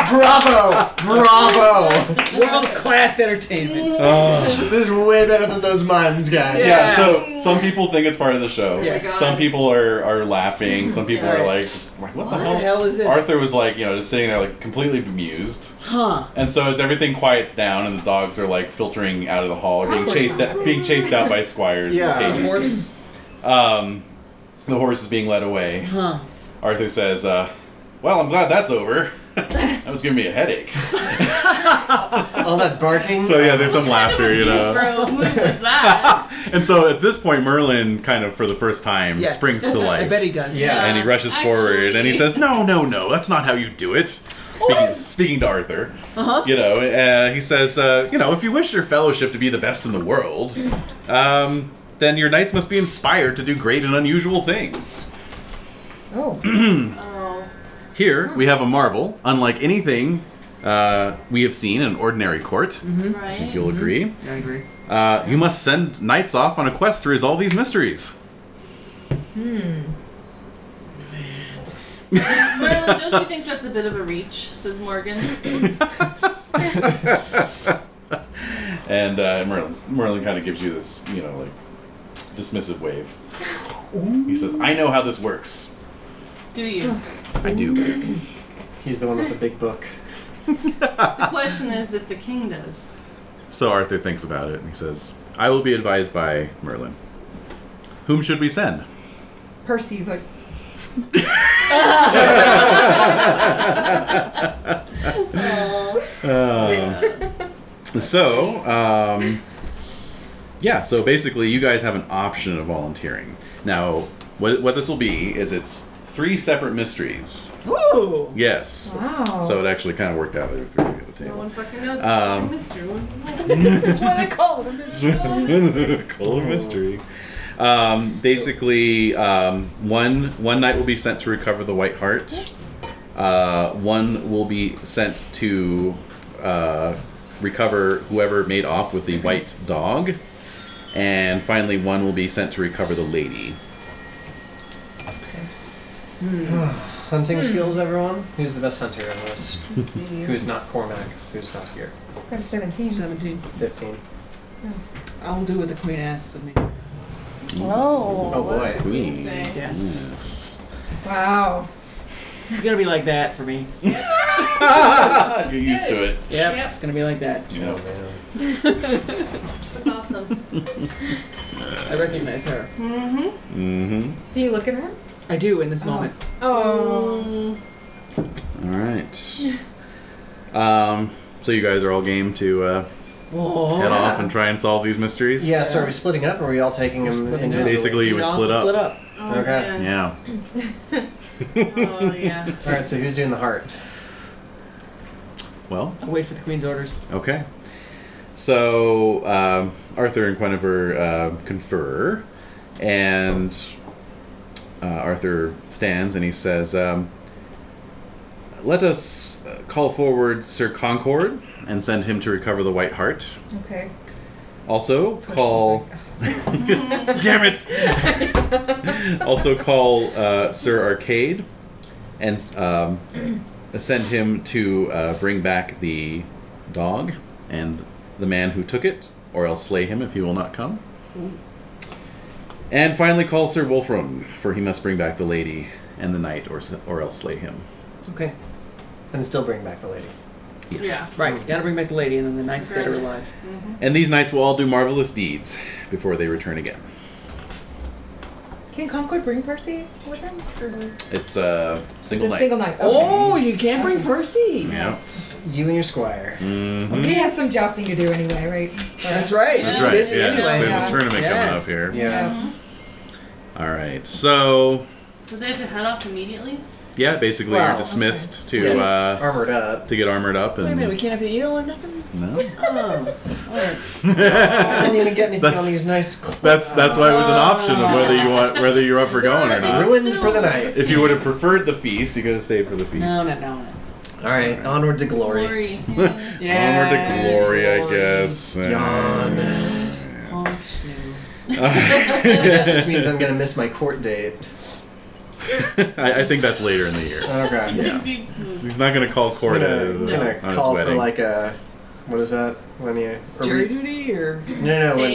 C: bravo, bravo.
E: World class entertainment. Oh.
C: This is way better than those mimes, guys.
D: yeah. So some people think it's part of the show.
E: Yes.
B: God.
D: Some people are, are laughing. Some people are like, just like, what, the hell?
E: hell is this?
D: Arthur was like, you know, just sitting there like completely bemused.
E: Huh.
D: And so as everything quiets down and the dogs are like filtering out of the hall, or being chased out, being chased out by squires.
C: Yeah.
D: And pages,
E: Horse.
D: um, the horse is being led away.
E: Huh.
D: Arthur says, uh, "Well, I'm glad that's over. that was giving me a headache."
C: All that barking.
D: So yeah, there's some laughter, you know.
B: Bro, move was that?
D: and so at this point, Merlin kind of for the first time
E: Yes.
D: springs to life,
E: I bet he does.
C: Yeah.
D: and he rushes
B: Uh,
D: forward and he says, "No, no, no, that's not how you do it." Speaking, speaking to Arthur,
E: Uh-huh.
D: you know, uh, he says, uh, "You know, if you wish your fellowship to be the best in the world, um, then your knights must be inspired to do great and unusual things."
G: Oh.
B: Oh.
D: Here we have a marvel, unlike anything uh, we have seen in an ordinary court. I think
B: Right.
D: you'll agree.
E: I agree.
D: Uh, you must send knights off on a quest to resolve these mysteries.
G: Hmm.
B: Merlin, don't you think that's a bit of a reach? Says Morgan.
D: and uh, Merlin, Merlin kind of gives you this, you know, like dismissive wave. He says, "I know how this works.
B: Do you?
D: I do."
C: He's the one with the big book.
B: The question is if the king does.
D: So Arthur thinks about it and he says, "I will be advised by Merlin. Whom should we send?"
G: Percy's like,
D: Uh, so, um, yeah, so basically, you guys have an option of volunteering. Now, what, what this will be is it's three separate mysteries.
E: Ooh.
D: Yes.
G: wow.
D: So it actually kind of worked out that there were three at the
B: No one fucking knows.
D: Um,
B: It's a mystery.
G: That's why they call it a mystery.
D: Cold mystery. Um, basically, um, one one knight will be sent to recover the White Heart. Uh, one will be sent to uh, recover whoever made off with the white dog, and finally, one will be sent to recover the lady.
G: Hmm.
C: Hunting skills, everyone. Who's the best hunter of us? Who's not Cormac? Who's not here?
G: Got a 17.
E: 17.
C: Fifteen.
E: I'll do what the queen asks of me.
K: Oh.
C: Oh boy.
D: Queen.
E: Yes.
D: Yes.
G: Wow.
E: It's gonna be like that for me.
D: Ah, You're used to it.
E: Yep.
B: Yep.
E: It's gonna be like that.
D: You
C: Oh
D: know.
C: man.
B: That's awesome.
E: I recognize her.
B: Mm-hmm.
D: Mm-hmm.
G: Do you look at her?
E: I do in this moment.
G: Oh.
D: All right. Um, so you guys are all game to uh,
E: Oh.
D: head off and try and solve these mysteries.
C: Yeah. So are we splitting up, or are we all taking them
E: splitting up.
C: individually?
D: Basically, you
E: We
D: would
E: all
D: split up.
E: split up.
B: Oh,
C: Okay.
B: man.
D: Yeah.
B: Oh yeah.
C: All right. So who's doing the heart?
D: Well,
E: I'll wait for the queen's orders.
D: okay. So um, Arthur and Guinevere uh, confer, and uh, Arthur stands and he says, um, "Let us uh, call forward Sir Concord and send him to recover the White Heart.
G: Okay.
D: Also call, damn it! also call uh, Sir Arcade and um, send him to uh, bring back the dog and the man who took it, or else slay him if he will not come. And finally, call Sir Wolfram, for he must bring back the lady and the knight, or s- or else slay him.
E: Okay.
C: And still bring back the lady.
B: Yeah.
E: Right. Gotta bring back the lady, and then the knight's dead or alive.
D: And these knights will all do marvelous deeds before they return again.
G: Can Concord bring Percy with him? Or-
D: It's a single
G: it's a
D: night.
G: single night. Okay.
E: Oh, you can't bring Percy.
D: Yeah.
C: It's you and your squire.
D: Mhm.
G: He has some jousting to do anyway, right?
E: That's right.
D: That's
E: He's
D: right.
E: busy
D: Yeah,
E: anyway.
D: there's
G: Yeah.
D: a tournament
E: Yes.
D: coming up here.
C: Yeah.
D: All right. So
B: So they have to head off immediately.
D: yeah, basically
C: Wow.
D: you're dismissed to
E: Yeah.
D: uh,
C: Armored up.
D: to get armored up
E: Wait a
D: and
E: minute. We can't have the eel or nothing.
D: no.
E: Oh. All right.
C: I didn't even get anything
D: That's-
C: on these nice clothes.
D: that's that's why it was an option of whether you want whether you're up for going or not.
C: Ruined for the night.
D: If you would have preferred the feast, you could have stayed for the feast.
E: No, no, no, no.
C: All right. Onward to glory.
B: Glory. Yeah.
D: Onward to
E: Yeah.
D: glory, I
E: Glory.
D: guess.
C: Yawn.
E: Oh, snoo.
C: this just means I'm gonna miss my court date.
D: I, I think that's later in the year.
C: Okay.
D: Yeah.
B: Big move.
D: He's not going to call
C: I'm
D: court
C: gonna,
D: on
C: I'm
D: his
C: gonna call for
D: wedding.
C: like a what is that when you or
E: Jury
C: re-
E: duty or
C: no no when,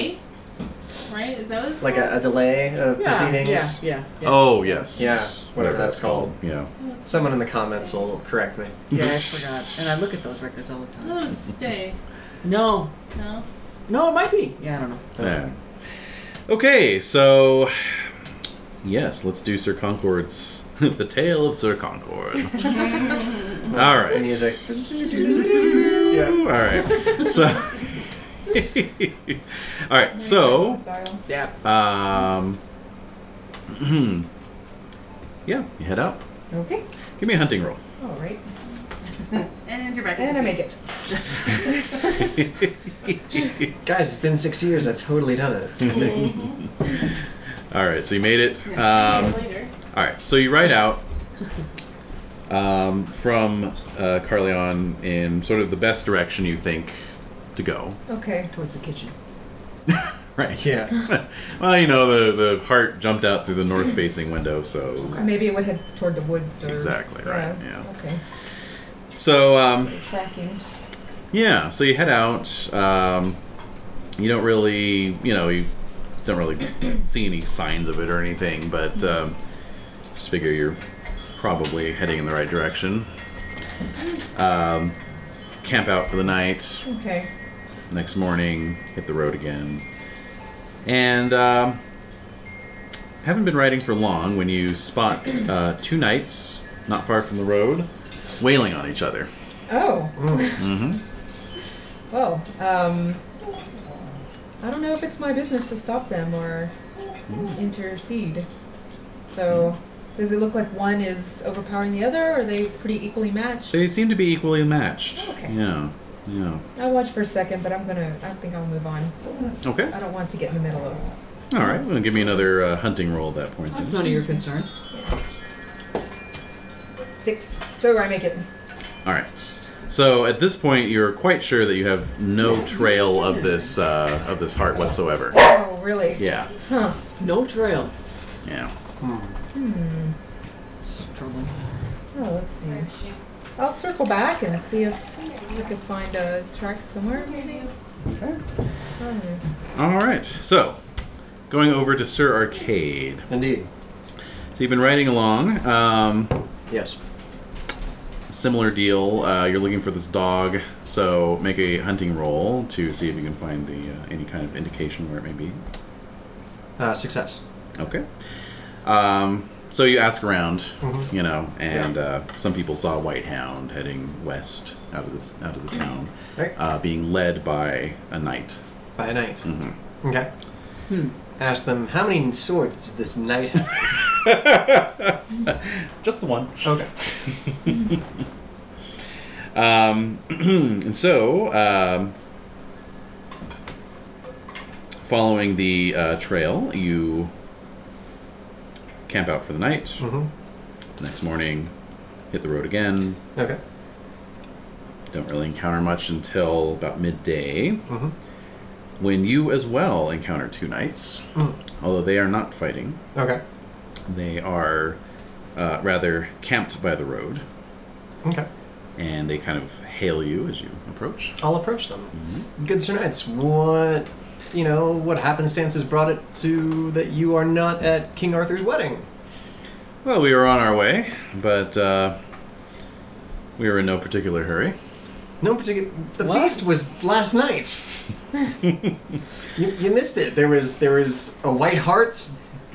B: Stay. Right? Is that what it's
C: like a, a delay of proceedings.
E: Yeah, yeah, yeah.
D: oh yes.
C: Yeah, whatever that's called.
D: Yeah.
C: Someone in the comments will correct me.
E: Yeah, I forgot. And I look at those records all the
B: I
E: time.
B: thought it was stay.
E: No,
B: No.
E: no, it might be. Yeah, I don't know.
D: Yeah. Okay, so yes, let's do Sir Concord's the tale of Sir Concord. All right.
C: Music.
D: All
C: yeah.
D: right. So. All right. So.
G: Style.
E: Yeah.
D: Um. yeah, you head out.
G: Okay.
D: Give me a hunting roll.
G: All right.
B: And you're back.
G: And I make it.
C: Guys, it's been six years. I've totally done it.
D: Mm-hmm. All right. So you made it. Um,
B: later.
D: All right, so you ride out um, from uh, Carleon in sort of the best direction you think to go.
G: Okay.
E: Towards the kitchen.
D: Right.
C: Yeah.
D: well, you know, the, the heart jumped out through the north facing window, so.
G: Maybe it would head toward the woods or.
D: Exactly, right, yeah.
G: Okay.
D: So, um,
G: Tracking.
D: yeah, so you head out. Um, you don't really, you know, you don't really see any signs of it or anything, but um, just figure you're probably heading in the right direction. Um, camp out for the night.
G: Okay.
D: next morning hit the road again and um, haven't been riding for long when you spot uh, two knights not far from the road wailing on each other
G: Oh.
D: mm-hmm.
G: Well. Um. I don't know
D: Hmm.
G: if it's my business to stop them or intercede. So Does it look like one is overpowering the other, or are they pretty equally matched?
D: They seem to be equally matched.
G: Okay.
D: Yeah. Yeah.
G: I'll watch for a second, but I'm gonna. I think I'll move on.
D: Okay.
G: I don't want to get in the middle of.
D: All right. Well, give me another uh, hunting roll at that point.
E: That's
D: Then.
E: none of your concern.
G: Six. So I make it.
D: All right. So at this point, you're quite sure that you have no trail of this uh, of this heart whatsoever.
G: Oh, really?
D: Yeah.
G: Huh.
E: No trail.
D: Yeah.
G: Hmm.
E: Struggling.
G: Oh, let's see. I'll circle back and see if we could find a track somewhere, maybe.
D: Okay.
G: Hmm.
D: All right. So going over to Sir Arcade.
C: Indeed.
D: So you've been riding along. Um,
C: Yes.
D: similar deal. Uh, you're looking for this dog, so make a hunting roll to see if you can find the uh, any kind of indication where it may be.
C: Uh, success.
D: Okay. Um, so you ask around,
C: Mhm.
D: you know, and uh, some people saw a white hound heading west out of this out of the town,
C: Right.
D: uh, being led by a knight.
C: By night.
D: hmm
C: Okay.
E: Hmm.
C: Ask them how many swords does this knight have?
D: Just the one.
C: okay.
D: Um, and so, um, following the uh, trail, you camp out for the night.
C: hmm
D: Next morning, hit the road again.
C: Okay.
D: Don't really encounter much until about midday,
C: hmm
D: when you as well encounter two knights.
C: Mm.
D: Although they are not fighting,
C: Okay.
D: they are uh, rather camped by the road,
C: Okay.
D: and they kind of hail you as you approach.
C: I'll approach them.
D: Mm-hmm.
C: Good sir knights, what you know, what happenstance has brought it to that you are not at King Arthur's wedding?
D: Well, we were on our way, but uh, we were in no particular hurry.
C: No particular. The
E: What?
C: feast was last night. you, you missed it. There was there was a white hart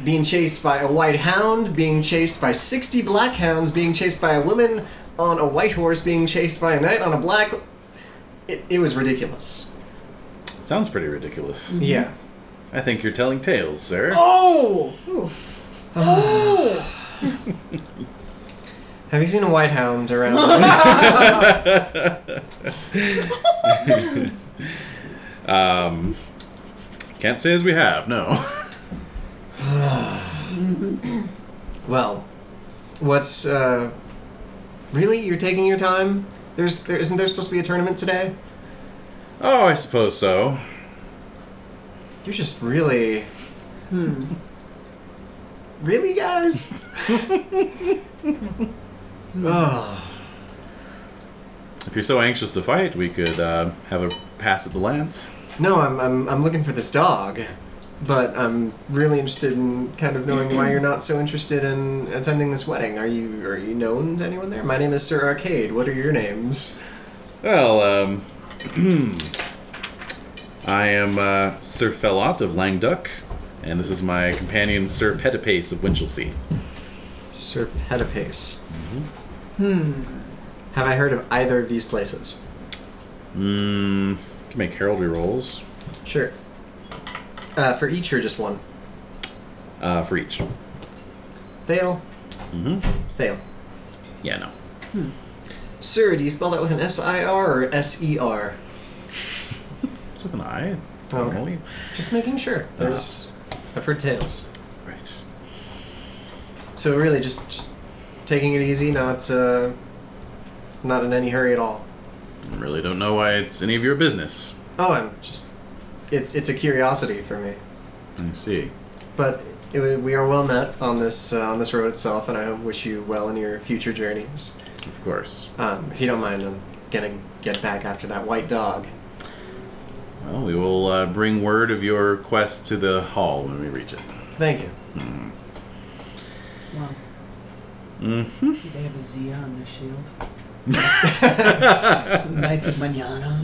C: being chased by a white hound, being chased by sixty black hounds, being chased by a woman on a white horse, being chased by a knight on a black. It, it was ridiculous.
D: Sounds pretty ridiculous.
C: Yeah.
D: I think you're telling tales, sir.
C: Oh.
G: Ooh.
E: Oh!
C: Have you seen a white hound around?
D: um, can't say as we have, no.
C: well, what's uh, really? You're taking your time. There's there isn't there supposed to be a tournament today?
D: oh, I suppose so.
C: You're just really
E: Hmm.
C: Really, guys? Ugh.
D: If you're so anxious to fight, we could uh, have a pass at the lance.
C: no, I'm, I'm, I'm looking for this dog, but I'm really interested in kind of knowing why you're not so interested in attending this wedding. Are you are you known to anyone there? My name is Sir Arcade. What are your names?
D: Well, um, I am uh, Sir Felot of Langduck, and this is my companion Sir Petipace of Winchelsea.
C: Sir Petapace.
E: Hmm.
C: Have I heard of either of these places?
D: Mm, can make heraldry rolls
C: Sure. Uh, for each or just one?
D: uh, for each.
C: Fail.
D: hmm
C: Fail.
D: Yeah, no.
C: Sir, do you spell that with an S I R or S E R?
D: It's with an I.
C: Oh, okay.
D: normally.
C: Just making sure. There's. I've heard tales.
D: Right.
C: So really, just just taking it easy, not uh, not in any hurry at all.
D: I really don't know why it's any of your business.
C: Oh, I'm just it's it's a curiosity for me.
D: I see.
C: But it, we are well met on this uh, on this road itself, and I wish you well in your future journeys.
D: Of course.
C: Um, if you don't mind, I'm gonna get back after that white dog.
D: Well, we will uh, bring word of your quest to the hall when we reach it.
C: Thank you.
E: Wow.
D: Mm-hmm.
E: Did they have a Z on the shield? Knights of Manana.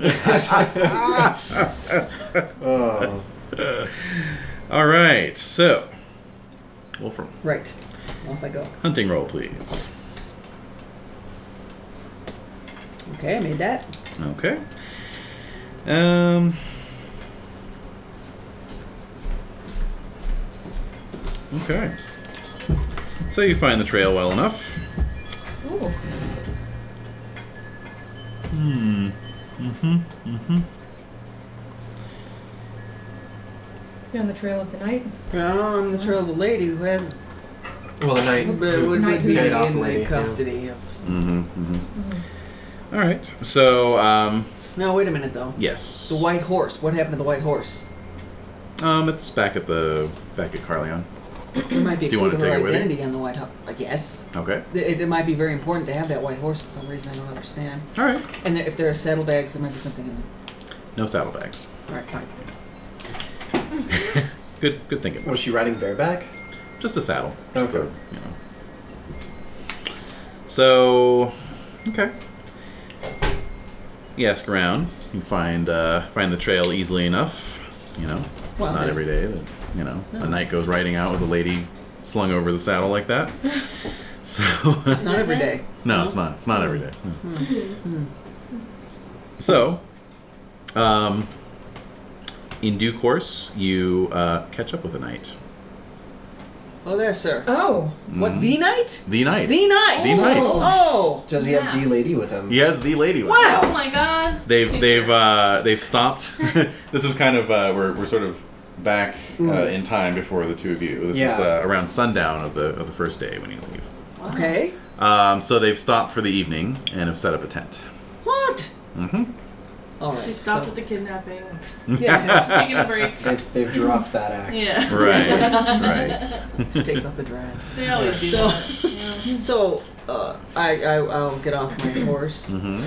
C: Oh,
D: All right. So, Wolfram,
E: Right. Off I go.
D: hunting roll, please.
E: Okay, I made that.
D: Okay. Um. Okay. So you find the trail well enough.
G: Ooh.
D: Hmm. Mm-hmm. Mm-hmm.
G: You're on the trail of the night.
E: Well, I'm the trail of the lady who has
C: Well, the night.
E: would, would
G: Night
E: be
C: Night
E: in
C: off
E: the
C: lady, yeah.
E: custody of.
D: Mm-hmm. All right. So, um,
E: No, wait a minute though.
D: yes.
E: The white horse. What happened to the white horse?
D: Um, it's back at the back at Carleon.
E: There might be a
D: Do you
E: clue
D: wanna
E: to her
D: take it with you?
E: identity on the white horse. Like, yes.
D: Okay.
E: It, it might be very important to have that white horse for some reason I don't understand.
D: All right.
E: And if there are saddlebags, there might be something in there.
D: No saddlebags.
E: All right, fine.
D: good. Good thinking.
C: Was she riding bareback?
D: Just a saddle. Just
C: Okay.
D: a, you know. So, okay. You ask around. You find uh, find the trail easily enough. You know,
E: Well,
D: it's not
E: yeah.
D: every day that you know
E: No.
D: a knight goes riding out with a lady slung over the saddle like that. So
E: It's not every day.
D: no, it's not. It's not every day. No.
E: Hmm.
D: Hmm. So, um, in due course, you uh, catch up with a knight.
E: Oh, there, sir.
G: Oh.
D: Mhm.
E: What, the knight?
D: The knight.
E: The knight!
D: The knight.
E: Oh!
C: Does he have the lady with him?
D: He has the lady with him.
B: Oh
E: Wow!
B: my god.
D: They've
B: Teacher.
D: they've uh, they've stopped. this is kind of uh, we're we're sort of back
B: Hmm.
D: uh,
C: Mm.
D: in time before the two of you. This is
C: Yeah.
D: uh, around sundown of the of the first day when you leave.
E: Okay.
D: Um, so they've stopped for the evening and have set up a tent.
E: What?
D: hmm
E: All right.
B: They stopped
E: so-
B: with the kidnapping.
E: Yeah.
B: Taking a break.
C: They've, they've dropped that act.
B: Yeah.
D: right, right.
E: takes off the dress.
B: They always do
E: So-
B: that. Yeah.
E: So, uh, I, I, I'll get off my horse
D: hmm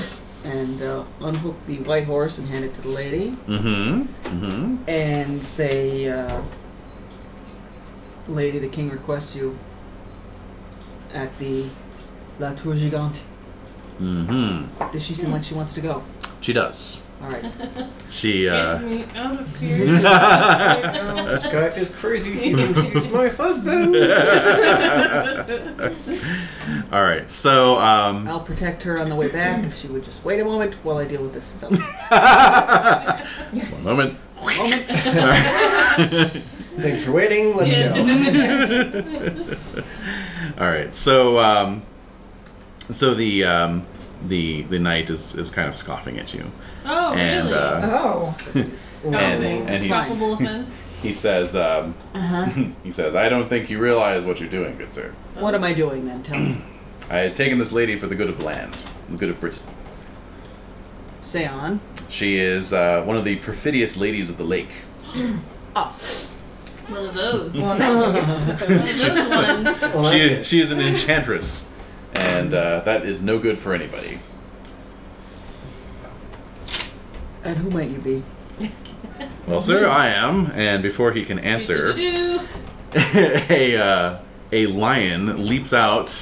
E: and uh, unhook the white horse and hand it to the lady
D: hmm hmm
E: and say, uh, Lady, the king requests you at the La Tour Gigante.
D: hmm
E: Does she seem like she wants to go?
D: She does.
E: All right.
D: She.
B: Get
D: Uh,
B: me out of here.
C: This guy is crazy. He thinks he's my husband.
B: Oh,
D: All right. So. Um,
E: I'll protect her on the way back if she would just wait a moment while I deal with this fellow.
D: One moment.
C: Thanks for waiting. Let's go.
D: All right. So, um, so the um, the the knight is, is kind of scoffing at you,
B: Oh,
D: and
B: really?
D: uh,
G: Oh.
D: and,
B: Scoffing.
D: and he's,
B: Scoffable offense.
D: he says um,
E: Uh-huh.
D: he says I don't think you realize what you're doing, good sir.
E: what am I doing then? Tell me.
D: I had taken this lady for the good of the land, the good of Britain.
E: Say on.
D: She is uh, one of the perfidious ladies of the lake.
E: Oh.
B: One of those.
G: Well,
B: One of
G: no.
B: those ones.
C: Well, that
D: She,
C: is-
D: she is an enchantress, and uh, that is no good for anybody.
E: And who might you be?
D: Well, sir,
B: Mm-hmm.
D: I am, and before he can answer,
B: Do-do-do-do.
D: a uh, a lion leaps out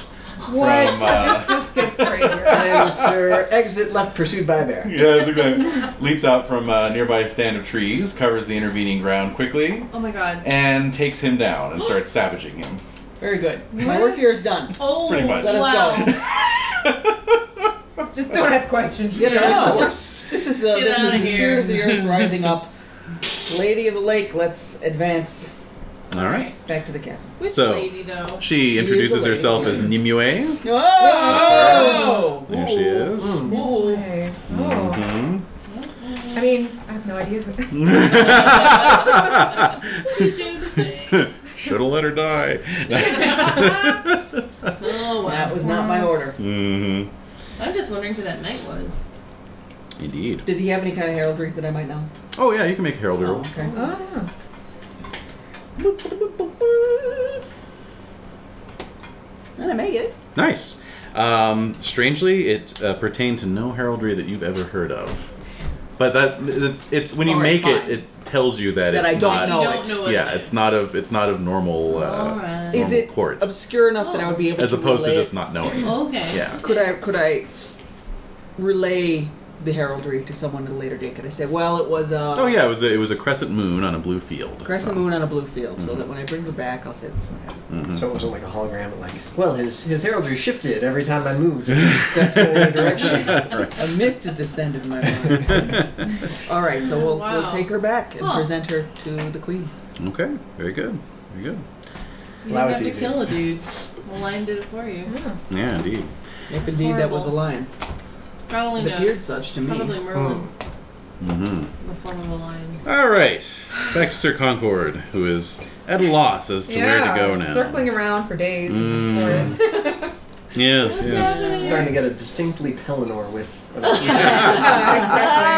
G: What?
D: from. Uh,
G: This gets crazier.
C: And, sir, exit left pursued by a bear.
D: yes, exactly. Leaps out from a nearby stand of trees, covers the intervening ground quickly,
B: Oh my god.
D: and takes him down and starts savaging him.
E: Very good. My work here is done.
B: Oh,
D: Pretty much. Let
E: us
B: wow.
E: go.
G: Just don't ask questions.
E: You know,
B: No.
E: this, is, this is the,
B: Get
E: this is
B: outta
E: the
B: here.
E: spirit of the earth rising up. Lady of the lake, let's advance
D: All right.
E: back to the castle.
B: Which
D: So-
B: lady, though?
D: She,
E: is
D: introduces
E: a
D: herself
E: lady.
D: as Nimue.
E: Oh!
D: There she is.
G: No way. Oh.
D: Mhm.
G: I mean, I have no idea. But
D: Mm-hmm. Should have Mm-hmm. let her die.
B: Oh, wow.
E: That was not my order.
D: mm-hmm.
B: I'm just wondering who that knight was.
D: Indeed.
E: Did he have any kind of heraldry that I might know?
D: Oh yeah, you can make a herald roll.
E: Okay.
G: oh.
E: And I make it.
D: Nice. Um, strangely, it uh, pertained to no heraldry that you've ever heard of. But that it's it's when you
E: All right,
D: make it,
E: fine.
D: it tells you that,
E: That
D: it's
E: I don't
D: not.
E: know
B: I don't know what
D: Yeah,
B: it
D: it's not of it's not of normal. Uh,
B: All right.
E: Is
D: normal
E: it
D: court
E: obscure enough that I would be able
D: as
E: to
D: opposed to
E: relay
D: just not knowing?
B: Okay.
D: Yeah.
E: Could I could I relay the heraldry to someone at a later date? Could I say, well, it was uh,
D: Oh yeah, it was a, it was a crescent moon on a blue field.
E: crescent
D: so-
E: moon on a blue field,
D: Mm-hmm.
E: so that when I bring her back, I'll say this is what happened.
C: So it wasn't like a hologram, but like, well, his his heraldry shifted every time I moved a few steps in the other direction.
D: Right.
E: A mist has descended in my mind. All right, so we'll
B: Wow.
E: we'll take her back and
B: Huh.
E: present her to the queen.
D: okay. Very good. Very good.
B: You didn't
C: That was
B: have
C: easy.
B: to kill a dude. The lion did it for you.
G: Yeah.
D: Yeah, indeed.
E: If indeed that was a lion.
B: Probably
E: It
B: no.
E: appeared such to
B: Probably
E: me.
B: Merlin
D: Mm-hmm.
B: in the form of a lion.
D: All right, back to Sir Concord, who is at a loss as to where to go now.
G: Circling around for days
D: Mm.
G: and hours.
D: Yes, yes.
C: I'm starting to get a distinctly Pelennor with. An
G: exactly.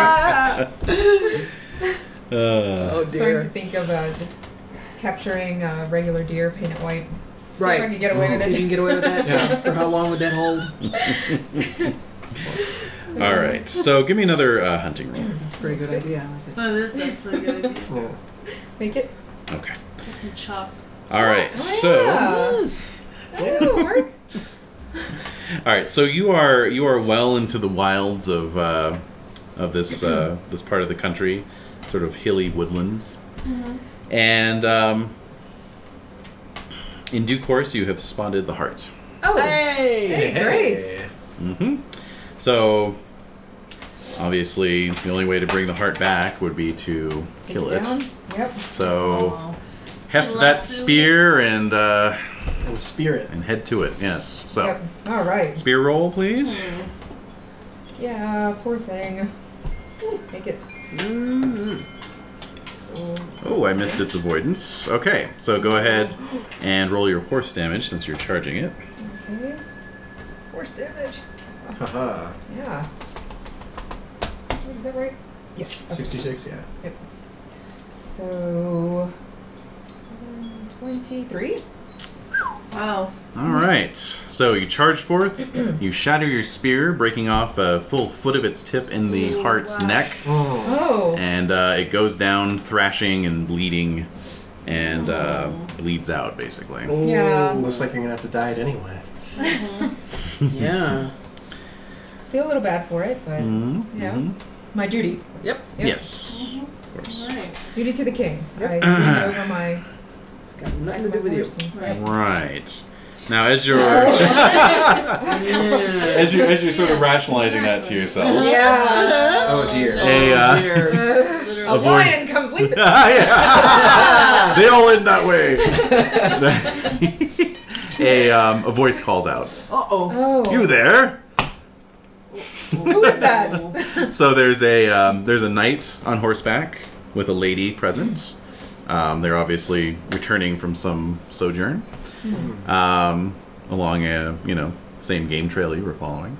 E: Oh
D: Uh,
G: Starting to
E: dear.
G: think of uh, just capturing uh, regular deer, paint it white. See
E: Right. Mm-hmm.
G: If I can get away with
E: See if you
G: it.
E: can get away with that.
C: Yeah.
E: For how long would that hold?
D: all right, so give me another uh, hunting roll.
E: That's a pretty good idea. I like it.
B: No, that's actually a good idea.
C: yeah.
G: Make it.
D: Okay.
B: Put some chop.
D: All right, so
G: Oh, Yeah. That'll work.
D: all right, so you are you are well into the wilds of uh, of this uh, this part of the country, sort of hilly woodlands,
G: Mm-hmm.
D: and um, in due course you have spotted the heart.
G: Oh,
E: Hey!
G: great.
D: hmm So, obviously, the only way to bring the heart back would be to
G: Take
D: kill
G: it
D: it.
G: down. Yep.
D: So,
B: Aw.
D: heft
B: Lasso
D: that
B: it.
D: spear and uh,
C: And spirit.
D: and head to it. Yes. So,
G: Yep. All right.
D: spear roll, please.
G: Yeah. Poor thing. Make it.
E: Mm-hmm.
G: So,
D: Oh, I missed its avoidance. Okay, so go ahead and roll your horse damage since you're charging it.
G: okay. Force damage.
C: Haha.
G: Yeah. Is that right? Yes. Okay.
C: 66, yeah.
G: So, um, 23?
B: Wow.
D: All right. So you charge forth. you shatter your spear, breaking off a full foot of its tip in the heart's neck.
C: Oh.
G: Oh.
D: and uh, it goes down thrashing and bleeding and uh, bleeds out basically
G: Yeah.
C: Looks like you're gonna have to die it anyway.
E: Yeah.
G: Feel a little bad for it, but
D: Mm.
G: Yeah. my duty.
E: Yep.
G: Yep.
D: Mm-hmm. yes of course
B: Alright.
G: Duty to the king. I stand over my.
E: It's got nothing to do with you.
B: Right.
D: right now as you're as
E: Yeah.
D: you as you're sort of rationalizing that to yourself
G: Yeah.
C: Oh dear.
D: a uh,
G: A
D: avoid-
G: lion comes leaping.
D: Yeah. they all end that way a um, a voice calls out
E: Uh-oh.
G: Oh.
D: you there
G: Who is that?
D: so there's a um, there's a knight on horseback with a lady present. Um, they're obviously returning from some sojourn um, along a you know same game trail you were following,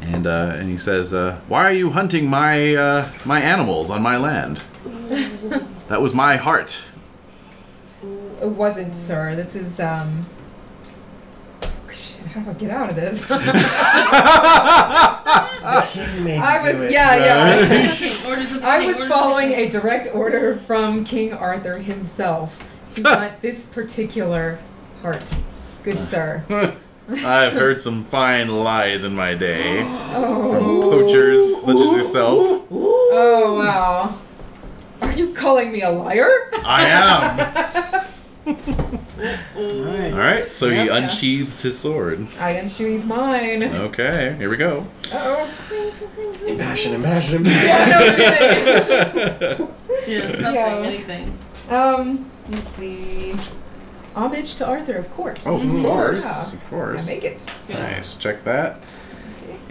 D: and uh, and he says, uh, "Why are you hunting my uh, my animals on my land? that was my heart."
G: it wasn't, sir. This is, um. oh, Shit, how do I get out of this?
C: He may
G: I
C: do
G: was,
C: it.
G: yeah, yeah.
B: Orders of the
G: I
B: king,
G: was
B: orders of the
G: following
B: king.
G: a direct order from King Arthur himself to hunt this particular heart. Good sir.
D: I've heard some fine lies in my day from
G: Oh,
D: poachers such as yourself.
G: oh wow. Are you calling me a liar?
D: I am.
E: Alright.
D: All right, so he
G: Yep.
D: unsheathes his sword.
G: I unsheathed mine. Uh
D: Okay, here we go.
G: oh.
C: Impassion, impassion, impassion.
B: Yeah, something,
G: Yeah.
B: anything.
G: um, let's see. Homage to Arthur, of course.
D: oh, of course,
G: Yeah.
D: of
G: I
D: course.
G: make it.
D: Nice. Check that.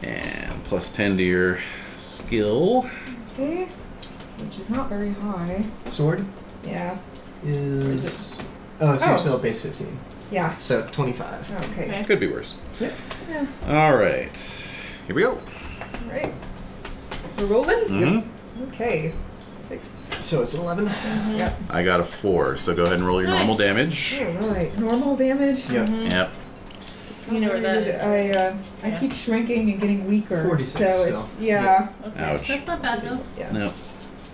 D: And plus ten to your skill.
G: Okay. Which is not very high.
C: Sword
G: Yeah.
C: is. Oh, so
G: Oh.
C: you're still at base 15.
G: Yeah.
C: So it's 25.
G: Okay.
D: Could be worse.
C: Yeah.
G: Yeah.
D: All right, here we go.
G: All right. We're rolling?
D: Mhm.
G: Okay. Six.
C: So it's 11.
D: I got a four, so go ahead and roll your normal
B: Nice.
D: damage.
G: All right. Normal damage.
C: Yeah.
D: Yep.
B: You know where that is.
G: I uh, I
B: Yeah.
G: keep shrinking and getting weaker.
C: 46
G: so
C: still.
G: it's yeah.
B: Okay.
D: Ouch.
B: That's not bad though.
G: yeah.
D: No,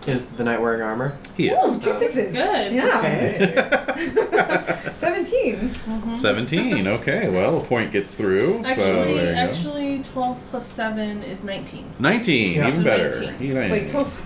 C: Is the knight wearing armor?
D: he
G: Ooh,
D: is.
G: two sixes.
B: Good.
G: Yeah.
C: Okay.
G: Seventeen.
D: Seventeen. Okay. Well, a point gets through. so
B: Actually,
D: there you go.
B: actually, 12 plus 7 is 19.
D: Nineteen.
C: Yeah.
D: Even
B: So
D: better.
B: 19.
D: Even
G: Wait, twelve.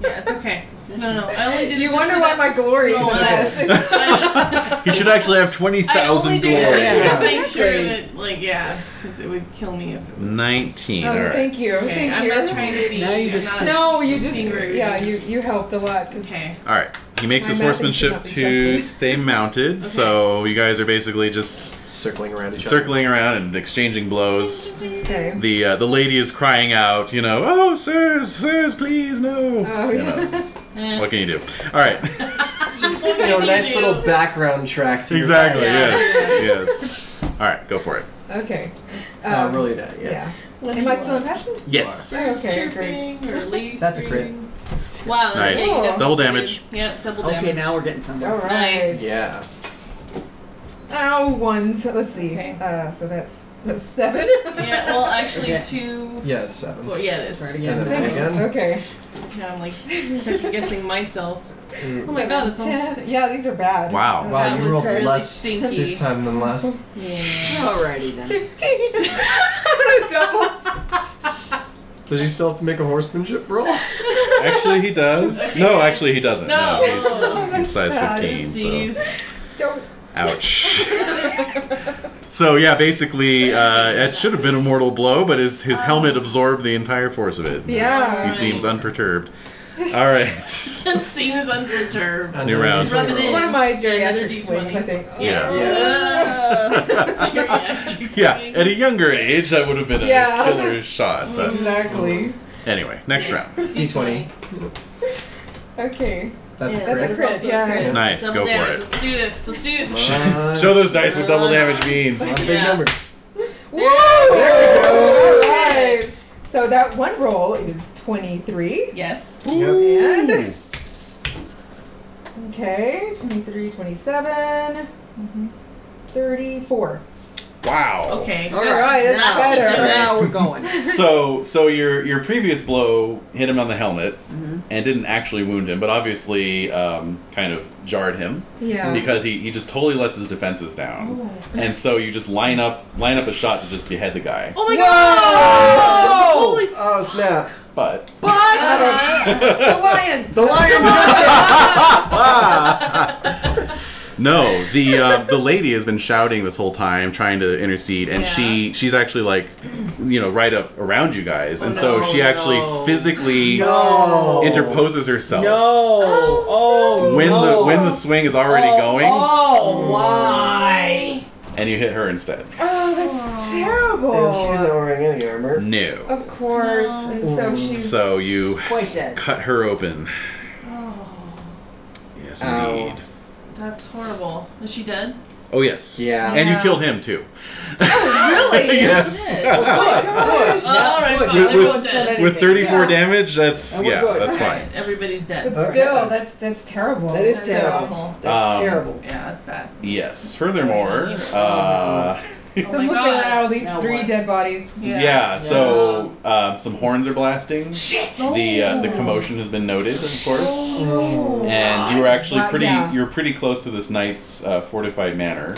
B: Yeah, it's okay. No, no, no. I only did it
G: You
B: just
G: wonder
B: so
G: why
B: that-
G: my glory is
B: No, I-
G: less.
B: I-
D: He should actually have
B: I only
D: 20,000
B: did it
D: glories.
B: just
C: Yeah.
B: to make sure
E: Exactly.
B: that, like, yeah, because it would kill me if it was.
D: 19.
G: Oh,
D: all right.
G: Thank you.
B: Okay,
G: Thank
B: I'm
G: you.
B: not trying to be.
E: Now you
B: I'm
E: just-
B: not-
G: no, you just
B: Being rude
G: yeah.
B: is-
G: You you helped a lot. 'cause
B: Okay.
D: All right. He makes
G: My
D: his
G: mapping
D: horsemanship
G: should not be
D: to
G: tested.
D: stay mounted, so you guys are basically just
C: Circling around each
D: circling around and exchanging blows.
G: Okay.
D: The uh, the lady is crying out, you know, oh sirs, sirs, please no.
G: Oh,
D: You
G: yeah.
D: know, what can you do? All right,
C: other. Just you know, a nice little background track. To your
D: exactly.
C: background.
D: Yes, yes. All right, go for it.
G: Okay.
C: Uh,
G: Um,
C: roll your die. Yeah.
G: Yeah.
B: What
G: Am I still in passion?
D: Yes.
G: Oh, okay. Great.
B: Chirping or leaf
C: That's a crit.
B: screaming. Wow.
D: Nice.
B: that's
G: Cool.
D: Double damage.
B: Yeah, double damage.
E: Okay, now we're getting somewhere.
G: All right.
B: Nice.
C: Yeah.
G: Ow, ones. Let's see.
B: Okay.
G: Uh, so that's, that's seven.
B: Yeah, well, actually,
E: Okay.
B: two.
C: Yeah, it's seven.
B: Well, yeah, it is.
E: Try
B: Now
E: it again.
C: And then
G: Six.
C: again.
G: Okay.
B: I'm like second guessing myself.
G: Oh
C: Mm.
G: my
B: God,
G: god,
B: that's almost six.
G: Yeah, these are bad. Uh,
D: Wow.
C: Wow,
B: that
C: you
B: was
C: rolled
B: really
C: less
B: stinky.
C: this time than last.
B: Yeah.
E: Alrighty then.
G: 15. I'm gonna double.
C: Does he still have to make a horsemanship roll?
D: Actually, he does.
B: Okay.
D: No, actually, he doesn't.
B: No.
D: No, he's,
G: That's
D: he's size
G: bad.
D: 15. So.
B: Oopsies.
G: Don't.
D: Ouch. So yeah, basically, uh, it should have been a mortal blow, but his his helmet absorbed the entire force of it.
G: yeah.
D: He seems unperturbed. All right.
B: Seems unperturbed.
C: And
D: New
C: then
D: round.
C: he's like,
B: Rub it in.
G: One of my
B: Yeah, another
G: geriatric
B: D20.
G: swings, I think.
D: Yeah.
B: Geriatric
D: yeah.
B: swing.
D: At a younger age, that would have been a
G: Yeah.
D: killer shot. But
G: Exactly.
D: anyway, next round.
C: D20.
G: Okay.
C: That's
B: Yeah,
C: a
G: That's a
C: crit.
G: crit, yeah.
D: Nice,
B: Double
D: go for
B: damage.
D: it.
B: Let's do this. Let's do this.
C: Uh,
D: Show those dice what double damage means.
C: lot of big
B: Yeah.
C: numbers.
G: Woo!
C: There we go.
G: All right. So that one roll is 23.
B: Yes.
C: Yep.
G: And. Okay. 23, 27. mhm, 34.
D: Wow.
B: Okay.
E: All
B: That's-
E: right,
G: that's
B: now
G: better.
B: it's
E: So
B: all right.
E: now we're going.
D: So, so your your previous blow hit him on the helmet
E: Mhm.
D: and didn't actually wound him, but obviously um, kind of jarred him
G: Yeah.
D: because he, he just totally lets his defenses down.
G: Oh.
D: And so you just line up line up a shot to just behead the guy.
B: Oh my
C: Oh! Oh snap!
D: But
B: god.
C: The lion does
D: no, the uh, the lady has been shouting this whole time trying to intercede, and
B: Yeah.
D: she she's actually like, you know, right up around you guys, and so
E: no,
D: she actually
E: Oh, no.
D: physically
E: No.
D: interposes herself.
E: No. Oh.
D: When
E: no.
D: the when the swing is already
E: oh,
D: going,
E: Oh, why?
D: and you hit her instead.
G: Oh, that's
C: it.
G: terrible.
C: And Oh, she's not wearing any armor.
D: No.
G: Of course. And so she's.
D: So you
E: Quite dead.
D: cut her open.
B: Oh,
D: Yes,
C: Ow.
E: Oh.
D: indeed.
B: that's horrible. Is she dead?
D: Oh yes.
C: Yeah.
D: And you
G: Yeah.
D: killed him too.
G: Oh, really?
D: yes.
B: Shit.
G: gosh.
B: Oh, all right,
E: Good.
B: fine.
D: With-
B: They're
D: with-
B: both dead.
D: With 34
G: Yeah.
D: damage, that's
E: And we're
D: yeah,
E: good.
D: that's
B: All
D: fine.
B: right, Everybody's dead.
G: But
C: Okay.
G: still, that's that's terrible.
E: That is
B: That's
E: terrible.
B: awful.
E: That's
D: Um,
E: terrible.
B: Yeah, that's bad.
D: Yes. Furthermore, uh,
B: Oh
G: So
B: my
G: I'm looking
B: God.
G: at all these
E: Now
G: three
E: what?
G: dead bodies.
D: yeah. So um, some horns are blasting.
E: Shit.
D: The uh, the commotion has been noted, of course. And you were actually
G: Wow,
D: pretty
G: yeah.
D: you were pretty close to this knight's uh, fortified manor,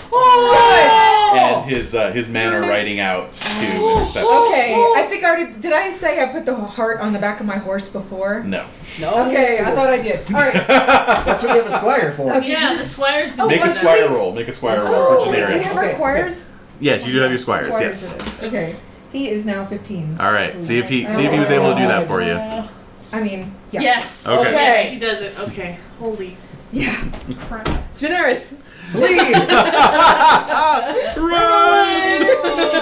E: Oh.
D: and his uh, his men are riding out to intercept.
G: Okay, I think I already did. I say I put the heart on the back of my horse before.
D: No.
E: No.
G: Okay, I thought I did. All right.
C: That's what we have a squire for.
G: Okay.
B: Yeah, the squire's been
D: Make a
B: dead.
D: squire roll. Make a squire roll
G: Oh,
D: for
G: we
D: Daenerys.
G: have our
C: Okay,
G: choirs.
D: Yes, you do have your squires. Yes.
G: it is. Okay, he is now 15.
D: All right. See if he see if he was able to do that for you.
G: I mean, yeah.
B: Yes.
D: Okay.
B: Yes, he does it. Okay. Holy
G: Yeah.
B: crap.
G: Generous.
C: Flee!
D: Run!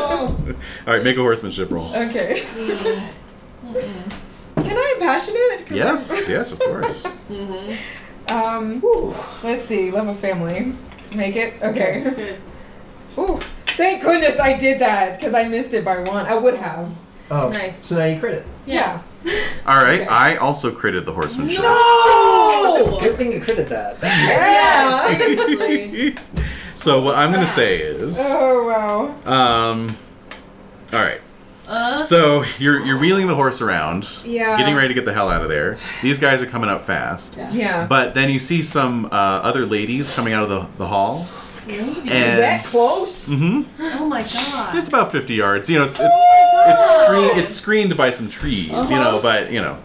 D: All right. Make a horsemanship roll.
G: Okay. Can I impassion it? 'Cause
D: Yes.
G: I'm-
D: Yes. Of course.
B: Mm-hmm.
G: Um, let's see. Love of family. Make it. Okay.
B: Good.
G: Ooh, thank goodness I did that because I missed it by one. I would have.
C: Oh,
B: Nice.
C: so now you crit it.
G: Yeah.
D: All right. I also critted the horsemanship.
C: Oh! Good thing you critted that.
G: Yeah.
B: Seriously.
D: so what I'm gonna say is,
G: Oh wow.
D: um, all right.
B: Uh,
D: So you're you're wheeling the horse around,
G: Yeah.
D: getting ready to get the hell out of there. These guys are coming up fast.
G: Yeah.
D: But then you see some uh, other ladies coming out of the, the hall. And
E: That close?
D: hmm
B: oh my god.
D: just about 50 yards. You know, it's
G: Oh
D: it's, it's, screen, it's screened by some trees. You
G: Uh-huh.
D: know, but you know.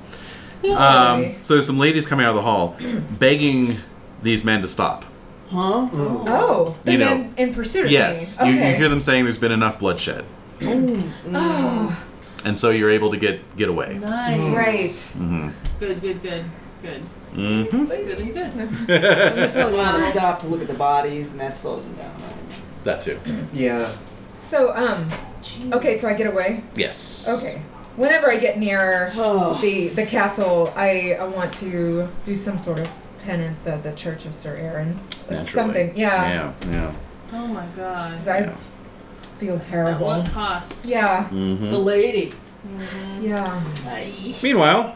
D: Um,
G: worry.
D: so there's some ladies coming out of the hall, begging these men to stop.
E: Huh?
G: Oh, the
D: You know.
G: men in pursuit of
D: Yes,
G: me.
D: you,
G: Okay.
D: you hear them saying there's been enough bloodshed,
G: Oh,
D: and so you're able to get get away.
B: Nice.
G: right.
D: hmm
B: Good, good, good, good.
D: Mm-hmm.
B: Good and good.
E: You probably
D: that
E: want to stop to look at the bodies, and that slows them down. Right?
D: too.
C: Yeah.
G: So, um, okay, so I get away.
D: Yes.
G: Okay. Whenever I get near
E: Oh.
G: the the castle, I, I want to do some sort of penance at the Church of Sir Aaron or
D: Naturally.
G: something. Yeah.
D: Yeah. Yeah.
B: Oh my god.
G: 'Cause I
D: Yeah.
G: feel
B: At
G: terrible.
B: what cost?
G: Yeah.
D: Mm-hmm.
E: The lady.
G: Yeah.
D: Meanwhile,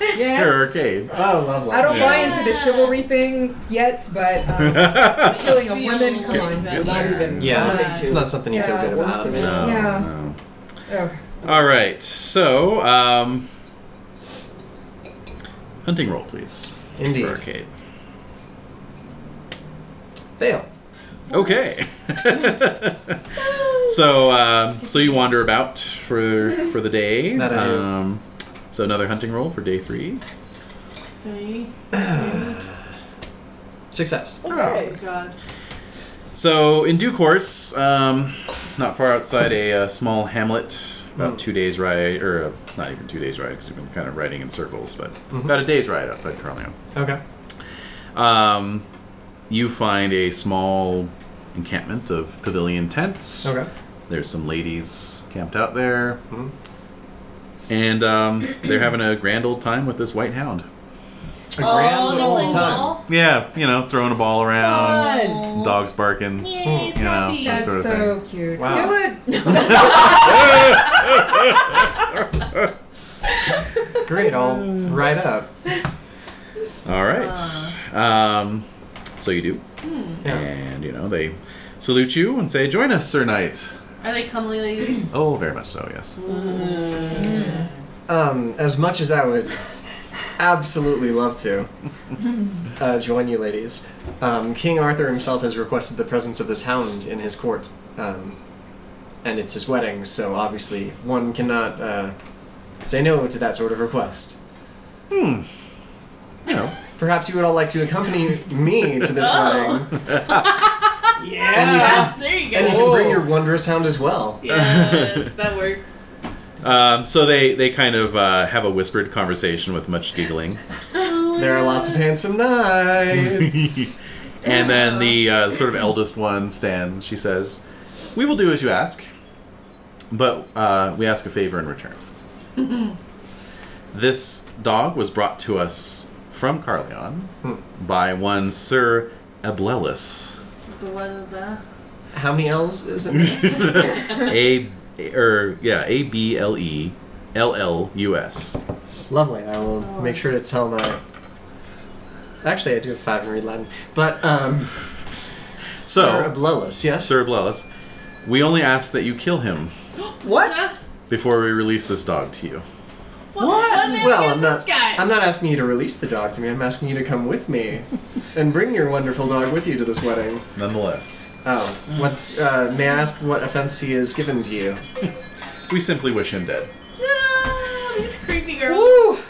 E: Yes.
D: Sir Arcade.
C: Oh, lovely.
G: I don't
D: Yeah.
G: buy into the chivalry thing yet, but um, killing a
B: Feel
G: woman,
B: like
G: come on.
B: that.
D: Good.
E: Not even
C: Yeah.
E: wanting to.
C: It's not something you
G: Yeah.
C: feel good
E: Worse
C: about.
E: than it.
D: No,
G: Yeah.
D: no.
G: Okay.
D: All right. So, um, hunting roll, please.
C: Indeed.
D: For arcade.
C: Fail.
D: Okay. so, um, so you wander about for for the day.
C: That I do.
D: Um, so another hunting roll for day three.
B: Three.
C: Success.
B: Oh my god.
D: So, in due course, um, not far outside a, uh small hamlet, about
C: Mm.
D: two days ride, or uh, not even two days ride, because we've been kind of riding in circles, but
C: Mhm.
D: about a day's ride outside Carleon.
C: Okay.
D: Um, you find a small encampment of pavilion tents.
C: Okay.
D: There's some ladies camped out there,
C: Mhm.
D: and um, they're having a grand old time with this white hound.
C: A grand
K: Oh, they're
C: old
K: playing
C: time.
K: ball?
D: Yeah, you know, throwing a ball around,
K: Fun.
D: dogs barking.
K: Yay, it's
D: You know,
K: happy.
D: that
G: That's
D: sort of
G: so cute.
C: Wow.
G: Kill it.
C: Great. I'll
K: Hmm.
C: write up.
D: All right. Um, so you do,
C: Yeah.
D: and you know they salute you and say, "Join us, Sir Knight."
B: Are they comely ladies?
D: Oh, very much so. Yes.
C: Um, as much as I would absolutely love to uh, join you ladies, um, King Arthur himself has requested the presence of this hound in his court. Um, and it's his wedding, so obviously one cannot uh, say no to that sort of request.
D: Hmm. You know.
C: Perhaps you would all like to accompany me to this
B: Oh.
C: wedding, and you can,
B: there you
C: and you
B: go.
C: can bring your wondrous hound as well.
B: Yes, that works.
D: Um, so they, they kind of uh, have a whispered conversation with much giggling,
C: There are lots of handsome knights.
D: and then the uh, sort of eldest one stands. She says, "We will do as you ask, but uh, we ask a favor in return. this dog was brought to us from Carleon
C: Hmm.
D: by one Sir Ablelis.
B: The what is that?
C: How many L's is it?
D: a or yeah, A B L E L L U S.
C: Lovely. I will make sure to tell my. Actually, I do have five and read Latin, but um,
D: So
C: Sir Ablelus, yes.
D: Sir Ablelis, we only ask that you kill him
E: What?
D: before we release this dog to you.
B: What? what is
C: Well, I'm
B: this
C: not.
B: guy?
C: I'm not asking you to release the dog to me. I'm asking you to come with me, and bring your wonderful dog with you to this wedding.
D: Nonetheless,
C: Oh, what's? Uh, may I ask what offense he has given to you?
D: we simply wish him dead.
B: Ah, these creepy girls.
G: Woo!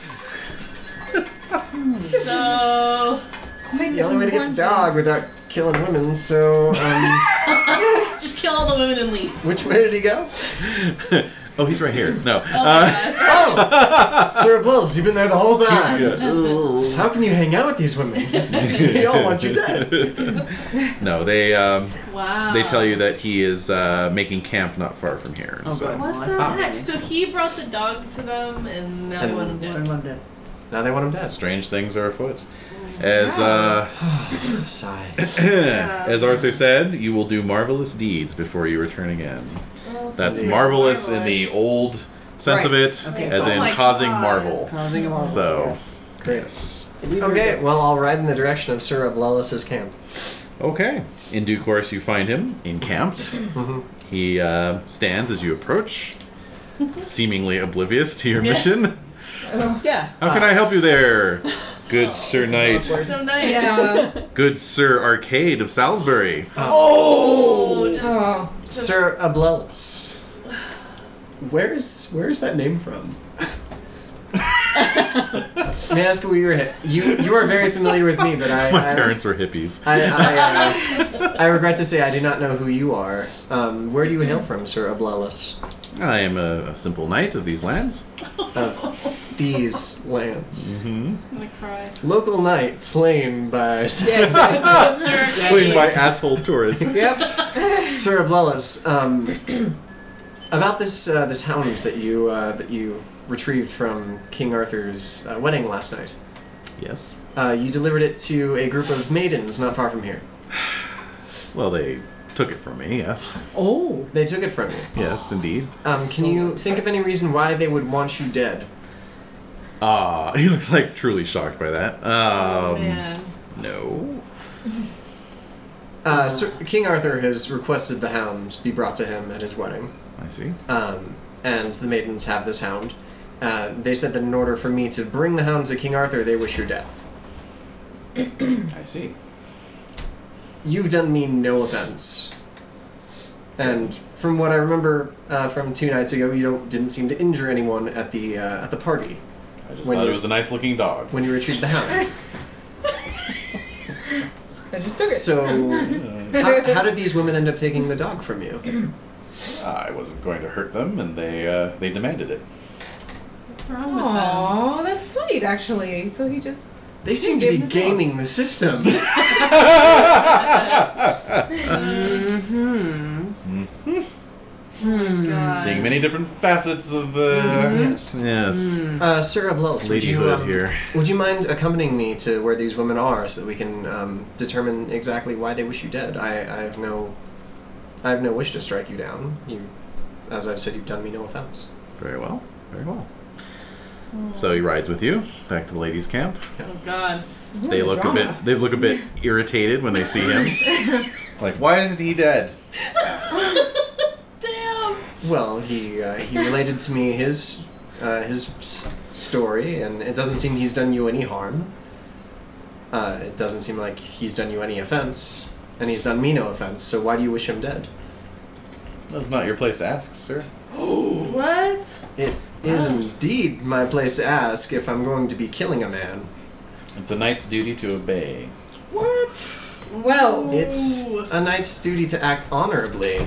B: So
C: It's the only way to get the dog without killing women. So, um,
B: just kill all the women and leave.
C: which way did he go?
D: oh, he's right here.
B: Oh
D: No. Uh,
B: my god.
C: Oh, Sir Ablelus, you've been there the whole time.
D: Yeah.
C: How can you hang out with these women? they all want you dead.
D: no, they um,
B: Wow.
D: they tell you that he is uh, making camp not far from here.
E: Oh,
D: so-
E: good.
B: What
E: Oh,
B: the
E: that's
B: heck?
E: funny.
B: So he brought the dog to them and that
C: And-
B: one did.
E: Learn one day.
C: Now they want him dead.
D: strange things are afoot. As uh,
G: Wow.
C: Sigh.
D: as Arthur said, you will do marvelous deeds before you return again. That's
B: Yeah.
D: marvelous, in the
B: Marvelous.
D: old sense of
E: Right.
D: it,
E: Okay.
D: as
B: Oh
D: in
B: my
D: causing
B: God.
D: marvel.
E: Causing a marvel.
D: Oh. So-
E: Yes.
D: Yes.
C: Okay, well, I'll ride in the direction of Sir Ablelus's camp.
D: Okay. In due course, you find him encamped.
C: Mhm.
D: He uh, stands as you approach, seemingly oblivious to your mission.
E: Yeah.
D: How can I help you there, good Sir Knight,
B: So nice.
G: Yeah.
D: good Sir Arcade of Salisbury?
B: Oh, just
G: Oh.
C: Um, Sir Ablelus. Where is where is that name from? May I ask what you were hit? You you are very familiar with me, but I
D: My
C: I,
D: parents were hippies.
C: I, I, uh, I regret to say I do not know who you are. Um, where do you hail from, Sir Oblelis?
D: I am a, a simple knight of these lands.
C: Of these lands.
D: Mm-hmm.
B: I'm gonna cry.
C: Local knight slain by
D: Swing by asshole tourist.
E: Yep.
C: Sir Oblelis, um, about this uh, this hound that you uh, that you retrieved from King Arthur's uh, wedding last night.
D: Yes.
C: Uh, you delivered it to a group of maidens not far from here.
D: Well, they took it from me. Yes.
E: Oh.
C: They took it from you.
D: Yes, indeed.
C: Um, can you think of any reason why they would want you dead?
D: Ah, he looks like truly shocked by that. Um,
B: oh man.
D: No.
C: Uh, Sir, King Arthur has requested the hound be brought to him at his wedding,
D: I see.
C: um, and the maidens have this hound. Uh, they said that in order for me to bring the hound to King Arthur, they wish your death.
D: I see.
C: You've done me no offense, and from what I remember uh, from two nights ago, you don't didn't seem to injure anyone at the uh, at the party
D: I just
C: When
D: thought
C: you-
D: it was a nice looking dog.
C: when you retrieved the hound.
G: I just took it.
C: So, how, how did these women end up taking the dog from you?
D: I wasn't going to hurt them, and they uh, they demanded it.
B: What's wrong with them?
G: Aww, that's sweet actually. So he just
C: They seem to be
G: Give him the dog.
C: gaming the system.
D: Uh,
E: Mm-hmm.
D: Seeing many different facets of the
C: Yes.
D: yes
C: Mm-hmm.
E: Hmm. Mm.
C: Uh, Sir Ablelt, would you,
D: ladyhood
C: um,
D: here.
C: would you mind accompanying me to where these women are so that we can um, determine exactly why they wish you dead? I, I have no, I have no wish to strike you down. You, as I've said, you've done me no offense.
D: Very well. Very well. So he rides with you back to the ladies' camp.
B: Oh god.
D: They look a bit. They look a bit irritated when they see him. like, why isn't he dead?
B: Damn.
C: Well, he uh, he related to me his uh, his s- story, and it doesn't seem he's done you any harm. Uh, it doesn't seem like he's done you any offense, and he's done me no offense. So why do you wish him dead?
D: That's not your place to ask, sir.
B: What?
C: It is indeed my place to ask if I'm going to be killing a man.
D: It's a knight's duty to obey.
B: What?
G: Well,
C: It's
B: Ooh.
C: a knight's duty to act honorably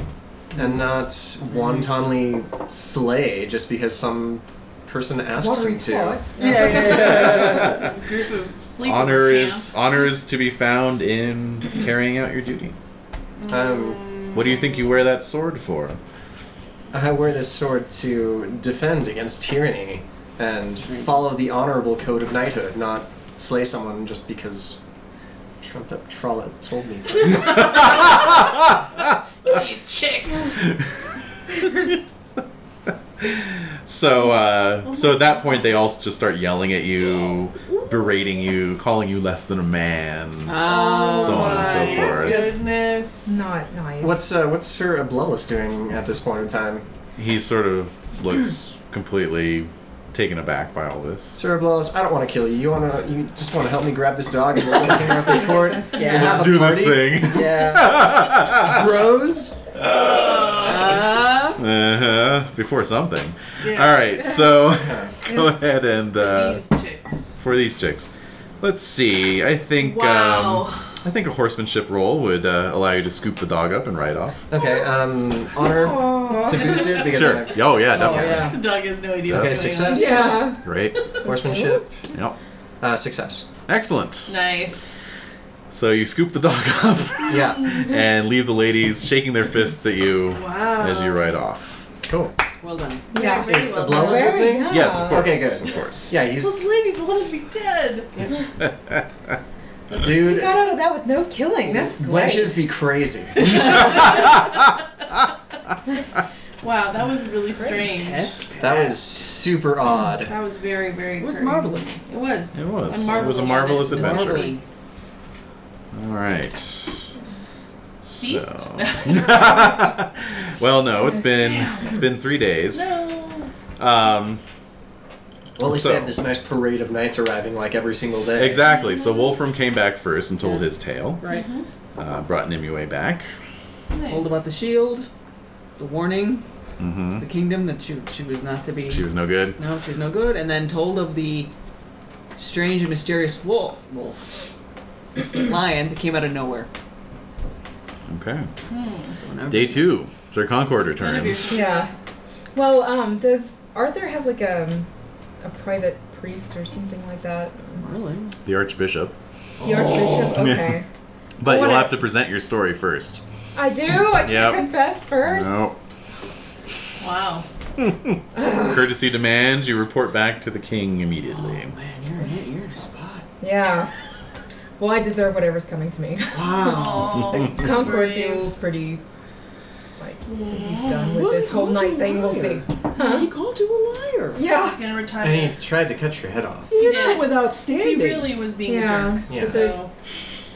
C: and not wantonly slay just because some person asks
G: watery
C: him to.
G: thoughts.
E: Yeah, yeah, yeah.
B: This group of sleep
D: honor is honor is to be found in carrying out your duty.
C: Um,
D: What do you think you wear that sword for?
C: I wear this sword to defend against tyranny and follow the honorable code of knighthood, not slay someone just because trumped up trollop told me to.
B: you chicks.
D: So, uh, so at that point, they all just start yelling at you, berating you, calling you less than a man.
E: Oh,
D: So on and so
E: my
D: forth.
E: Goodness.
G: Not nice.
C: What's uh, what's Sir Ablelus doing at this point in time?
D: He sort of looks completely taken aback by all this.
C: Sir Blows, I don't want to kill you. You want to? You just want to help me grab this dog and let him off this cord?
E: Yeah.
C: Have
D: Let's
C: a
D: do
C: party?
D: this thing.
E: Yeah.
D: uh
C: Bros.
E: Uh,
D: huh. Before something.
B: Yeah.
D: All right. So, go ahead and uh,
B: These chicks.
D: for these chicks, let's see. I think
B: Wow.
D: um, I think a horsemanship roll would uh, allow you to scoop the dog up and ride off.
C: Okay. Um, honor
G: Aw.
C: to boost it because
D: Sure.
C: I.
D: Oh yeah,
E: oh,
D: definitely.
E: yeah.
B: the dog has no idea.
C: Okay,
B: what's going
C: success.
E: Yeah.
D: Great.
C: Horsemanship.
D: Yep.
C: Uh, success.
D: Excellent.
B: on. Nice.
D: So you scoop the dog up
C: Yeah.
D: and leave the ladies shaking their fists at you
B: Wow.
D: as you ride off.
C: Cool.
E: Well done.
G: Yeah.
B: Very
C: Is
B: well
C: Ablelus
B: done.
C: with me?
G: Very nice.
D: Yes, of course.
C: Okay, good.
D: Of course.
C: Yeah,
B: Those
C: he's
B: ladies wanted me dead.
G: We
C: dude.
G: got out of that with no killing. That's great.
C: Wenches be crazy.
B: Wow, that was really strange.
E: Test.
C: That was super odd.
B: That was very, very.
E: It was
B: encouraging.
E: marvelous.
B: It was.
D: It was.
B: I
D: It was a
B: marveled at
D: marvelous
B: it.
D: adventure.
E: Marveling.
D: All right.
B: Feast?
D: So- well, no, it's been it's been three days.
B: No.
D: Um,
C: Well, at least
D: So-
C: they have this nice parade of knights arriving like every single day.
D: exactly. So Wolfram came back first and told his tale.
E: Right.
D: Uh, brought Nimue back.
B: Nice.
E: Told about the shield. the warning
D: Mm-hmm.
E: the kingdom that she, she was not to be
D: She was no good.
E: no she's no good and then told of the strange and mysterious wolf wolf lion that came out of nowhere
D: Okay.
E: so now
D: Day two. Sir Concord
B: None of your
D: returns.
G: Yeah. Well, um, does Arthur have like a a private priest or something like that?
E: really
D: The Archbishop.
C: Oh,
G: The Archbishop? Okay.
D: But
G: I
D: you'll
G: wanna-
D: have to present your story first.
G: I do? I can't
D: Yep.
G: confess first?
D: No.
B: Wow.
D: Courtesy demands you report back to the king immediately.
E: man you're in it you're in a spot
G: Yeah. Well, I deserve whatever's coming to me.
E: wow
B: Aw.
G: Concord
B: brave.
G: feels pretty like he's done with this whole night thing. We'll see.
E: he
G: Huh?
E: called you a liar
G: Yeah.
B: Gonna retire.
C: And he tried to cut your head off.
E: you're
B: did.
E: not without standing
B: He really was being
G: Yeah.
B: a jerk.
C: Yeah.
B: So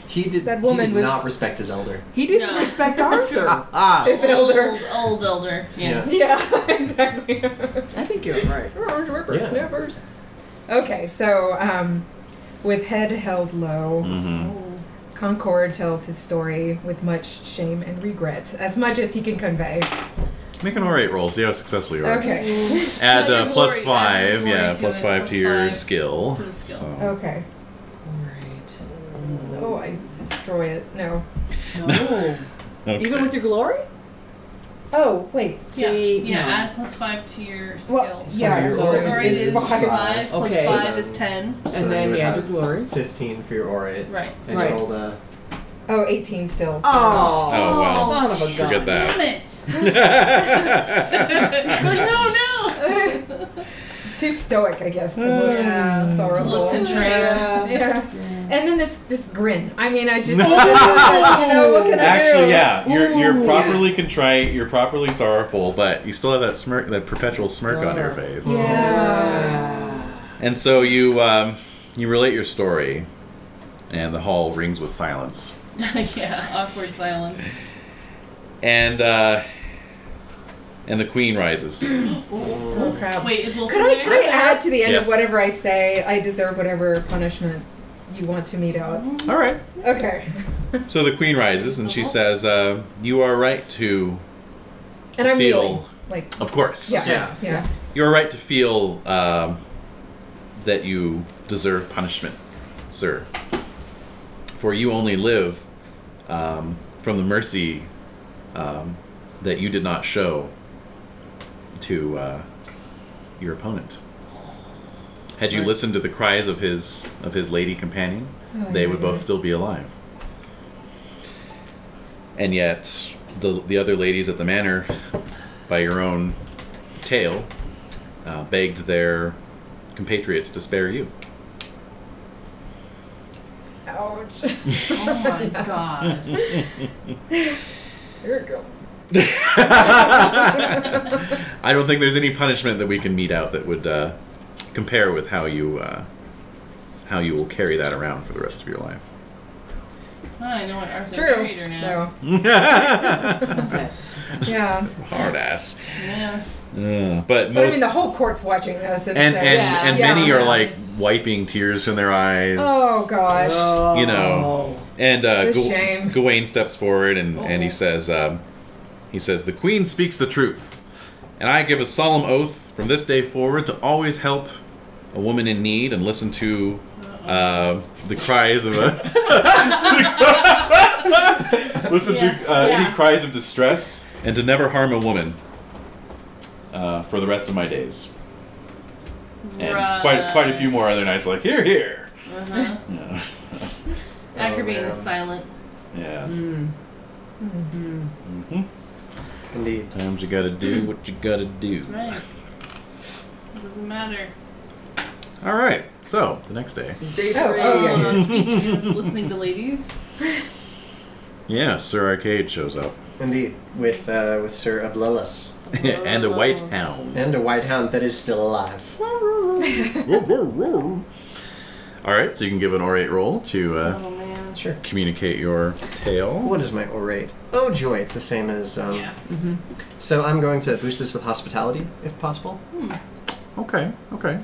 C: He did.
G: That
C: he
G: woman
C: did
G: was-
C: not respect his elder.
E: he didn't
B: No.
E: respect arthur
C: Ah.
G: His elder.
B: old elder. Yeah.
G: Yeah, exactly.
E: i think you're right
G: Orange rippers,
C: Yeah.
G: nippers. Okay, so um, with head held low,
C: Hmm.
D: Mm-hmm.
G: Concord tells his story with much shame and regret, as much as he can convey.
D: Make an orate roll. See how successful you are.
G: Okay.
D: Add
B: Add
D: uh,
B: your
D: plus
B: glory- add your
D: five.
B: glory
D: Yeah,
B: to
D: plus
B: it,
D: five
B: plus
D: to your
B: five
D: skill.
B: to the skill.
D: So-
G: okay.
E: right
G: Oh, I destroy it. No.
E: no
D: okay.
E: even with your glory
G: Oh, wait.
E: See,
B: yeah. yeah.
E: no.
B: Add plus five to your skill.
G: Well,
C: So
G: yeah.
C: your
G: so
C: orate
G: orate
C: is
G: is
C: five.
B: Five plus
E: Okay.
B: five is ten.
E: And then
C: you
E: you add
C: have
E: your glory.
C: Fifteen for your orate.
B: Right.
C: And
E: Right.
C: you rolled a.
G: Oh, 18 still.
E: Oh,
D: Oh, wow.
E: son of a gun.
D: Forget
B: Damn
D: that.
B: it!
G: no, no. Too stoic, I guess, to look
B: Yeah, Mm. to
G: sorrowful.
B: look
G: Yeah.
B: contrarious.
G: yeah. And then this this grin. I mean, I just you know what can I
D: Actually,
G: do?
D: yeah, you're you're properly contrite, you're properly sorrowful, but you still have that smirk, that perpetual smirk on your face.
G: Yeah.
D: And so you um, you relate your story, and the hall rings with silence.
B: yeah. Awkward silence.
D: And uh, and the queen rises.
G: Oh crap.
B: Wait, is Wilson
G: Could I
B: there?
G: could I add to the end
D: Yes.
G: of whatever I say? I deserve whatever punishment you want to mete out.
D: All right.
G: Okay.
D: So the queen rises and she says, uh, "You are right to,
G: And I'm
D: Feel.
G: kneeling. Like
D: of course,
G: yeah,
C: Yeah.
G: yeah. Yeah.
D: you are right to feel um, that you deserve punishment, sir. For you only live um, from the mercy um, that you did not show to uh, your opponent. Had you listened to the cries of his of his lady companion,
G: Oh,
D: they
G: yeah,
D: would
G: yeah.
D: both still be alive. And yet, the the other ladies at the manor, by your own tale, uh, begged their compatriots to spare you.
G: Ouch.
B: Oh my god.
G: Here it goes.
D: I don't think there's any punishment that we can mete out that would uh, compare with how you uh, how you will carry that around for the rest of your life.
B: I know what Arthur
G: It's true.
B: married her now.
G: No.
D: Hard
G: Yeah.
D: ass.
B: Yeah.
D: Uh, but most
G: But I mean, the whole court's watching this. It's
D: and and,
G: so-
B: Yeah.
D: and
G: Yeah.
D: many are like
B: It's-
D: wiping tears from their eyes.
G: oh gosh.
D: You know. And uh,
G: The
D: Gaw-
G: shame.
D: Gawain steps forward and, and
B: Oh.
D: he says, um, he says, the queen speaks the truth, and I give a solemn oath from this day forward to always help a woman in need and listen to uh, the cries of a listen to
B: Yeah.
D: uh, any cries of distress and to never harm a woman uh, for the rest of my days. And quite quite a few Oh, more other nights like here here.
B: Uh-huh.
D: Yeah.
B: Aggravating
C: man.
B: the silent.
D: yeah.
E: Mm.
D: Mm-hmm.
C: Indeed.
D: Times you gotta do what you gotta do.
B: That's right. It doesn't matter.
D: All right. So the next day.
E: Day
G: Oh,
E: three.
G: oh, yeah,
B: Uh, speaking of listening to ladies,
D: Yeah, Sir Arcade shows up
C: Indeed. With uh, with Sir Ablelus
D: and a white hound.
C: and a white hound that is still alive.
D: All right. So you can give an orate roll to uh,
B: oh man.
C: Sure.
D: communicate your tale.
C: What is my orate? Oh joy! It's the same as. Um,
B: Yeah.
E: Mm-hmm.
C: So I'm going to boost this with hospitality, if possible.
D: Okay. Okay.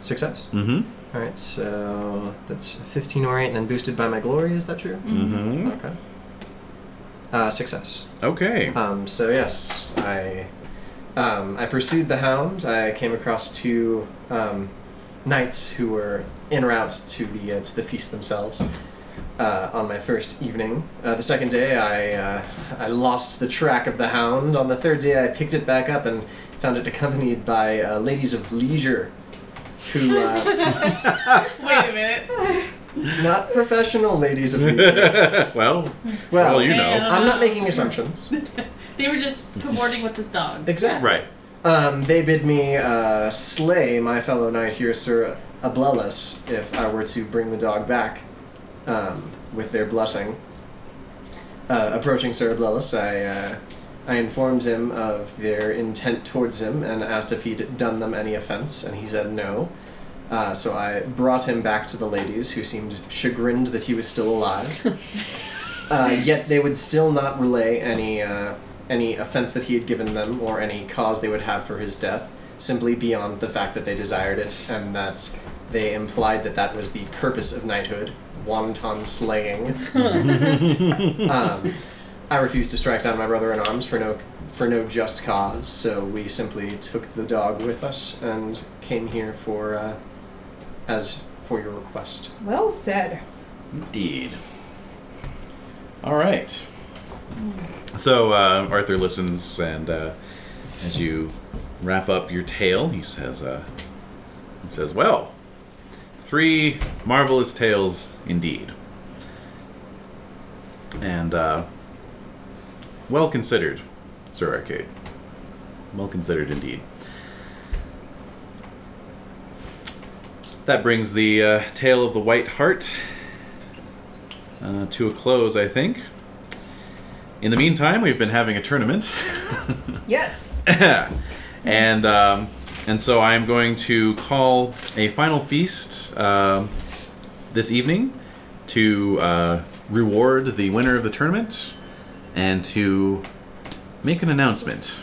C: Success.
D: Mm-hmm.
C: All right. So that's 15 orate, and then boosted by my glory. Is that true?
D: Mm-hmm.
C: Okay. Uh, success.
D: Okay.
C: Um, so yes, I um, I pursued the hound. I came across two um, knights who were en route to the uh, to the feast themselves. Uh, on my first evening, uh, the second day I uh, I lost the track of the hound. On the third day, I picked it back up and found it accompanied by uh, ladies of leisure, who uh,
B: Wait a minute.
C: not professional ladies of leisure.
D: well,
C: Well,
D: well, you
B: Man.
D: know.
C: I'm not making assumptions.
B: They were just cavorting with this dog.
C: Exactly.
D: Right.
C: Um, they bid me uh, slay my fellow knight here, Sir Ablelus, if I were to bring the dog back um, with their blessing. Uh, approaching Sir Ablelus, I, uh, I informed him of their intent towards him and asked if he'd done them any offense, and he said no. Uh, so I brought him back to the ladies, who seemed chagrined that he was still alive. uh, yet they would still not relay any uh, any offense that he had given them or any cause they would have for his death, simply beyond the fact that they desired it and that they implied that that was the purpose of knighthood, wanton slaying. um, I refused to strike down my brother in arms for no for no just cause, so we simply took the dog with us and came here for uh, as for your request.
G: Well said.
D: Indeed. All right. So uh, Arthur listens, and uh, as you wrap up your tale, he says, uh, "He says, well, three marvelous tales indeed, and uh, well considered, Sir Arcade. Well considered indeed." That brings the uh, tale of the White Heart uh, to a close, I think. In the meantime, we've been having a tournament,
G: Yes.
D: and um, and so I am going to call a final feast um this evening to uh, reward the winner of the tournament and to make an announcement.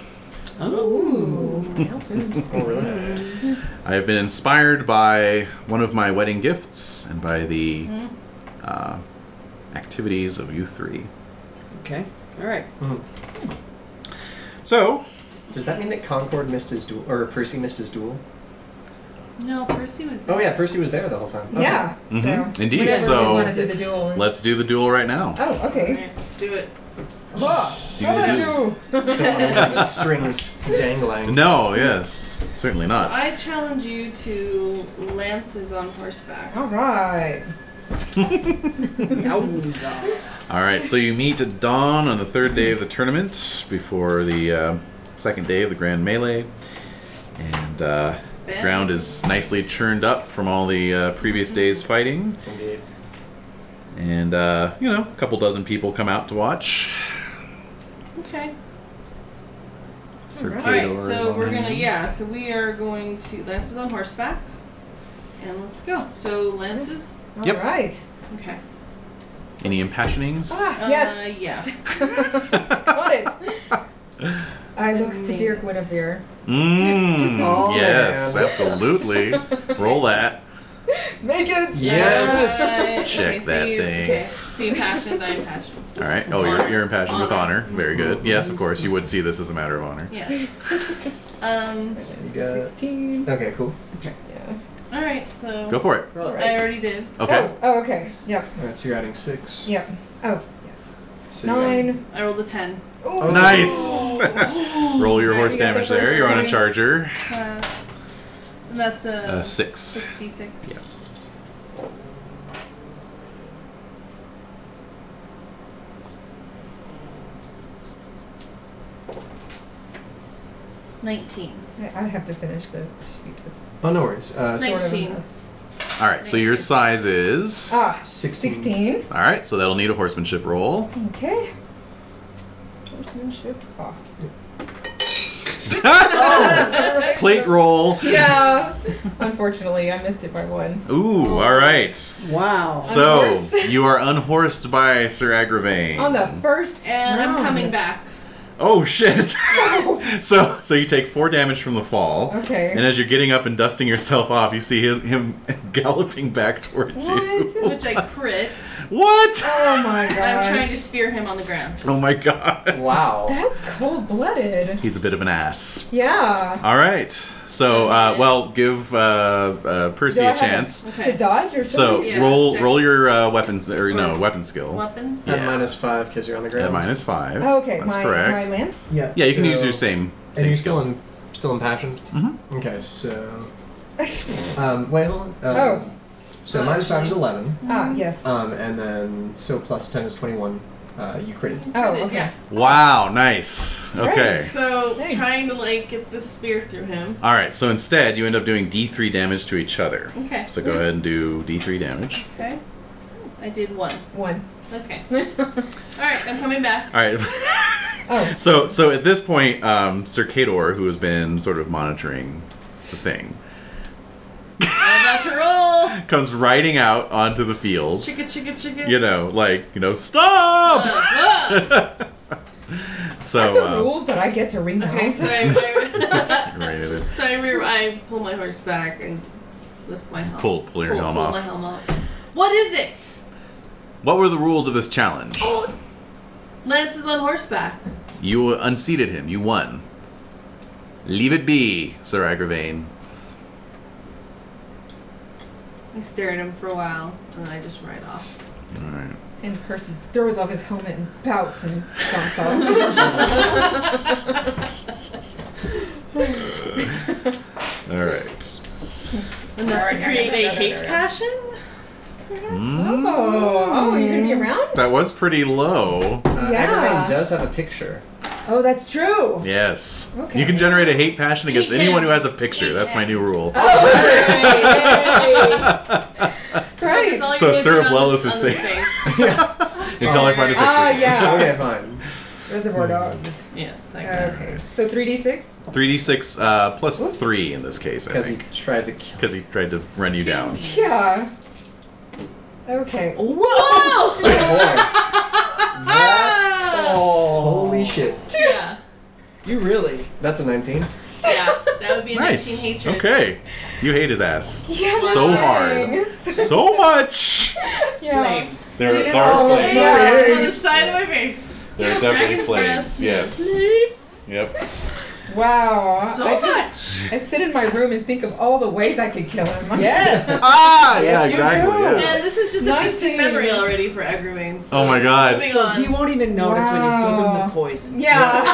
C: Oh, really?
D: I have been inspired by one of my wedding gifts and by the uh, activities of you three.
E: Okay. All right.
C: Mm-hmm.
D: So,
C: Does that mean that Concord missed his duel, or Percy missed his duel?
B: No, Percy was.
C: Oh yeah, Percy was there the whole time. Okay.
G: Yeah.
D: Mhm,
G: So
D: indeed,
G: Whenever
D: so-
G: we want to do the duel.
D: let's do the duel right now.
G: Oh, okay.
B: Alright, let's do it.
G: Bah,
D: Do
G: how
D: the
G: about
D: duel.
G: you?
C: Don't want to have any strings dangling.
D: No, yes, certainly not.
B: I challenge you to lances on horseback.
G: All right.
D: All right, so you meet at dawn on the third day of the tournament before the uh, second day of the grand melee, and uh, the ground is nicely churned up from all the uh, previous days fighting,
C: Indeed.
D: and uh, you know, a couple dozen people come out to watch.
B: Okay.
D: Sir
B: All right,
D: Cador is
B: so
D: on
B: we're
D: hand.
B: gonna yeah, so we are going to lances on horseback, and let's go. So lances.
G: All right.
D: Yep.
B: Okay.
D: Any impassionings?
G: Ah,
B: Uh,
G: yes.
B: yeah. Uh,
G: Got it. I look to Dirk Winavir.
D: Mmm.
C: Oh,
D: yes,
C: man.
D: absolutely. Roll that.
G: Make it.
C: Yes.
B: Uh,
D: Check
B: so
D: that
B: you-
D: thing.
B: Okay. So you passionate, I'm passionate.
D: All right. Oh, you're, you're impassioned with
B: Honor.
D: honor. Very good. Yes, of course. You would see this as a matter of honor.
B: Yeah. Um.
C: You got-
G: Sixteen.
C: Okay, cool.
G: Yeah.
B: All right, so
D: Go for it.
E: Roll it.
B: I already did.
D: Okay.
G: Oh, oh, okay. Yep.
C: All right, so you're adding six.
G: Yep. Oh, yes.
C: So you're adding-
G: Nine.
B: I rolled a ten.
G: Oh,
D: Nice. Roll your
B: Alright,
D: horse
G: we got the
D: damage there.
G: first
D: You're on a
G: choice.
D: charger.
B: That's and that's a
D: Uh, six.
B: sixty-six.
D: Yeah.
B: Nineteen.
G: I I have to finish the sheet with
C: Oh, no worries. Uh,
B: Nice.
G: sort of
B: 16.
G: a mess.
D: All right. So your size is. All
G: Ah,
C: 16.
G: 16.
D: right. So that'll need a horsemanship roll.
G: Okay. Horsemanship off.
D: Plate roll.
G: Yeah. Unfortunately, I missed it by one.
D: Ooh. All right.
E: Wow.
D: So
G: Unhorsed.
D: you are unhorsed by Sir Agravain.
G: On the first
B: And I'm
G: round.
B: coming back.
D: Oh shit! so so you take four damage from the fall.
G: Okay.
D: And as you're getting up and dusting yourself off, you see his, him galloping back towards you.
B: Which I crit.
D: What?
G: Oh my gosh.
B: I'm trying to spear him on the ground.
D: Oh my god.
C: Wow.
G: That's cold blooded.
D: He's a bit of an ass.
G: Yeah.
D: All right. So uh, well, give uh, uh, Percy
G: Do I
D: a
G: have
D: chance.
G: To dodge or
D: So
G: something?
B: Yeah,
D: roll
B: dex.
D: roll your uh, weapons or no
B: Or-
D: weapon skill
B: Weapons.
D: Yeah.
C: At minus five because you're on the ground.
D: at minus five.
G: Oh, okay,
D: that's
G: my
D: correct.
G: my lance.
C: Yeah.
D: yeah, you can use
C: so-
D: your same.
C: And
D: same
C: you're
D: skill.
C: still in, still impassioned.
D: Mhm.
C: Okay, so um, wait, hold on. Um,
G: Oh.
C: So minus five is eleven,
G: ah yes.
B: Uh,
C: um, and then so plus ten is twenty-one. Uh, you critted.
G: oh okay.
B: Yeah.
D: Wow, nice. Okay.
B: So
G: Thanks.
B: trying to like get the spear through him.
D: All right. So instead, you end up doing D3 damage to each other.
B: Okay.
D: So go ahead and do D3 damage.
B: Okay. Oh, I did one.
G: One.
B: Okay.
G: oh.
B: All right. I'm coming back.
D: All right. so so at this point, um, Sir Kador, who has been sort of monitoring the thing,
B: I'm about to roll.
D: comes riding out onto the field.
B: Chicka chicka chicka.
D: You know, like you know, stop.
B: Uh,
D: so
G: the
D: uh,
G: rules that I get to
B: uh.
G: renounce.
D: Oh.
B: Okay. So I,
D: you're right, it-
B: I so I, re- I pull my horse back and lift my helm.
D: Pull- pull your
B: pull,
D: helm
B: pull
D: off.
B: My helm off. What is it?
D: what were the rules of this challenge?
B: Lance is on horseback.
D: You unseated him. You won. Leave it be, Sir Agravain.
B: I stare at him for a while and then I just ride off.
D: All right.
G: And Percy throws off his helmet and pouts and stomps off.
D: All right.
B: Enough to create a hate passion.
D: Mm,
G: oh, oh, you're gonna be around?
D: that was pretty low.
C: Uh,
G: Yeah.
C: Agravain does have a picture.
G: Oh, that's true.
D: Yes.
G: Okay.
D: You can generate a hate passion against
B: He
D: anyone
B: can.
D: who has a picture.
B: He
D: That's my
B: can.
D: new rule.
G: Right.
B: That's all
G: Right.
B: you're
D: So
B: gonna
D: Sir
B: do on
D: Blellis
B: this-
D: is
B: on this
D: safe.
B: face.
D: Until I find a picture.
G: Ah, yeah.
C: okay, fine.
G: Reservoir Dogs.
B: Yes, I got it.
G: Okay. So 3d6?
D: 3d6 uh, plus
G: Oops.
D: 3 in this case, I
C: Because he
D: think.
C: tried to kill.
D: Because he tried to run you down.
G: Yeah. Okay.
B: Whoa!
C: Good boy.
E: Oh.
C: That's holy shit.
B: yeah,
E: You really?
C: That's a nineteen.
B: yeah, that would be a
D: Nice.
B: 19 hatred.
D: Okay. You hate his ass.
G: Yeah,
D: So hard. So much!
G: Yeah.
B: Flames.
D: There,
G: there are Oh, flames. yeah.
B: On the side of my face.
D: There are definitely
B: Dragon's
D: flames.
B: breath.
D: Yes. Yep.
G: Wow.
B: So
G: I, just-
B: much.
G: I sit in my room and think of all the ways I could kill him.
E: Yes.
D: Ah!
E: Yes, you do.
B: And this is just a
E: Nice
B: distant
E: team.
B: memory already for Agravain. So
D: Oh my god.
B: Moving
E: So
B: on.
E: he won't even notice when you slip him
G: Wow.
E: the poison.
G: Yeah.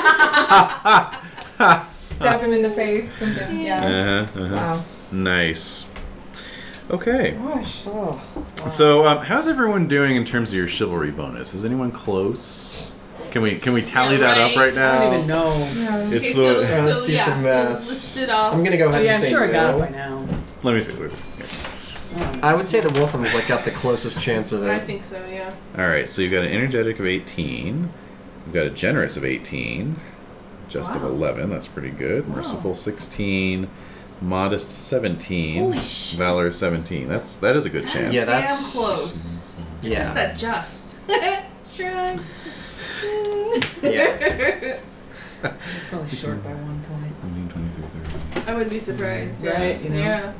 D: uh-huh,
G: Stab him in the face. Something. Yeah.
D: uh-huh.
G: Wow.
D: Nice. Okay.
G: Gosh.
E: Oh.
D: So, um, how's everyone doing in terms of your chivalry bonus? Is anyone close? Can we can we tally
B: Yeah,
D: that up
B: right.
D: right
E: I
D: now?
E: don't even know.
G: Yeah.
D: It's
B: okay, so,
D: the-
B: so,
C: Let's do
B: yeah,
C: some
B: so
C: maths.
B: listed off.
C: I'm gonna go
E: Oh,
C: ahead
E: yeah,
C: and
E: I'm
C: say
E: sure I got it
C: no.
E: by now.
D: Let me see. let me see.
E: Oh,
C: I would say the Wolfram is like got the closest chance of
B: I
C: it.
B: think so. Yeah.
D: All right. So you've got an energetic of 18. You've got a generous of 18. Just of
B: Wow.
D: 11. That's pretty good. Merciful 16. Modest 17.
B: Holy shit.
D: Valor 17. That's that is a good chance.
C: Yeah,
B: Damn
C: that's-
B: close. It's just
C: Yeah.
B: that just. Shrug.
E: Probably short by one point.
D: 19, 23, 30.
B: I wouldn't be surprised. Yeah.
E: Right, you know?
B: Yeah.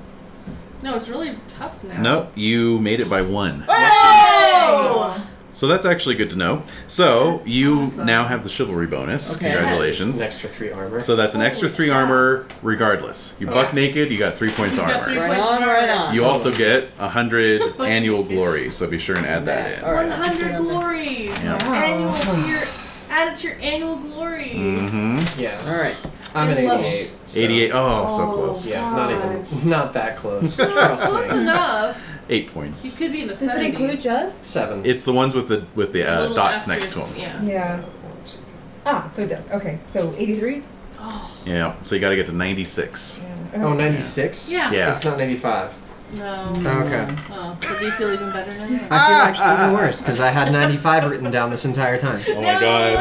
B: No, it's really tough now.
D: Nope, you made it by one.
B: Oh!
D: So that's actually good to know. So
B: That's
D: you
B: awesome.
D: now have the chivalry bonus.
E: Okay.
D: Congratulations.
C: An extra three armor.
D: So that's an extra
B: Holy
D: three
B: crap.
D: armor regardless. You buck
B: Yeah.
D: naked, you got three points
B: You got
D: armor.
B: three
E: Right
B: points
E: on,
B: more.
E: right on.
D: You
C: Oh.
D: also get a hundred annual glory, so be sure and add that in.
E: All right.
B: 100 glory.
D: Yeah.
B: Annual to your, add it to your annual glory.
D: hmm
C: yeah.
E: All right.
C: I'm an
B: I love-
C: 88. so-
D: 88. Oh, so
B: Oh,
D: close.
C: Yeah, not even. Not that close.
B: Close
C: Trust me.
B: enough.
D: Eight
B: You
D: points.
B: could be in the
G: Does it
B: 70s.
G: include just?
C: Seven.
D: It's the ones with the with the uh,
B: Little
D: dots
B: asterisks,
D: next to them.
B: Yeah.
G: Yeah. Ah, so it does. Okay. So 83?
B: Oh,
D: Yeah. So you got to get to 96.
G: Yeah.
C: Oh, 96?
B: yeah.
D: Yeah.
C: It's not 95.
E: Mm-hmm.
B: No.
D: Mm.
C: Okay.
B: Oh, so do you feel even better now?
C: I
E: Ah.
C: feel actually even worse because I had 95 written down this entire time.
D: Oh my god.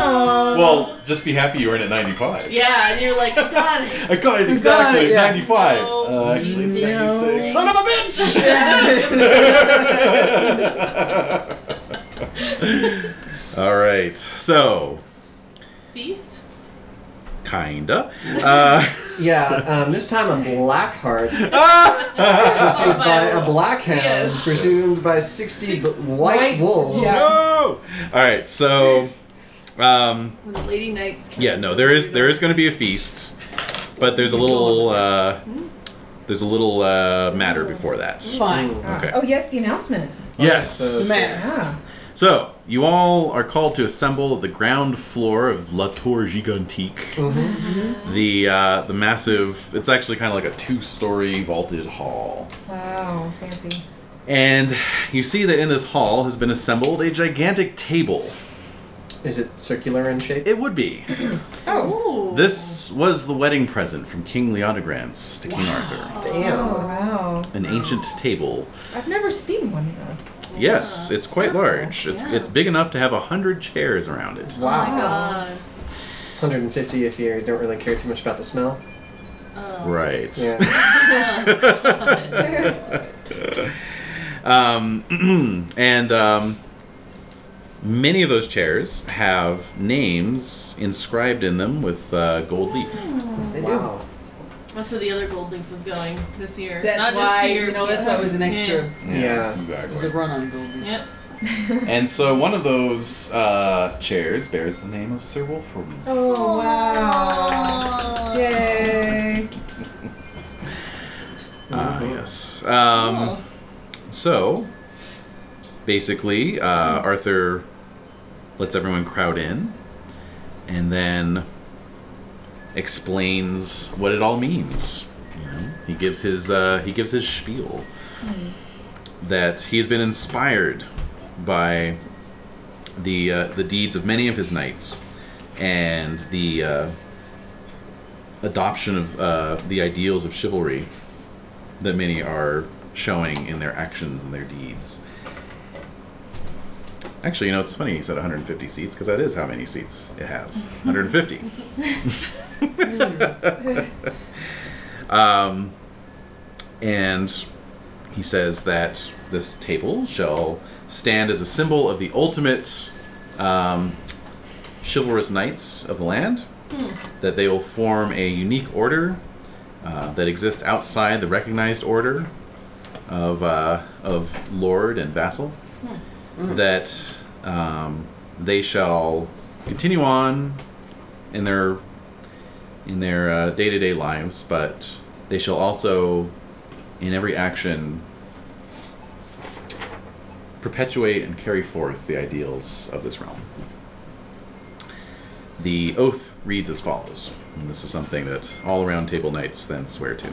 D: Well, just be happy you weren't at 95.
B: Yeah, and you're like, got it.
D: I got it exactly.
E: yeah.
D: 95.
B: No.
D: Uh, actually, it's
E: No.
D: 96.
E: Son
D: of a bitch! All right. So,
B: Feast?
D: Kinda. Uh,
C: Yeah, um, this time a black heart
D: Ah!
C: pursued by a black hound,
B: Yes.
C: pursued by 60 b- white
G: white-
C: wolves.
G: yeah.
D: No! All right, so um,
B: When the lady knights come.
D: yeah, no, there is there is going to be a feast, but there's a little uh, there's a little uh, matter before that.
E: Fine.
D: Okay.
G: Oh yes, the announcement.
D: Yes.
E: Man.
G: Yeah.
D: So you all are called to assemble at the ground floor of La Tour Gigantique,
C: Mhm.
D: the uh, the massive. It's actually kind of like a two-story vaulted hall.
G: Wow, fancy.
D: And you see that in this hall has been assembled a gigantic table.
C: Is it circular in shape?
D: It would be.
G: Oh.
B: Ooh.
D: This was the wedding present from King Leodegrance to King Arthur.
G: Oh
C: Damn.
G: wow.
D: An ancient table.
G: I've never seen one of those.
D: Yes,
B: Yeah.
D: it's quite large. It's
B: Oh, yeah.
D: it's big enough to have a hundred chairs around it.
B: Oh my
C: Wow.
B: god.
C: 150 if you don't really care too much about the smell.
B: Oh.
D: Right.
C: Yeah.
D: um, and um, many of those chairs have names inscribed in them with uh, gold leaf.
B: Hmm.
E: Yes, they do.
C: wow.
B: That's where the other gold leaf was going this year.
E: That's
B: Not
E: why
B: just to your
E: you know that's why it was an extra.
C: Yeah.
E: It was a
D: exactly.
E: run on Goldie.
B: Yep.
D: And so one of those uh, chairs bears the name of Sir Wolfram.
G: Oh wow.
B: Aw.
G: Yay.
D: Ah, yes. Um, So, basically, uh, Arthur lets everyone crowd in and then explains what it all means. You know, he gives his uh, he gives his spiel that he has been inspired by the uh, the deeds of many of his knights and the uh, adoption of uh, the ideals of chivalry that many are showing in their actions and their deeds. Actually, you know, it's funny you said 150 seats because that is how many seats it has 150. um, and he says that this table shall stand as a symbol of the ultimate um, chivalrous knights of the land, that they will form a unique order uh, that exists outside the recognized order of uh, of lord and vassal. That um, they shall continue on in their in their uh, day-to-day lives, but they shall also, in every action, perpetuate and carry forth the ideals of this realm. The oath reads as follows, and this is something that all round table knights then swear to.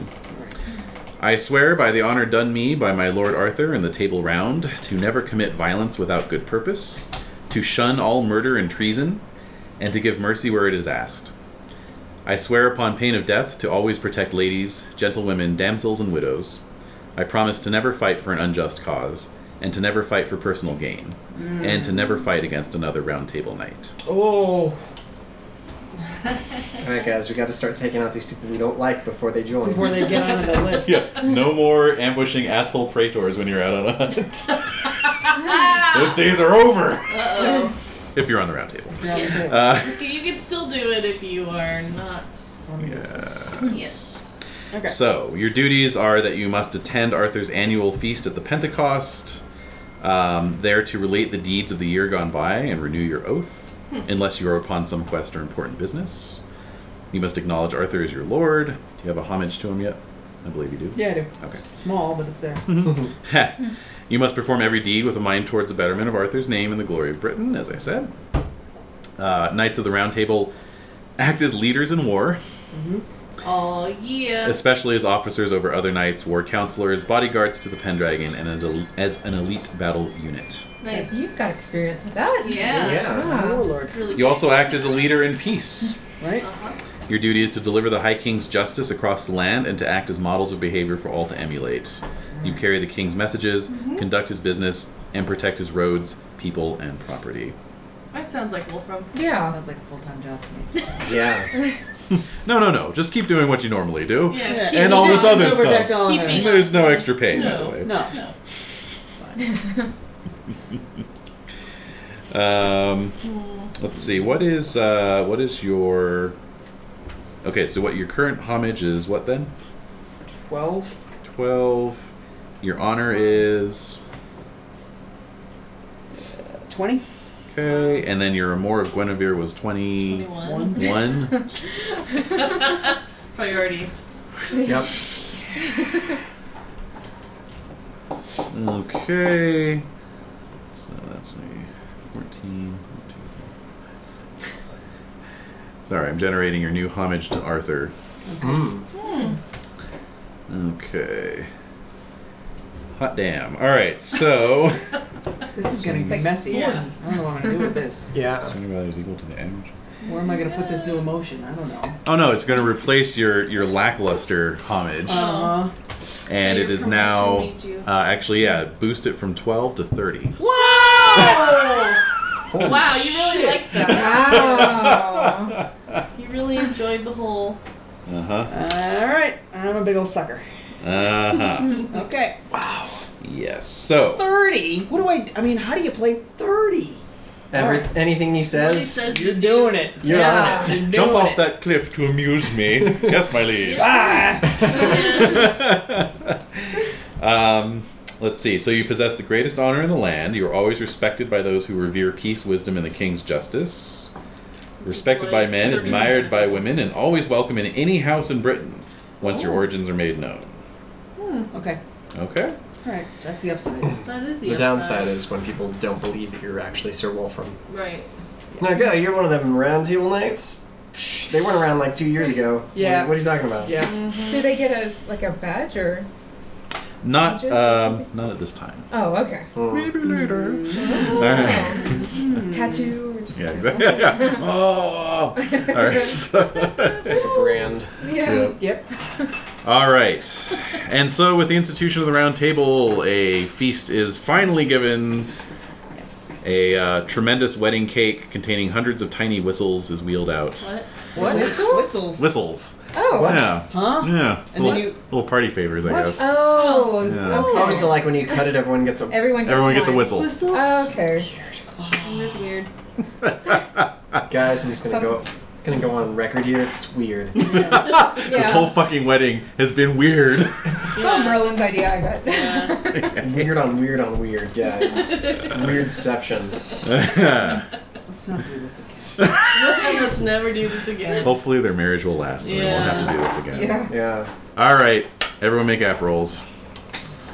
D: I swear by the honor done me by my lord Arthur and the table round to never commit violence without good purpose, to shun all murder and treason, and to give mercy where it is asked. I swear upon pain of death to always protect ladies, gentlewomen, damsels, and widows. I promise to never fight for an unjust cause, and to never fight for personal gain, and to never fight against another round table knight.
C: Oh. Alright, guys, we gotta start taking out these people we don't like before they join.
E: Before they get onto the list.
D: Yeah, no more ambushing asshole praetors when you're out on a hunt. Those days are over.
B: Uh-oh.
D: If you're on the round table.
E: Yeah.
D: Uh,
B: You can still do it if you are not.
D: yes.
B: Yes.
E: Okay.
D: So, your duties are that you must attend Arthur's annual feast at the Pentecost, um, there to relate the deeds of the year gone by and renew your oath, unless you are upon some quest or important business. You must acknowledge Arthur as your lord. Do you have a homage to him yet? I believe you do.
E: Yeah, I do.
D: Okay.
E: Small, but it's there.
D: Heh. you must perform every deed with a mind towards the betterment of Arthur's name and the glory of Britain, as I said. Uh, Knights of the Round Table act as leaders in war,
B: Oh yeah.
D: especially as officers over other knights, war counselors, bodyguards to the Pendragon, and as, a, as an elite battle unit.
B: Nice.
G: You've got experience with that.
B: Yeah.
C: Yeah.
E: Oh,
G: Yeah.
E: Lord.
B: Really
D: You also
B: nice.
D: act as a leader in peace.
E: Right?
B: Uh-huh.
D: Your duty is to deliver the High King's justice across the land and to act as models of behavior for all to emulate. You carry the King's messages, conduct his business, and protect his roads, people, and property.
B: That sounds like Wolfram.
G: Yeah.
E: Sounds like a full time job to me.
C: Yeah.
D: No, no, no. Just keep doing what you normally do.
B: Yes.
D: And all this other
E: Silver
D: stuff.
E: decked all
B: Keep
E: in
B: being
E: there.
D: There's no extra pay, by the way.
E: No.
B: No.
D: Um, let's see. What is uh, what is your? Okay, so what your current homage is? What then?
E: 12.
D: Twelve. Your honor is
E: 20?
D: okay, and then your amour of Guinevere was twenty
B: Twenty-one.
D: one.
B: Priorities.
C: Yep.
D: Okay. So that's me. 14. one, two, three, four, five, six. Sorry, I'm generating your new homage to Arthur.
C: Mm.
D: Okay. Hot damn. All right, so.
E: This is going to get messy.
B: Yeah.
E: I don't know what I'm going to do with this.
C: Yeah.
D: String value is equal to the average.
E: Where am I going to put this new emotion? I don't know.
D: Oh no, it's going to replace your, your lackluster homage,
E: Uh,
B: so
D: and it
B: your
D: is now
B: promotion made you-
D: uh, actually yeah, boost it from twelve to thirty.
C: Holy
B: Wow, you really
E: Shit.
B: liked that.
G: Wow.
B: You really enjoyed the whole.
D: Uh huh.
E: all right. I'm a big old sucker.
D: Uh huh.
E: Okay.
D: yes. So.
E: 30? What do I. I mean, how do you play 30?
C: Every, anything
B: Really
C: he says,
B: says
E: You're doing it.
C: you're
G: Yeah.
C: on it.
D: Jump off that cliff to amuse me. yes, my liege.
E: Ah!
D: um, let's see. So you possess the greatest honor in the land. You are always respected by those who revere peace, wisdom, and the king's justice. Respected by
B: like
D: men,
B: 30%.
D: admired by women, and always welcome in any house in Britain once your origins are made known.
E: Hmm. Okay.
D: Okay.
E: All right. That's the upside.
B: That is the,
C: The
B: upside.
C: downside is when people don't believe that you're actually Sir Wolfram.
B: Right.
C: Like, oh, you're one of them round table knights? Psh, They weren't around like two years ago.
E: Yeah.
C: What, what are you talking about?
E: Yeah.
G: Do they get us like a badge or?
D: Not
G: Ages or
D: um,
G: something?
D: not at this time.
G: Oh, okay.
C: Mm.
D: Maybe later.
G: Oh.
D: All right.
G: Tattoo. Or...
D: Yeah, exactly. Yeah. Oh. All right.
C: It's
D: So.
C: like a brand.
G: Yeah.
E: Yep.
D: All right. And so, with the institution of the Round Table, a feast is finally given.
E: Yes.
D: A uh, tremendous wedding cake containing hundreds of tiny whistles is wheeled out.
B: What?
E: What?
C: Whistles?
E: Whistles.
D: Whistles.
G: Oh.
C: What?
D: Yeah.
E: Huh?
D: Yeah.
E: And
D: little,
E: then you-
D: little party favors, I guess.
G: Oh.
D: Yeah.
G: Okay.
C: Oh, so like when you cut it, everyone gets a.
G: Everyone gets
D: Everyone gets a
G: one.
D: whistle.
G: Okay.
B: That's weird.
C: Uh, Guys, I'm just gonna go, gonna go on record here. It's weird.
D: This
G: Yeah.
D: whole fucking wedding has been weird.
G: It's all Merlin's idea, I bet.
B: Yeah.
C: weird on weird on weird, guys. Weirdception.
E: Let's not do this again.
B: Let's never do this again.
D: Hopefully, their marriage will last and we won't have to do this again.
G: yeah.
C: Yeah.
D: All right. Everyone make app rolls.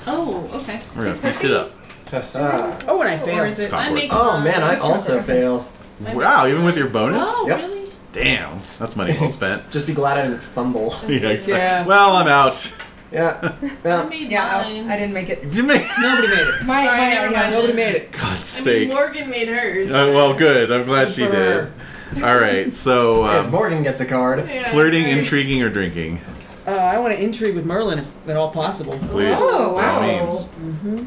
B: Oh, okay.
D: We're going to feast it up.
C: Haha.
E: Oh, and I
G: Or is
E: failed.
G: it?
D: Stop
B: I
D: work.
B: make
C: oh
B: one.
C: man, I also fail.
D: Wow, even with your bonus?
B: Oh,
C: Yep.
B: really?
D: Damn. That's money well spent.
C: Just, just be glad I didn't fumble.
D: yeah, exactly.
E: Yeah.
D: Well, I'm out.
C: Yeah.
B: I
C: Yeah.
B: made
G: Yeah.
B: mine.
G: I, I didn't make it.
D: You may-
E: Nobody made it.
G: My,
B: Sorry,
G: my
B: never
G: yeah,
B: mind.
E: Nobody made it.
D: God's
B: I mean,
D: sake.
B: Morgan made hers.
D: Uh, well, good. I'm glad
E: Good
D: she
E: for
D: did. All right. So,
C: And
D: um,
C: Morgan gets a card.
B: Yeah,
D: flirting,
B: right.
D: intriguing, or drinking?
E: Uh, I want to intrigue with Merlin if at all possible.
D: Please.
G: Oh,
D: by all
G: wow.
D: means.
E: Mm-hmm.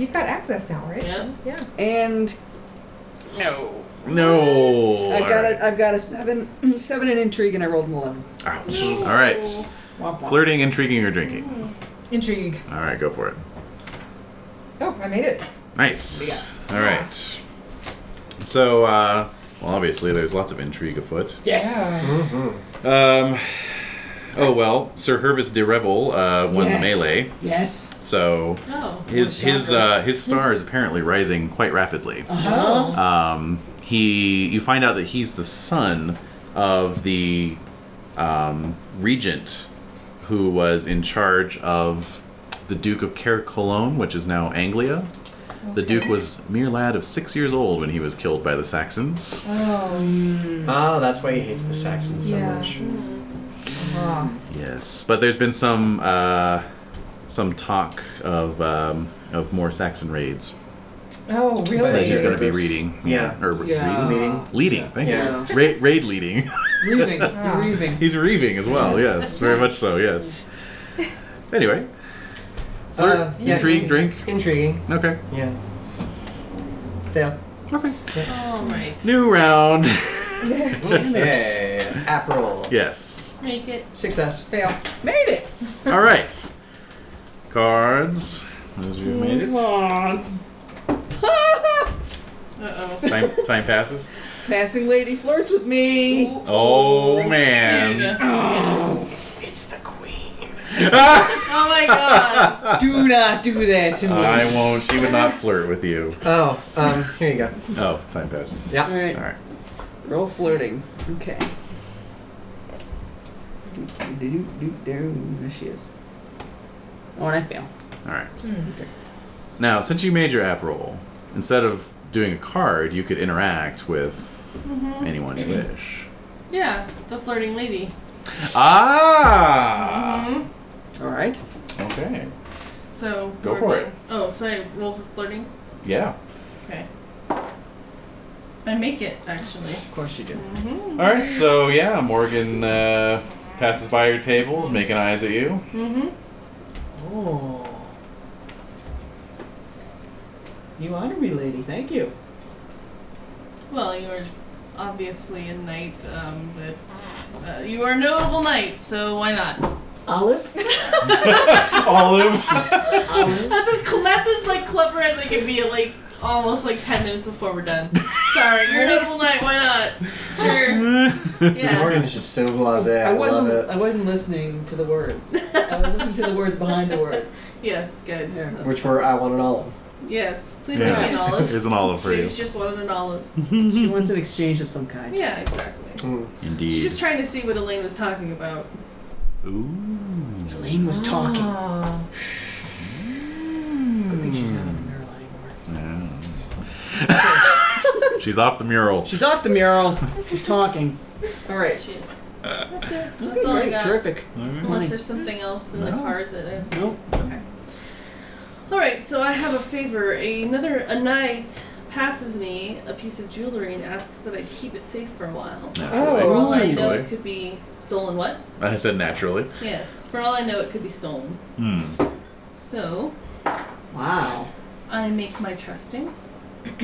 G: You've got access now, right?
B: Yep.
G: Yeah.
E: And
D: No. No.
E: I've
D: All
E: got
D: right.
E: a I've got a seven seven in intrigue and I rolled an eleven.
D: Ouch. All right.
E: Womp womp.
D: Flirting, intriguing, or drinking?
G: Intrigue.
D: All right, go for it.
G: Oh, I made it.
D: Nice. All right. So, uh, well, obviously, there's lots of intrigue afoot.
E: Yes.
G: Yeah.
C: Mm-hmm.
D: Um, oh well, Sir Hervis de Revel uh, won the
E: Yes.
D: melee,
E: Yes.
D: so
B: Oh.
D: his
E: What a
D: his
E: shocker.
D: uh, his star is apparently rising quite rapidly.
E: Uh-huh.
D: Um, he you find out that he's the son of the um, regent who was in charge of the Duke of Care Cologne, which is now Anglia.
G: Oh.
D: The Duke was a mere lad of six years old when he was killed by the Saxons.
G: Oh.
C: Oh, that's why he hates the Saxons so
G: Yeah.
C: much.
G: Ah.
D: Yes, but there's been some uh, some talk of um, of more Saxon raids.
G: Oh,
D: that
C: This is
D: he's
G: really?
D: going to be
C: Raiders.
D: reading,
C: Yeah.
D: or re-
E: Yeah.
D: reading,
C: Meeting.
D: leading. Thank
C: Yeah.
D: you. Raid, raid leading.
E: Reaving.
G: Ah.
E: Reaving.
D: he's reaving as well. Yes. very much so. Yes. Anyway, flirt,
C: Uh, yeah,
D: intrigue, drink.
C: Intriguing.
D: Okay.
C: Yeah. Fail.
D: Okay.
B: All right.
D: New round.
C: Hey, April.
D: yes.
B: Make it.
C: Success.
G: Fail.
E: Made it.
D: All right. Cards. As you made it.
E: Come on.
B: Uh oh.
D: Time time passes.
E: Passing lady flirts with me.
D: Oh man.
C: It's the queen.
B: Oh my god.
E: Do not do that to me.
D: I won't. She would not flirt with you.
C: Oh, um, here you go.
D: Oh, time passes.
C: Yeah.
E: All right.
D: All right.
E: Roll flirting. Okay. Do, do, do, do, do. There she is. Oh, and I fail.
D: All right.
B: Hmm,
D: Now, since you made your app roll, instead of doing a card, you could interact with
B: Mm-hmm.
D: anyone you wish.
B: Yeah, the flirting lady.
D: Ah.
B: Mhm.
E: All right.
B: Mm-hmm.
D: Okay.
B: So
D: Go
B: we're
D: for it.
B: going- Oh, so I roll for flirting.
D: Yeah.
B: Okay. I make it actually.
C: Of course you do.
B: Oh,
D: All right. So yeah, Morgan uh, passes by your table, making eyes at you.
B: Mm-hmm.
E: Oh. You honor me, lady. Thank you.
B: Well, you are obviously a knight, um, but uh, you are a notable knight, so why not?
E: Olive.
D: Olive.
B: That's as, cl- that's as like clever as I can be. at, Like almost like ten minutes before we're done. Sorry, you're a notable knight. Why not? Sure. Yeah.
C: Morgan is just so blasé. I,
E: I
C: love
E: wasn't.
C: it.
E: I wasn't listening to the words. I was listening to the words behind the words.
B: Yes. Good.
E: Yeah.
C: Which were I want an olive.
B: Yes. Please give me an
D: Yeah.
B: olive.
D: Here's an olive for you.
B: She's just wanted an olive.
E: She wants an exchange of some kind.
B: Yeah, exactly.
C: Mm.
B: She's
D: Indeed.
B: just trying to see what Elaine was talking about. Hmm.
D: Ooh.
E: Elaine was talking.
G: Ah.
E: Good thing she's not on the mural anymore.
D: Yeah. She's off the mural.
E: She's off the mural. She's talking. All right.
B: She is. That's it. That's all I
E: Great.
B: got.
E: Terrific.
B: Unless there's something else in the
D: No.
B: card that I have to
E: Nope.
B: All right, so I have a favor. Another a knight passes me a piece of jewelry and asks that I keep it safe for a while.
D: Naturally.
B: For all I know,
D: Naturally.
B: it could be stolen. What?
D: I said naturally.
B: Yes. For all I know, it could be stolen.
D: Hmm.
B: So
E: Wow.
B: I make my trusting.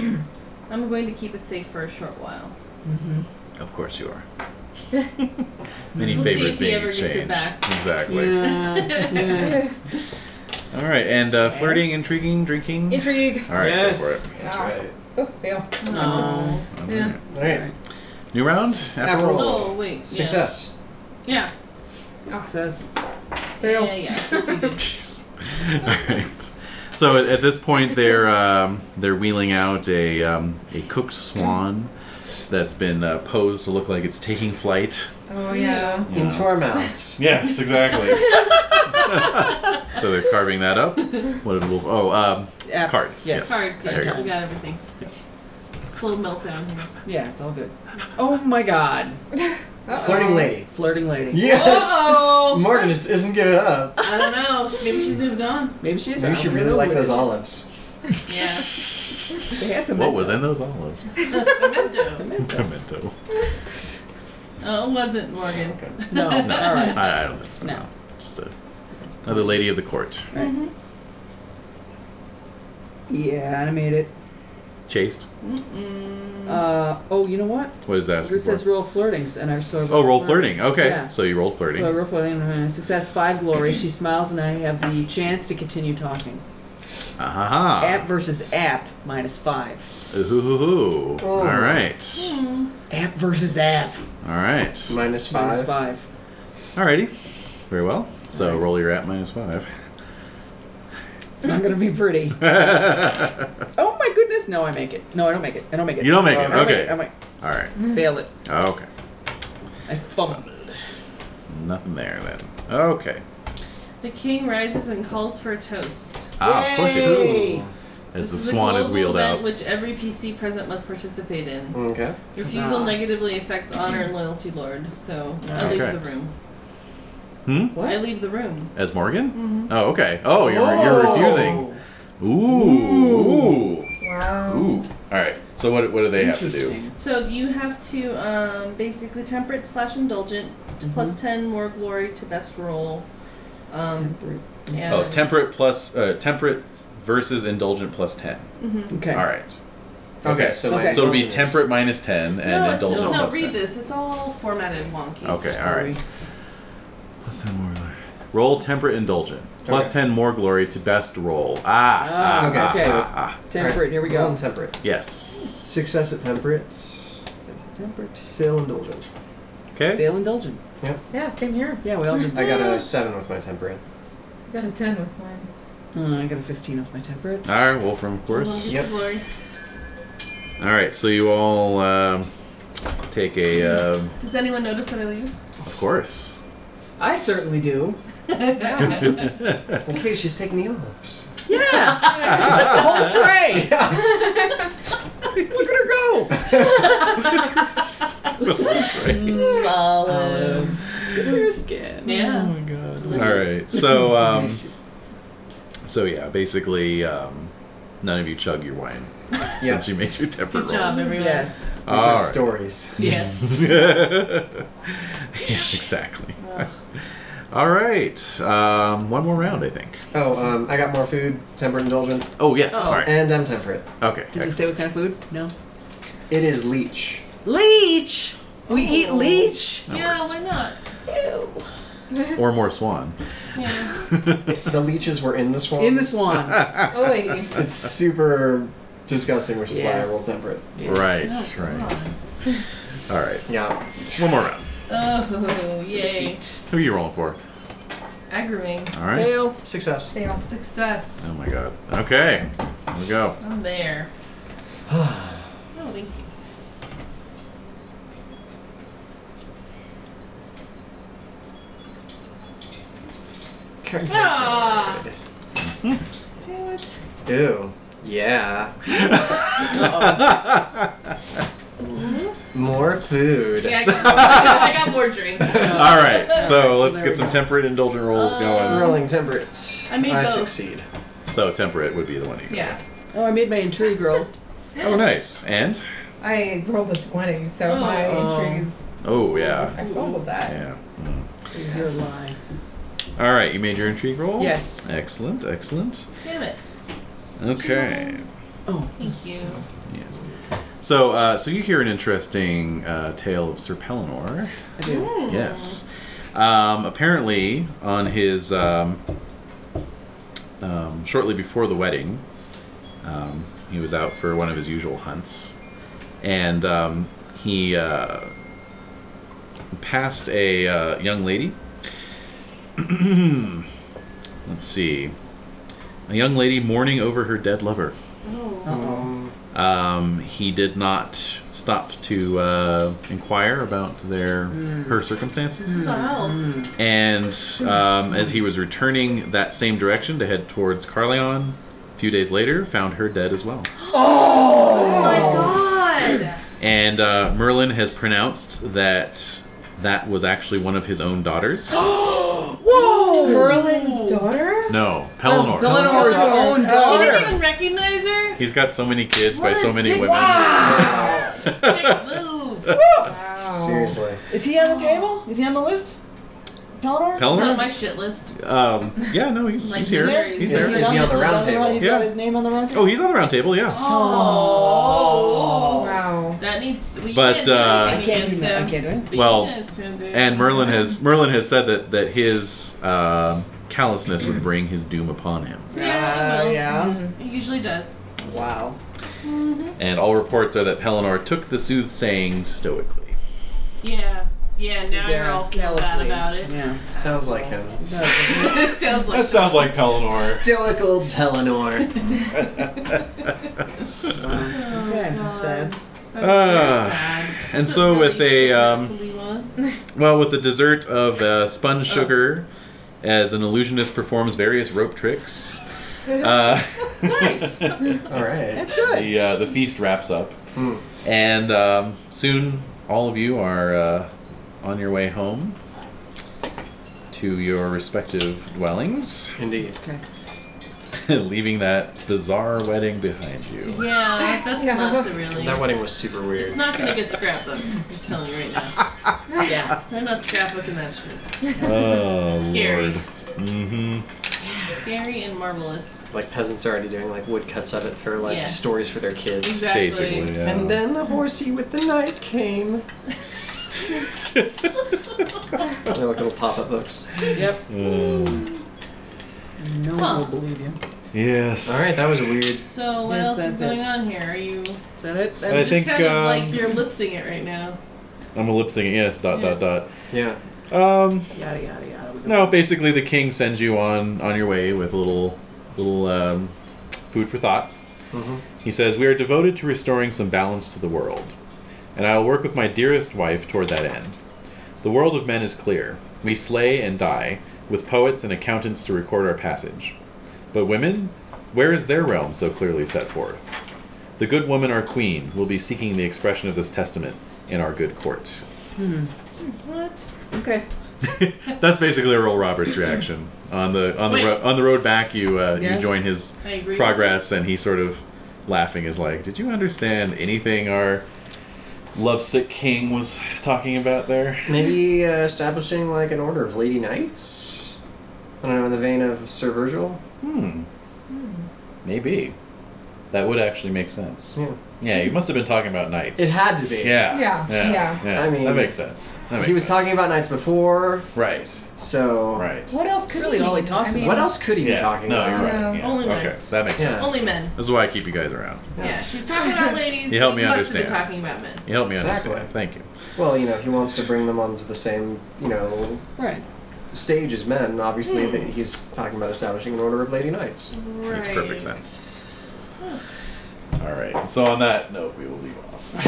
B: I'm going to keep it safe for a short while.
E: Mm-hmm.
D: Of course you are. Many
B: We'll see
D: favors
B: if he
D: being
B: ever gets it
D: exchanged.
B: back.
D: Exactly.
E: Yeah. yeah.
D: All right, and uh, flirting, intriguing, drinking.
G: Intrigue.
D: All right,
E: Yes.
D: go for it.
C: That's right.
G: Oh, fail.
E: Oh.
D: All
B: Yeah.
D: right.
C: All right.
D: New round.
C: App roll.
B: Oh wait. yeah.
C: Success.
B: Yeah.
E: Success.
B: Yeah.
E: Fail.
B: Yeah. yeah. Succeeded.
D: Jeez. All right. So at, at this point, they're um, they're wheeling out a um, a cooked swan that's been uh, posed to look like it's taking flight.
G: Oh yeah.
D: You
C: Into
D: know.
C: our mouths.
D: Yes, exactly. so they're carving that up. What will? Oh, um,
E: App-
D: cards.
E: yes.
B: Cards.
D: There you
B: Yeah.
D: go.
B: We got everything. Slow meltdown here.
E: Yeah, it's all good. Oh my god. Oh.
C: Flirting lady.
E: Flirting lady.
C: Yes.
B: Oh.
C: Morgan just isn't giving up.
B: I don't know. Maybe she's moved on.
E: Maybe she is.
C: Maybe
E: I
C: she
E: don't
C: really
E: know
C: liked
E: what
C: those
E: it is.
C: olives.
B: Yeah.
E: They had
D: What
E: pimento.
D: was in those olives?
B: Memento.
E: Pimento.
D: Pimento.
B: Oh, it wasn't Morgan.
E: No. All
D: No,
E: right.
D: I, I don't think so.
E: No.
D: No. Just a, another lady of the court.
E: Yeah, I made it.
D: Chased.
B: Mm-mm.
E: Uh, oh, you know what?
D: What is that?
E: It says roll flirtings, and I so I
D: oh, roll flirting. Okay.
E: Yeah.
D: So you roll flirting.
E: So I roll flirting. uh, Success five glory. She smiles, and I have the chance to continue talking.
D: Ah-ha-ha.
E: App versus app minus five.
D: Ooh-hoo-hoo.
C: Oh.
D: All right.
E: App versus app
D: All right.
C: Minus
E: minus
C: five.
E: five.
D: Alrighty. Very well. So roll your at minus five.
E: It's not gonna be pretty.
D: you
E: Oh my goodness! No, I make it. No, I don't make it. I don't make it.
D: don't make
E: I
D: it.
E: don't make
D: Okay.
E: it. I might
D: All right.
E: fail it.
D: Okay.
E: I fumbled.
D: Nothing there then. Okay.
B: The king rises and calls for a toast.
D: Ah, of course you
E: Yay!
D: do. As
B: This
D: the
B: is a
D: swan is
B: global
D: wheeled
B: event
D: out.
B: Which every PC present must participate in.
C: Okay.
B: Refusal
E: Huzzah.
B: negatively affects honor and loyalty, Lord. So I leave
D: Okay.
B: the room.
D: Hmm?
B: I leave the room.
D: As Morgan? Oh, okay. Oh, you're, you're refusing. Ooh. Ooh.
G: Wow.
D: Ooh. All right. So what, what do they have to do?
E: Interesting.
B: So you have to um, basically temperate slash indulgent
D: Mm-hmm.
B: plus ten more glory to best roll. Um, and
D: Oh, temperate plus uh, temperate versus indulgent plus ten.
B: Mm-hmm.
E: Okay.
D: All right.
C: Okay. So my
E: Okay.
D: So it'll be
C: indulgence.
D: temperate minus ten and
B: no, it's,
D: indulgent
B: no,
D: plus
B: read
D: ten.
B: this. It's all formatted wonky.
D: Okay. All
E: Sorry.
D: right. Plus ten more. Roll temperate indulgent. Plus
C: Okay.
D: 10 more glory to best roll. Ah.
E: Ah,
D: ah,
C: okay,
D: ah,
C: so-
D: ah, ah.
E: Temperate, here we
C: Roll
E: go.
C: and temperate.
D: Yes.
C: Success at temperate.
E: Temperate.
C: Fail indulgent.
D: Okay.
E: Fail indulgent.
G: Yeah, same here.
E: Yeah, we all did.
C: I got a seven with my temperate.
G: I got a 10 with mine.
E: Uh, I got a 15 off my temperate.
D: All right, Wolfram, of course.
C: Yep.
B: Glory.
D: All right, so you all um, take a. Uh,
B: Does anyone notice that I leave?
D: of course.
E: I certainly do.
C: Okay, she's taking the envelopes.
E: Yeah. the
D: All
E: whole tray. Look at her go.
K: Olives.
E: Good for your skin.
B: Oh
K: Yeah.
D: right, so um,
E: Delicious.
D: so yeah, basically, um, none of you chug your wine
C: Yeah.
D: since you made your temperate
B: Good job,
D: rolls.
B: everyone.
E: yes.
C: We've heard
D: All right.
C: stories.
K: Yes.
D: yeah, exactly. All right, um, one more round, I think.
C: Oh, um, I got more food, temperate indulgent,
D: Oh yes, all right.
C: and I'm temperate.
D: Okay.
E: Does it say what kind of food? No.
C: It is leech.
E: Leech. We eat leech.
D: That
B: yeah,
D: works.
B: why not?
D: Or more swan.
B: Yeah.
C: The leeches were in the swamp.
E: In the swan.
G: Oh, wait.
C: It's super disgusting, which is
E: Yes.
C: why I rolled temperate.
D: Right, right. All right,
C: Yeah.
D: one more round.
B: Oh, yay.
D: Who are you rolling for?
B: Aggravating.
D: All right.
E: Fail.
C: Success.
G: Fail.
B: Success.
D: Oh my god. Okay, here we go.
B: I'm there. No, thank you. Ah! Do it.
C: Ew. Yeah. More food.
B: Yeah, I got more, I got more drinks.
D: All right, so let's
E: there
D: get
E: we
D: some
E: go.
D: temperate indulgent rolls going.
C: Rolling temperates.
B: I made both.
C: succeed.
D: So temperate would be the one you go.
B: Yeah.
E: Oh, I made my intrigue roll.
D: with. Oh, nice. And
G: I rolled a 20, so
B: Oh.
G: my entries.
D: oh yeah,
G: I fumbled that.
D: yeah. Mm.
E: You're a lie.
D: All right, you made your intrigue roll.
E: Yes.
D: Excellent, excellent.
B: Damn it.
D: Okay.
E: Oh.
B: Thank you.
D: Yes. So, uh, so you hear an interesting uh, tale of Sir Pellinor.
E: I do.
D: Yes. Um, apparently, on his um, um, shortly before the wedding, um, he was out for one of his usual hunts, and um, he uh, passed a uh, young lady. Let's see, a young lady mourning over her dead lover.
C: Um,
D: Um, he did not stop to uh, inquire about their her circumstances.
B: What the hell?
D: And um, as he was returning that same direction to head towards Carleon, a few days later, found her dead as well.
B: Oh my god!
D: And uh, Merlin has pronounced that that was actually one of his own daughters.
G: Merlin's daughter?
D: no, Pellinor.
E: Eleanor's own
B: You didn't
E: daughter.
B: even recognize her?
D: He's got so many kids by so many women.
B: Dick move.
G: Wow.
C: seriously.
E: Is he on the table? Is he on the list? Pellinor?
B: It's not my
D: Pellinor?
B: shit list.
D: Um, yeah, no, he's,
B: Like,
D: he's
B: he's
D: here.
B: there?
D: He's
C: Is
D: there.
C: he on the round
E: He's
C: table?
E: He's
D: Yeah.
E: got his name on the round table.
D: Oh, he's on the round table, yeah.
E: Oh.
G: Wow.
B: That needs. Well, you
D: But,
B: can't do
D: uh,
B: anything
E: I can't do
B: against
E: that.
B: him.
E: I can't do it.
B: But you
D: Well,
B: guys can do it.
D: And Merlin has Merlin has said that that his um callousness would bring his doom upon him.
B: Yeah, Mm-hmm.
E: Ah,
B: he will.
E: yeah.
B: It usually does.
E: Wow.
D: And all reports are that Pellinor took the soothsaying stoically.
B: Yeah. Yeah, now you're all feeling bad
E: callously.
B: about it.
E: Yeah.
C: Sounds like him.
B: it sounds like
D: sounds like Pellinor.
C: Stoic old Pellinor.
E: Okay, that's sad.
B: that was Oh, very
D: Ah.
B: sad.
D: and
B: That's
D: so
B: really
D: with a,
B: shit
D: um,
B: to leave on.
D: well, with the dessert of uh, spun sugar, as an illusionist performs various rope tricks. Uh,
E: Nice.
C: All right.
E: That's good.
D: the uh, the feast wraps up,
C: Hmm.
D: and um, soon all of you are uh, on your way home to your respective dwellings,
C: Indeed.
D: leaving that bizarre wedding behind you.
B: Yeah, that's
G: Yeah.
B: not to really.
C: That wedding was super weird.
B: It's not gonna get scrapbooked. I'm just telling you right now. yeah, they're not scrapbooking that shit.
D: Oh,
B: Scary.
D: Lord. Mm-hmm.
B: Scary and marvelous.
C: Like peasants are already doing like woodcuts of it for like
B: Yeah.
C: stories for their kids.
B: Exactly.
D: Basically, yeah.
C: And then the horsey with the knife came. They're like little pop-up books.
E: Yep.
D: Uh,
E: No one will believe you.
D: yes.
C: All right, that was weird.
B: So what
E: Yes,
B: else is
E: that's
B: going
E: it.
B: on here? Are you
E: Is that it?
D: I
B: just
D: think,
B: kind of
D: um,
B: like you're lipsing it right now?
D: I'm a lip syncing. Yes. Dot. Dot.
C: Yeah.
D: Dot. Um.
E: Yada yada yada. We go-
D: No. Basically, the king sends you on on your way with a little little um, food for thought.
C: Mm-hmm.
D: He says, We are devoted to restoring some balance to the world, and I will work with my dearest wife toward that end. The world of men is clear. We slay and die, with poets and accountants to record our passage. But women, where is their realm so clearly set forth? The good woman, our queen, will be seeking the expression of this testament in our good court.
B: What?
E: Okay.
D: That's basically Earl Roberts' reaction on the on the
B: Wait.
D: ro- on the road back. You uh,
E: Yeah.
D: you join his
B: I agree.
D: progress, and he sort of laughing is like, "Did you understand anything our lovesick king was talking about there?"
C: Maybe uh, establishing like an order of lady knights. I don't know, in the vein of Sir Virgil.
D: Hmm. Maybe that would actually make sense.
C: Yeah.
D: Yeah, you must have been talking about knights.
C: It had to be.
D: yeah.
G: Yeah, yeah.
D: yeah.
C: I mean,
D: that makes sense. That makes
C: He was
D: sense.
C: talking about knights before,
D: Right.
C: so
D: Right.
G: What else could
E: Really
G: he
E: all he
G: mean?
E: talks
G: I mean,
C: what else could he
D: Yeah.
C: be talking
D: no,
C: about?
D: you're right.
G: Yeah.
D: Yeah.
B: Only
D: okay,
B: knights.
D: that makes
C: Yeah.
D: sense.
B: Only men.
D: This is why I keep you guys around.
B: Yeah. she was talking about ladies.
D: You helped
B: but
D: me
B: he must have been
D: understand.
B: talking about men.
D: You help me
C: Exactly.
D: understand. Thank you.
C: Well, you know, if he wants to bring them onto the same, you know,
E: Right.
C: stage as men, obviously that he's talking about establishing an order of lady knights.
B: Right.
D: Makes perfect sense. All right. So on that note, we will leave off.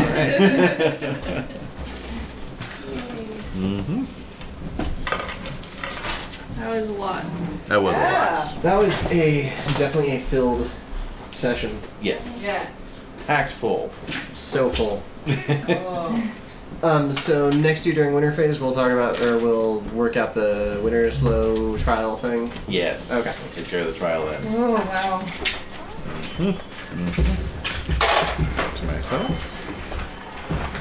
D: mm-hmm.
B: That was a lot.
D: That was a lot.
C: That was a definitely a filled session.
D: Yes.
L: Yes.
D: Packed full.
C: So full.
E: Oh.
C: Um, so next year during winter phase, we'll talk about or we'll work out the winter slow trial thing.
D: yes.
C: Okay.
D: We'll take care of the trial then.
G: Oh wow.
D: To myself.